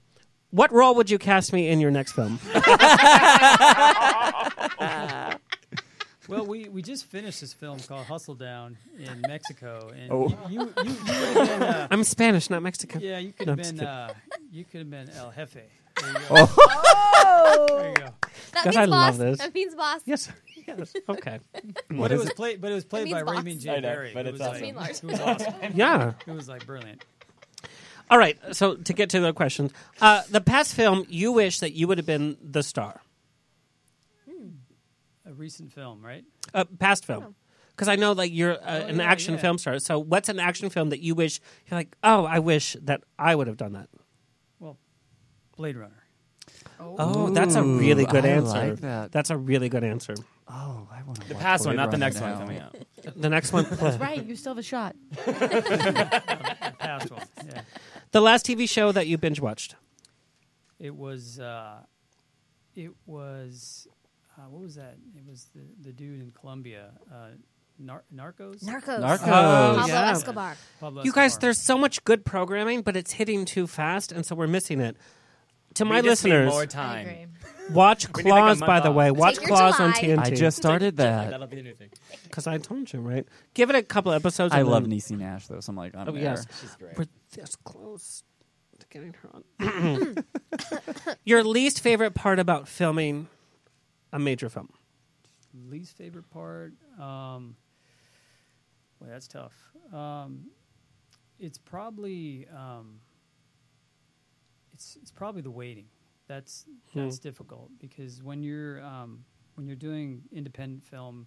What role would you cast me in your next
[laughs]
film?
[laughs] well, we, we just finished this film called Hustle Down in Mexico, and
Oh.
you, you, you, you would've been, uh,
I'm Spanish, not Mexican.
Yeah, you could
No,
have
I'm just
been
kidding.
uh, you could have been El Jefe. There you go.
[laughs]
Oh.
There you go.
That
God,
means
I
boss.
love this.
That means boss. [laughs]
Yes. Yes. Okay.
But it was played, but it was
It
played by
means boss.
Raymond J.
I know,
Barry.
but
who
it's
was
awesome.
like-
Mean
who was awesome.
[laughs] Yeah.
it was like brilliant.
All right. So to get to the questions, uh, the past film you wish that you would have been the star.
A recent film, right?
Uh, past film, because I know like you're uh,
Oh,
an
yeah,
action
yeah.
film star. So what's an action film that you wish you're like? Oh, I wish that I would have done that.
Blade Runner.
Oh, that's a really
Ooh,
good
I
answer.
like that.
That's a really good answer.
Oh, I want to
The past one, not the next one coming out.
[laughs] The next
[laughs]
one.
That's right. You still have a [laughs] shot.
Past one. Yeah.
The last TV show that you binge watched.
It was. Uh, it was. Uh, what was that? It was the, the dude in Colombia. Uh, Nar- Narcos.
Narcos.
Narcos.
Pablo
Oh, yeah.
Escobar.
Pablo
You guys,
Escobar.
there's so much good programming, but it's hitting too fast, and so we're missing it. To
We
my
just need
listeners,
more time. I agree.
watch
We need like a
Claws, by
month
the
off.
way.
Take
Watch
your
Claws on
July.
TNT.
I just started
That'll
that.
be the new thing.
Because I told you, right? Give it a couple episodes.
I
and
love
then-
Niecy Nash though, so I'm like, I'm
Oh,
there.
yes.
She's great.
We're this close to getting her
[clears throat]
on. Your least favorite part about filming a major film?
least favorite part um boy that's tough um it's probably um it's it's probably the waiting that's
Hmm.
that's difficult because when you're um when you're doing independent film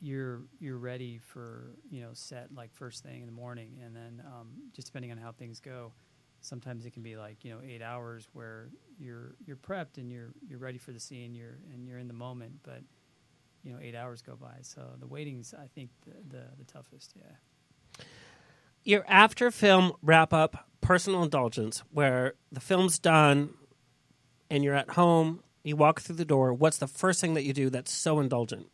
you're you're ready for you know set like first thing in the morning and then um just depending on how things go sometimes it can be like you know eight hours where you're you're prepped and you're you're ready for the scene you're and you're in the moment but you know eight hours go by so the waiting's i think the the, the toughest yeah
your after film wrap up personal indulgence where the film's done and you're at home you walk through the door what's the first thing that you do that's so indulgent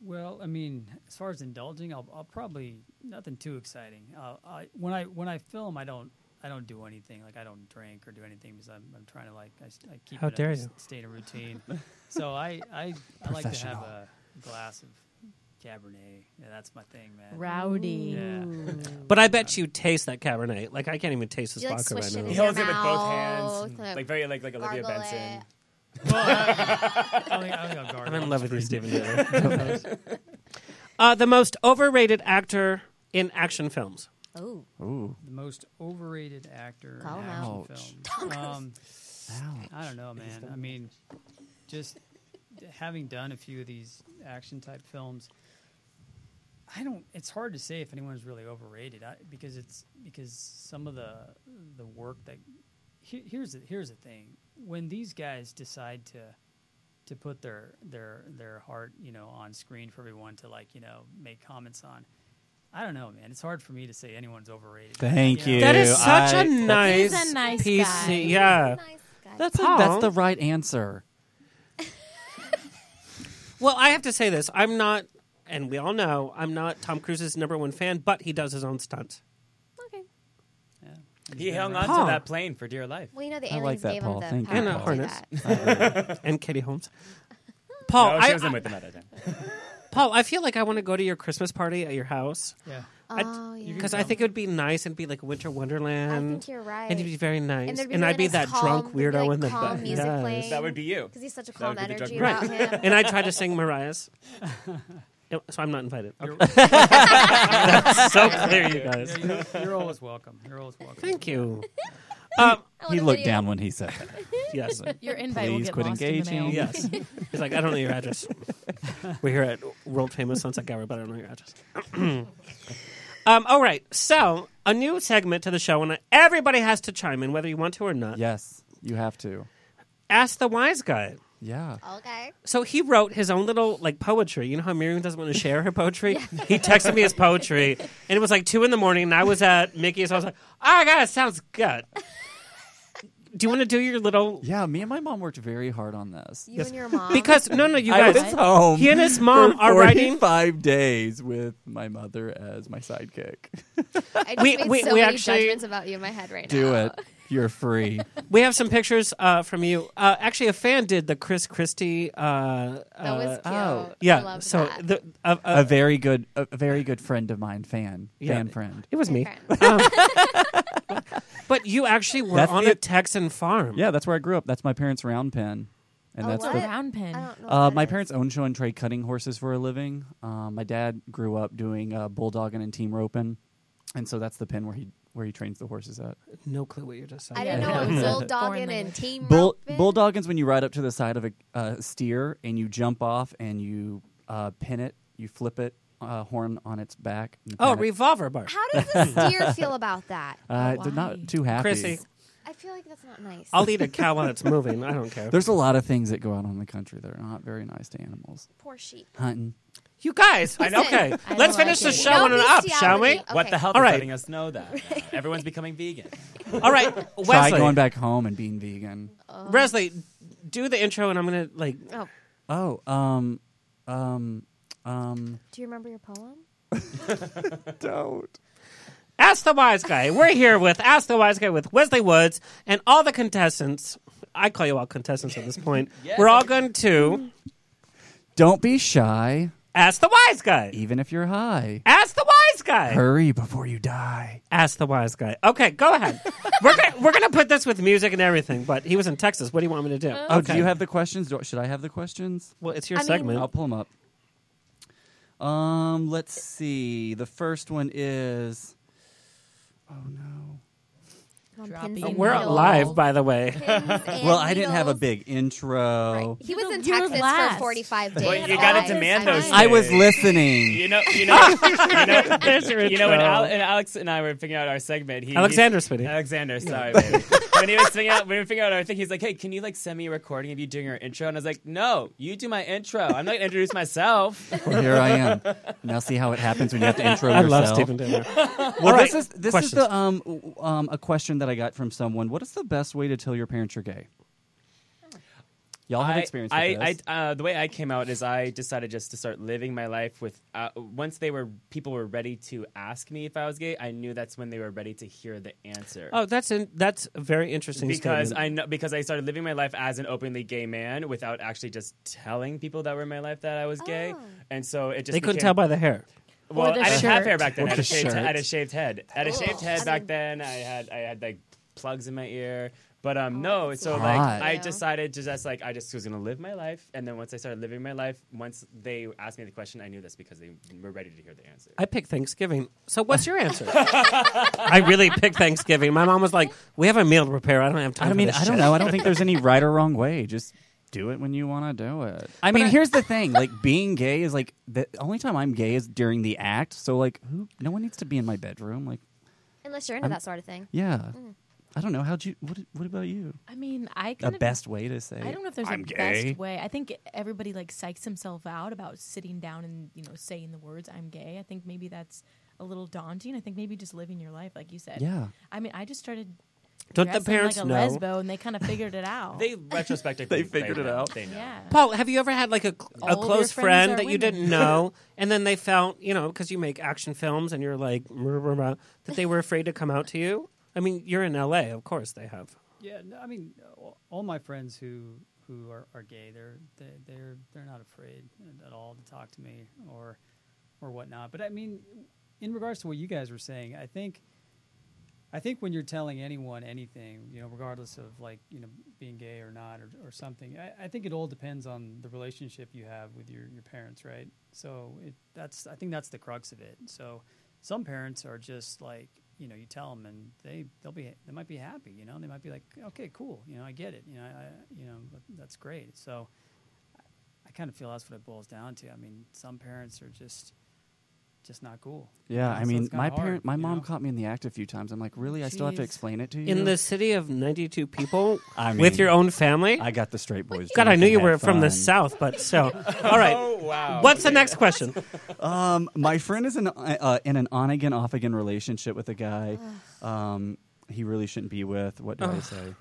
well i mean as far as indulging i'll, I'll probably nothing too exciting I'll, i when i when i film i don't I don't do anything like I don't drink or do anything because I'm, I'm trying to like I, s- I keep
How
it up,
dare
s-
you.
stay in a routine. so I I, I like to have
Professional.
a glass of Cabernet. Yeah, that's my thing, man.
Rowdy.
Yeah.
but i bet you taste that cabernet like i can't even taste this
You, like,
vodka
swish
right
it
now
in
He holds it with both
Mouth,
hands,
uh,
like very like like Olivia
gargle
Benson.
I think, I think I'll gargle.
i'm in love with you stephen
Yeah.
Dale. [laughs]
[laughs]
uh, the most overrated actor in action films
Oh.
Ooh.
The most overrated actor
Call
in
him
action
out.
film.
Ouch.
Um,
Ouch.
I don't know, man. I mean, just d- having done a few of these action type films, I don't. It's hard to say if anyone's really overrated I, because it's because some of the the work that here, here's the, here's the thing when these guys decide to to put their their their heart you know on screen for everyone to like you know make comments on. I don't know, man. It's hard for me to say anyone's overrated.
Thank you.
that is such
a
a
[laughs]
nice,
He's a nice
piece
guy. He's a
yeah
That's, a-
Paul?
that's the right
[laughs]
answer.
Well, I have to say this. I'm not, and we all know, I'm not Tom Cruise's number one fan, but he does his own stunts.
He hung on
Paul.
to that plane for dear life.
Well, you know the
I
aliens
like that,
gave
Paul.
him
Thank
the
you,
And
power
a
to
Paul.
do
harness.
that.
[laughs]
and Katie
[laughs]
Holmes. Paul,
no, she
I,
was in
I-
with him at that time.
Paul, I feel like I want to go to your Christmas party at your house.
Yeah.
Oh, yeah.
Because I think it would be nice and be like a winter wonderland.
think you're right.
And it'd be very nice.
And there'd be
I'd
really
be
nice
that
calm-
drunk
there'd be,
weirdo
like,
in the
calm
back.
music
Yes.
playing.
That would be you.
Because he's such a
That
calm
[laughs]
would be the
energy [laughs]
drug
about him.
and I'd try to sing Mariah's. So I'm not invited.
You're-
Okay. [laughs] That's so clear, [laughs] you guys.
You're, you're always welcome. You're always welcome.
Thank you. Um,
He looked down when he said that.
[laughs] Yes.
[laughs] Your invite will Please get quit lost in the engaging. mail. [laughs]
Yes. He's like, I don't know your address. [laughs] We're here at world famous Sunset Gower, but I don't know your address. [clears throat] um, all right. So, a new segment to the show, and everybody has to chime in, whether you want to or not.
Yes, you have to.
Ask the Wise Guy.
Yeah.
Okay.
So he wrote his own little like poetry. You know how Miriam doesn't want to share her poetry. He texted me his poetry, and it was like two in the morning, and I was at Mickey's. I was like, "Oh God, it sounds good." Do you want to do your little?
Yeah, me and my mom worked very hard on this.
You and your mom.
Because no, no, you
I
guys.
was home.
He and his mom
for
are writing.
Five days with my mother as my sidekick.
I just
We-
made
we-
so
we
many
actually-
judgments about you in my head right now.
Do it. You're free.
We have some pictures uh, from you. Uh, actually, a fan did the Chris Christie. Uh, that
was cute.
Oh.
[laughs] yeah.
I loved
so
that.
the uh,
a very good, a a very good friend of mine, fan,
Yeah.
fan friend.
It was me. Um, [laughs] but you actually were
That's
on
the-
a Texan farm.
Yeah, that's where I grew up. That's my parents' round pen, and
Oh,
that's
what?
the
Round pen. I don't know
Uh, my parents owned show and trade cutting horses for a living. Um, my dad grew up doing uh, bulldogging and team roping, and so that's the pen where he where he trains the horses at.
No clue what you're just saying.
I didn't know what
[laughs]
bulldogging and team
Bull
roping.
bulldogging's when you ride up to the side of a uh, steer and you jump off and you uh, pin it, you flip it, uh, horn on its back. and you
Oh,
pin it.
revolver bar.
How does
[laughs]
the steer feel about that?
Uh, they're not too happy.
Chrissy, [laughs]
I feel like that's not nice.
I'll eat a cow while it's moving. I don't care.
There's a lot of things that go out on the country that are not very nice to animals.
Poor sheep.
Hunting.
You guys, I-
Listen,
okay.
I
Let's
like
finish the
it.
show
No
on an up, shall we?
bestiality. Okay.
What the hell
All
is
right.
letting us know that?
[laughs]
Everyone's becoming vegan.
All right,
Try
Wesley.
going back home and being vegan.
Um,
Wesley, do the intro, and I'm gonna like.
Uh, Oh,
Oh, um, um, um.
do you remember your poem?
Don't.
Ask the Wise Guy. We're here with Ask the Wise Guy with Wesley Woods and all the contestants. I call you all contestants at this
[laughs]
point. We're all going to
Don't be shy,
Ask the Wise Guy.
even if you're high.
Ask the Wise Guy.
Hurry before you die.
Ask the Wise Guy. Okay, go ahead. we're gonna, we're gonna put this with music and everything. But he was in Texas. What do you want me to do?
Oh, do you have the questions? Do, should I have the questions?
Well, it's your I mean- segment.
I'll pull them up. Um, let's see. The first one is. Oh no.
Uh, we're live, by the way.
[laughs] well, I didn't have a big intro.
He was in
You were
Texas for
last.
45 days.
Well, you
All
gotta
of his
demand
time.
those
I was
Hey.
listening.
You know,
[laughs]
you know, you know,
There's your
you know when,
intro.
Al- and Alex and I were figuring out our segment. He,
Alexander
he-
Spinney.
Alexander, sorry, baby. when he was figuring out, when we were figuring out our thing, he's like, "Hey, can you like send me a recording of you doing your intro?" And I was like, "No, you do my intro. I'm not gonna introduce myself."
Well, here I am. Now see how it happens when you have to intro
[laughs] I
yourself.
love Stephen Taylor.
[laughs] Well,
All right,
this is this
questions.
is the um w- um a question that I got from someone. What is the best way to tell your parents you're gay? Y'all
[laughs]
have
I-
experience with
I,
this.
I, uh, the way I came out is I decided just to start living my life with. Uh, once they were people were ready to ask me if I was gay, I knew that's when they were ready to hear the answer.
Oh, that's in, that's a very interesting.
because
statement.
I know because I started living my life as an openly gay man without actually just telling people that were in my life that I was gay,
Oh.
and so it just
they couldn't
became-
tell by the hair.
Well,
Or the
I didn't have
shirt.
hair back then.
Or
I had,
the
a shaved,
shirt.
I had a shaved head. I had a
Cool.
shaved
Oh.
head
I
back
mean-
then. I had I had like plugs in my ear. But
Oh,
um, no, so
hot.
like
Hot.
I
Yeah.
decided to just like I just was gonna live my life, and then once I started living my life, once they asked me the question, I knew this because they were ready to hear
[laughs]
the answer.
I picked Thanksgiving. So what's your
[laughs]
answer? I really picked Thanksgiving. My mom was like, "We have a meal to prepare. I don't have time."
I
for
mean,
this
I don't
shit."
know. I don't think there's any right or wrong way. Just do it when you want to do it. I mean, here's the thing: like being gay is like the only time I'm gay is during the act. So like, who? No one needs to be in my bedroom. Like,
Unless you're into
I'm-
that sort of thing.
yeah.
Mm.
I don't know. How'd you? What? What about you?
I mean, I
The
kind of,
best way to say.
I don't know if there's
I'm
a
gay.
best way. I think everybody like psychs himself out about sitting down and you know saying the words "I'm gay." I think maybe that's a little daunting. I think maybe just living your life, like you said.
Yeah.
I mean, I just started.
Don't the
dressing
parents
like a
know?
lesbo, and they kind of figured it out.
They retrospectively
They figured it
know.
out.
They know.
Yeah.
Paul, have you ever had like a,
All
a
of your
close
friends
friend
are
that you
women.
didn't know, and then they felt, you know, because you make action films and you're like, "Rah, rah, rah," that they were afraid to come out to you? I mean, you're in LA, of course they have.
Yeah, no, I mean, all- all my friends who who are, are gay, they're they, they're they're not afraid at all to talk to me or or whatnot. But I mean, in regards to what you guys were saying, I think I think when you're telling anyone anything, you know, regardless of like you know being gay or not or, or something, I, I think it all depends on the relationship you have with your your parents, right? So it, that's I think that's the crux of it. So some parents are just like you know you tell them and they they'll be they might be happy, you know, they might be like okay, cool, you know, I get it, you know, I, I you know that's great. So I kind of feel that's what it boils down to. I mean, some parents are just just not cool.
Yeah,
You know,
I
so
mean,
it's kinda
my
hard,
parent, my
you
mom
know?
caught me in the act a few times. I'm like, really? I still have to
Jeez.
explain it to you
In the city of 92 people,
I
with
mean,
your own family.
I got the straight boys.
God, I
drunk
knew
and
you
had
were from the
fun. Oh,
south, but
[laughs]
so all right. What's the next question?
um, my friend is in, uh, in an on again, off again relationship with a guy um, he really shouldn't be with. What do I
Ugh.
say?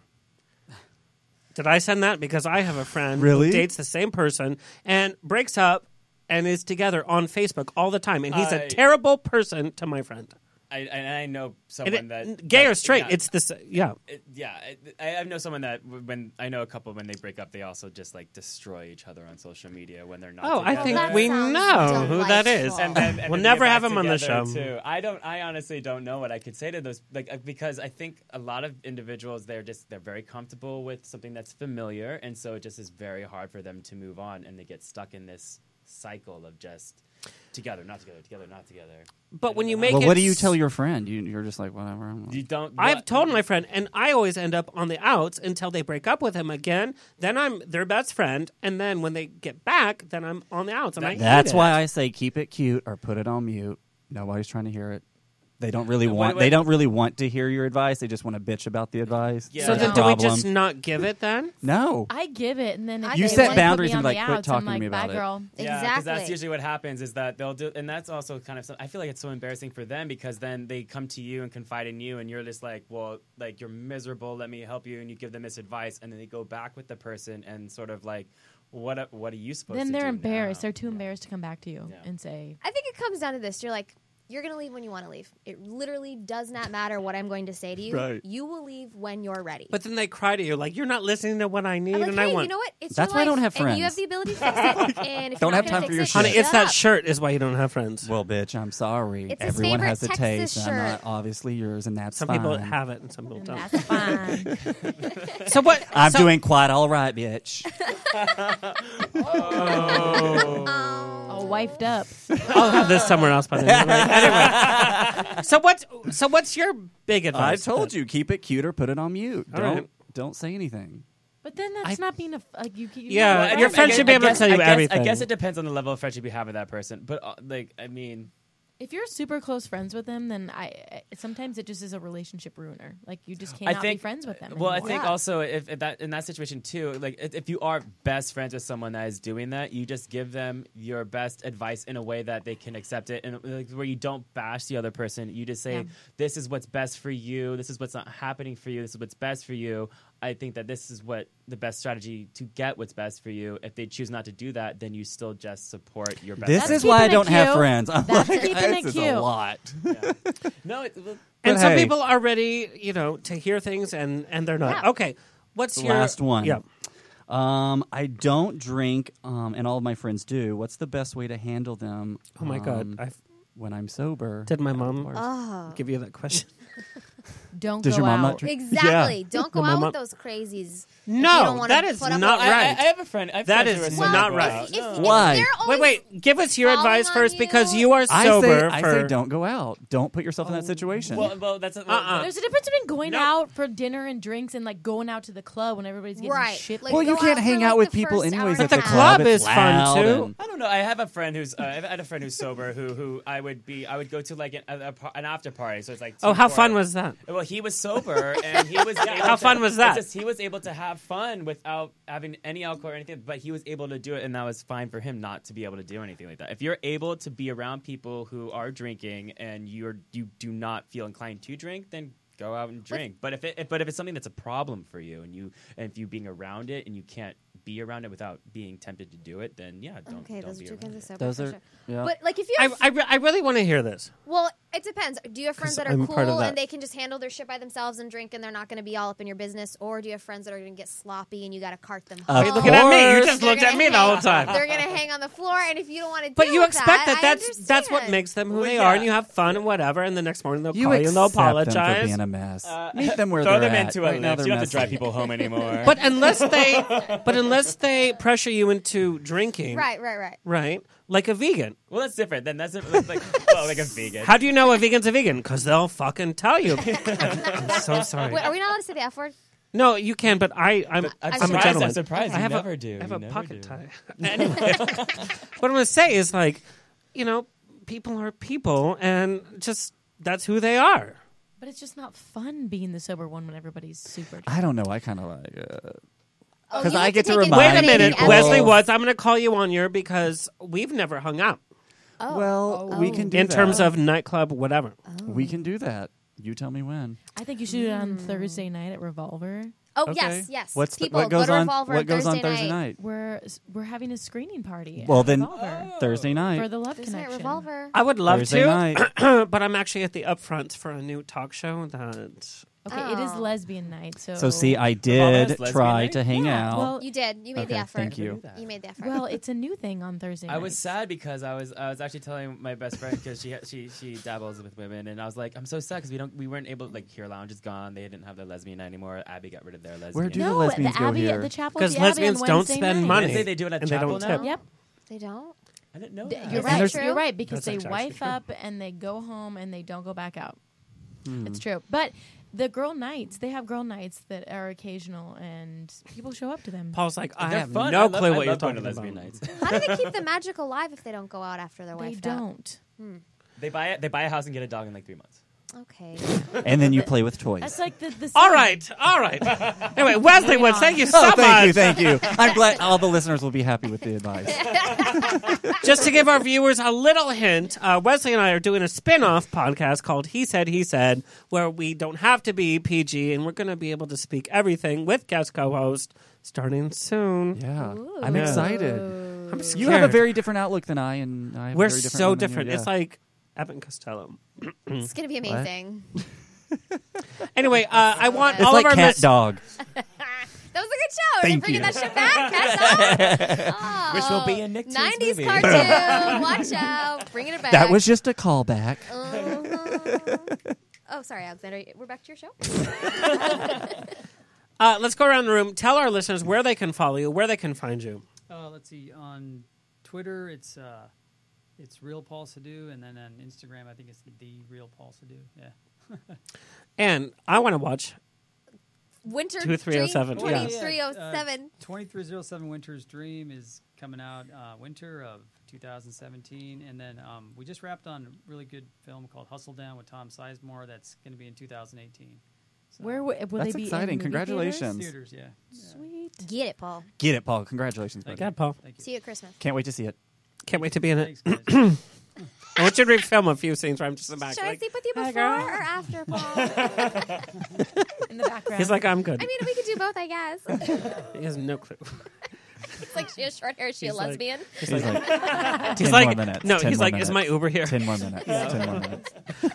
Did I send that? Because I have a friend
Really?
who dates the same person and breaks up and is together on Facebook all the time, and he's a
I-
terrible person to my friend.
I, and I know someone
it-
that
gay
that-
or straight,
yeah.
it's the sa- yeah.
It- yeah. I, I know someone that w- when I know a couple when they break up, they also just like destroy each other on social media when they're not.
Oh, I
together.
think That we sounds know who that is.
And then, and
We'll
then
never
get
have
back
him on the
together,
show.
Too. I don't. I honestly don't know what I could say to those like uh, because I think a lot of individuals they're just they're very comfortable with something that's familiar, and so it just is very hard for them to move on, and they get stuck in this cycle of just together, not together, together, not together.
But when you make
well,
it
what do you
s-
tell your friend? You, you're just like whatever. I'm
You don't.
I've told my friend, and I always end up on the outs until they break up with him again. Then I'm their best friend, and then when they get back, then I'm on the outs. And I
That's
hate it.
why I say keep it cute or put it on mute. Nobody's trying to hear it. They don't really
Wait,
want.
wait.
They don't really want to hear your advice. They just want to bitch about the advice.
Yeah. So
That's
then,
the
do we
problem.
just not give it then?
No.
I give it, and then if they
You set
wanna put me
boundaries
on
and be
the
like, "Quit
outs,
talking
I'm
to
like,
me about
bye,
it."
girl.
Yeah, 'cause that's usually what happens is that they'll do, and that's also kind of. some- I feel like it's so embarrassing for them because then they come to you and confide in you, and you're just like, well, like you're miserable. Let me help you, and you give them this advice, and then they go back with the person and sort of like, what? a- What are you supposed
Then
to
they're
do?
embarrassed. They're too embarrassed to come back to you and
[laughs]
say,
I think it comes down to this. You're like, you're going to leave when you want to leave. It literally does not matter what I'm going to say to you.
Right.
You will leave when you're ready.
But then they cry to you like you're not listening to what I need
I'm like,
and
hey,
I want.
you know what? It's
That's
your
why I don't
life,
have
And you
friends.
have the ability to fix it. and if
Don't
you're
have
not
time
gonna
for
fix
your
it,
shit.
Honey, it's
shut
that
up.
shirt is why you don't have friends.
Well, bitch, I'm sorry.
It's his
Everyone
favorite
has a
Texas
taste. and I'm
shirt.
not obviously yours, and that's
Some people
fine.
have it and some people don't.
That's
[laughs]
fine.
so what?
I'm
so-
doing quite all right, bitch.
"Oh, wifed up."
I'll
Oh,
have this somewhere else by the way. Anyway, so what's so what's your big
[laughs] I
advice?
told you, keep it cute or put it on mute.
All
don't
right.
don't say anything.
But then that's not being a f- like you. you
Yeah,
know,
and
right?
your friend should be able to tell you
I guess, I
everything.
guess it depends on the level of friendship you have with that person, but uh, like, I mean,
If you're super close friends with them, then I I- sometimes it just is a relationship ruiner. Like you just
I
cannot
think
be friends with them.
Well, I
anymore.
think also if, if that in that situation too, like if, if you are best friends with someone that is doing that, you just give them your best advice in a way that they can accept it, and like, where you don't bash the other person. You just say,
Yeah.
"This is what's best for you. This is what's not happening for you. This is what's best for you." I think that this is what the best strategy to get what's best for you. If they choose not to do that, then you still just support your best.
This
friend.
is why I don't have friends. I'm
That's
like,
keeping it
this is
cute.
a lot.
no. It, well,
and
But
some
hey.
people are ready, you know, to hear things and and they're not.
Yeah.
Okay, what's
the
your
last one.
Yeah,
Um, I don't drink, um, and all of my friends do. What's the best way to handle them?
Oh my God,
um,
I've-
when I'm sober.
did my mom
Oh.
give you that
[laughs]
question?
don't
Does
go
your mom
out.
not drink?
Exactly.
Yeah.
Don't go
No,
out
my
with
mom-
those crazies. if you don't
No,
wanna
that is
put up
not
with-
right.
I- I have a friend- I have
That
friends who
is
are
not
sober.
right.
If- if- if
Why? they're
Wait, wait. Give us your advice first because you are
I say,
sober.
I
for,
say, don't go out. Don't put yourself
Oh.
in that situation.
Well, well, that's well,
Uh-uh.
There's a difference between going out for dinner and drinks and like going out to the club when everybody's getting
Right.
shit.
Like,
Well, you
go
can't
out
hang
for, like,
out with
the
people
first
anyways.
hour
at
and
the
a half.
club,
club
it's
is fun,
loud
too.
and-
I don't know. I have a friend who's uh, I had a friend who's sober who who I would be I would go to like an, a, a, par- an after party. So it's like
Oh, how
two, four.
fun was that?
Well, he was sober and
[laughs]
he was able
How
to-
fun was that?
it's Just, he was able to have fun without having any alcohol or anything, but he was able to do it, and that was fine for him not to be able to do anything like that. If you're able to be around people who are drinking and you're you do not feel inclined to drink, then go out and drink. But if it if- but if it's something that's a problem for you and you and if you being around it and you can't be around it without being tempted to do it, then yeah, don't
Okay,
don't
those are
be
two
around
kinds
it.
of sober.
Those
for
are-
sure.
yeah.
But like if you
I,
have
I, re- I really want to hear this.
Well, It depends. Do you have friends
'Cause
that are
I'm
cool
part of that.
and they can just handle their shit by themselves and drink and they're not going to be all up in your business? Or do you have friends that are going to get sloppy and you got to cart them
Of
home?
You're looking at me. You just
They're
looked at
gonna
me the
hang-
whole time.
They're going to hang on the floor. And if you don't want to
But
deal
you
with
expect that,
I
that's
understand.
that's what makes them who they
Well,
are,
yeah.
and you have fun and whatever. And the next morning they'll
You
call you and they'll
accept them for
apologize.
being a mess. Meet them where
Uh, [laughs] Throw
they're
them
at.
into a
Right now
lift.
they're
You don't have to drive
messy.
people home anymore.
But unless
[laughs]
they, but unless they pressure you into drinking,
Right, right, right.
right, like a vegan.
Well, that's different. Then that's like,
[laughs]
like, well, like a vegan.
How do you know a vegan's a vegan? Because they'll fucking tell
[laughs]
you. I'm so sorry.
Wait, are we not allowed to say the F word?
No, you can, but I, I'm, I'm,
I'm
a
surprised-
gentleman.
I'm surprised
I
you
have
never
a,
do.
I have
You
a
never
pocket
do. [laughs]
tie. [laughs] anyway, what I'm going to say is like, you know, people are people, and just that's who they are.
But it's just not fun being the sober one when everybody's super.
I don't know. I kind of like it.
Oh,
Because
you
I
have
get
to
to
take it
remind
Wait a minute,
people-
Wesley Woods. I'm going to call you on your because we've never hung out.
Oh.
Well, we can do
in
that.
terms of nightclub, whatever.
We can do that. You tell me when.
I think you should do it on Thursday night at Revolver.
Hmm. Oh, Okay. yes, yes.
What's the-
People,
what goes
go to
on-
Revolver
what goes on Thursday night?
We're we're having a screening party.
Well,
at
then
Revolver.
Oh.
Thursday night.
for the love
Thursday night
connection.
Revolver.
I would love
Thursday
to,
night.
[clears throat] but I'm actually at the upfronts for a new talk show that.
Okay, it
Oh.
is lesbian night. So
So see, I
Revolver
did
is lesbian
try
night?
to hang
Yeah,
out.
well-
You did. You made the
Okay,
effort.
thank you.
You made the effort.
well, it's a new thing on Thursday.
I was
nights.
sad because I was I was actually telling my best friend because she she she dabbles with women and I was like I'm so sad because we don't we weren't able like here lounge is gone they didn't have their lesbian night anymore Abby got rid of their lesbian
do the No, lesbians
the
go
Abbey,
here?
The chapel
Because
at the Abbey on
lesbians don't
Wednesday
spend
night.
money.
Wednesday they do it at
and they
chapel
don't tip.
now?
Yep.
They don't.
I didn't know
D-
that.
You're
Is that
right.
true?
You're right because
That's
they
actually
wife
true.
up and they go home and they don't go back out.
Hmm.
It's true. But the girl nights, they have girl nights that are occasional and people show up to them.
Paul's like, I
They're
have
fun.
no
I love-
clue
I
what you're
love going
talking
to
about.
lesbian nights.
How
[laughs]
do they keep the magic alive if they don't go out after their
They
wife? Hmm,
don't.
They buy it. They buy a house and get a dog in like three months.
Okay.
And then you play with toys.
That's like the, the
All
same.
right, [laughs] all right. anyway, Wesley Woods, thank you so
oh,
much.
thank you, thank you.
[laughs]
I'm glad all the listeners will be happy with the
[laughs]
advice.
Just to give our viewers a little hint, uh, Wesley and I are doing a spin off podcast called He Said, He Said, where we don't have to be PG and we're going to be able to speak everything with guest co host starting soon.
Yeah. I'm excited.
I'm scared.
You have a very different outlook than I, and I have a
We're
very different
so
one than you,
different.
yeah.
It's like Evan Costello. [clears throat]
It's gonna be
What?
amazing.
[laughs] Anyway, uh, I want
It's
all
like
of our
cat
lis-
dog.
[laughs] That was a good show. They're
Thank
bringing
you.
that shit
[laughs]
back. Cats on.
[laughs] Which will be
Oh,
in Nicktoons
90s
movie. [laughs]
cartoon. Watch
[laughs]
out. Bringing it back.
That was just a callback. [laughs]
Uh-huh. oh, sorry, Alexander. We're back to
[laughs]
your show.
Uh, let's go around the room. Tell our listeners where they can follow you, where they can find
[laughs]
you.
Uh, let's see. On Twitter, it's uh, it's real Paul Sadu, and then on Instagram, I think it's the real Paul Sadu. Yeah.
And I want to watch.
Winter
2307, yeah.
Dream 2307.
Twenty three zero Uh, oh seven. Winter's Dream is coming out uh, winter of 2017, and then um, we just wrapped on a really good film called Hustle Down with Tom Sizemore. That's going to be in 2018.
Where w- will
That's
they be? In
exciting.
movie
Congratulations.
Theaters, yeah.
Sweet.
Get it, Paul.
Get it, Paul. Congratulations, buddy.
God, Paul.
See you at Christmas.
Can't wait to see it.
Can't wait to be in it. [clears throat] I want you to refilm a few scenes where I'm just in the back.
Should I
Like,
sleep with you
"Hi,
before
girl."
or after,
[laughs]
Paul?
In the background.
He's like, I'm good.
I mean, we could do both, I
[laughs]
guess.
he has no
[laughs]
clue.
it's like she has short hair. Is she
He's
a
like-
lesbian?
[laughs] He's
He's
like, [laughs]
like,
he's
10
like
more minutes.
no,
10
he's
more
like, is my
minutes.
Uber here?
10 more minutes.
Yeah.
10
[laughs]
more minutes.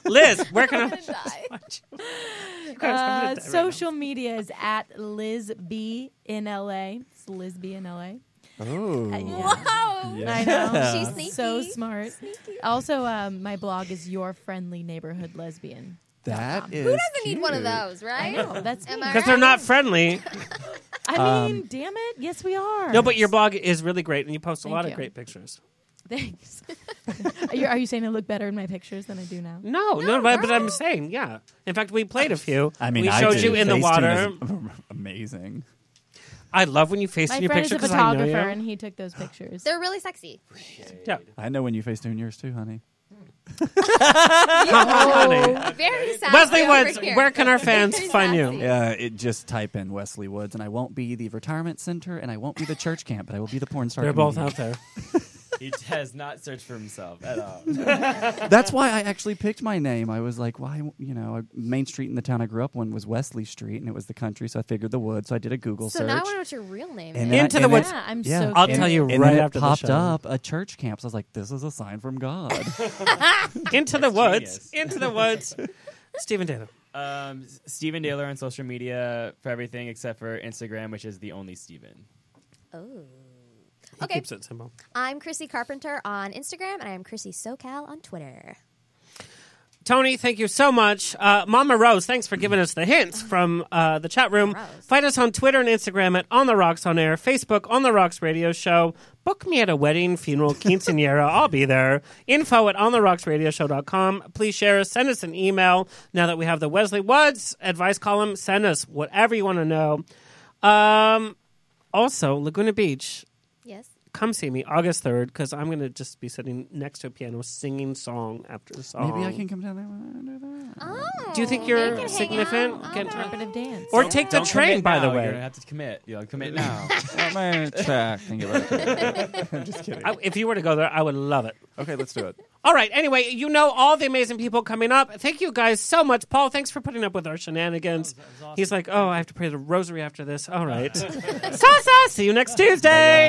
Liz, where can I? [laughs]
I'm gonna die.
I'm gonna
Uh,
die right
social media is at Liz B in LA. It's Liz B in LA.
Oh.
Whoa.
I know.
Yeah.
She's sneaky.
So smart. Also, um, my blog is Your Friendly Neighborhood Lesbian.
That is.
Who doesn't need one of
cute.
those, right?
know, that's
Am
me.
I
Because they're
right?
not
[laughs]
friendly.
I mean, damn it. Yes, we are.
Um, No, but your blog is really great, and you post a
Thank
lot of
you.
great pictures.
[laughs] Thanks. are, you, are you saying I look better in my pictures than I do now?
No, no, but, but I'm saying, yeah. In fact, we played a few.
I mean,
we
I
showed
do.
you in the
Facetune
water.
is [laughs] amazing.
I love when you face
My
your
friend
picture
is a
because I know you.
photographer, and he took those pictures.
They're really sexy.
Yeah.
I know when you Facetune yours too, honey.
Honey.
Oh, Very sassy.
Wesley
over
Woods,
here.
where can our fans
Very
find you?
sassy.
Yeah, it just type in Wesley Woods, and I won't be the retirement center, and I won't be the church camp, but I will be the porn star.
They're both
comedian.
out there.
[laughs] he has not searched for himself
[laughs]
at all.
[laughs] That's why I actually picked my name. I was like, why, you know, main street in the town I grew up on was Wesley Street, and it was the country, so I figured the woods. So I did a Google
So
search.
now I want to know what your real name
And
is.
then I- and then- yeah.
I'll
And-
tell you
and then
right
it
after the
popped
show.
up a church camp. So I was like, this is a sign from God.
[laughs] Into the woods. Into the
[laughs]
woods. Stephen Taylor.
Um, S- Steven Daler on social media for everything except for Instagram, which is the only Steven.
Oh.
He
Okay.
keeps it simple.
I'm Chrissy Carpenter on Instagram, and I'm Chrissy SoCal on Twitter.
Tony, thank you so much. Uh, Mama Rose, thanks for giving us the hints from uh, the chat room. Find us on Twitter and Instagram at On the Rocks on Air, Facebook On the Rocks Radio Show. Book me at a wedding, funeral, quinceanera. I'll be there. Info at ontherocksradioshow.com. Please share us. Send us an email. Now that we have the Wesley Woods advice column, send us whatever you want to know. Um, also, Laguna Beach,
Yes.
come see me August 3rd because I'm going to just be sitting next to a piano singing song after song.
Maybe I can come down there and do that.
Do you think you're significant? Can-
Interpretive dance.
Or take the
Don't
train,
commit
by the
now.
way.
You're gonna have to commit. You know, commit now.
[laughs] I'm just kidding.
I- if you were to go there, I would love it.
Okay, let's do it.
[laughs] All right. Anyway, you know all the amazing people coming up. Thank you guys so much, Paul. Thanks for putting up with our shenanigans. He's like, oh, I have to pray the rosary after this.
[laughs]
All right. [laughs] Sasa, see you next Tuesday.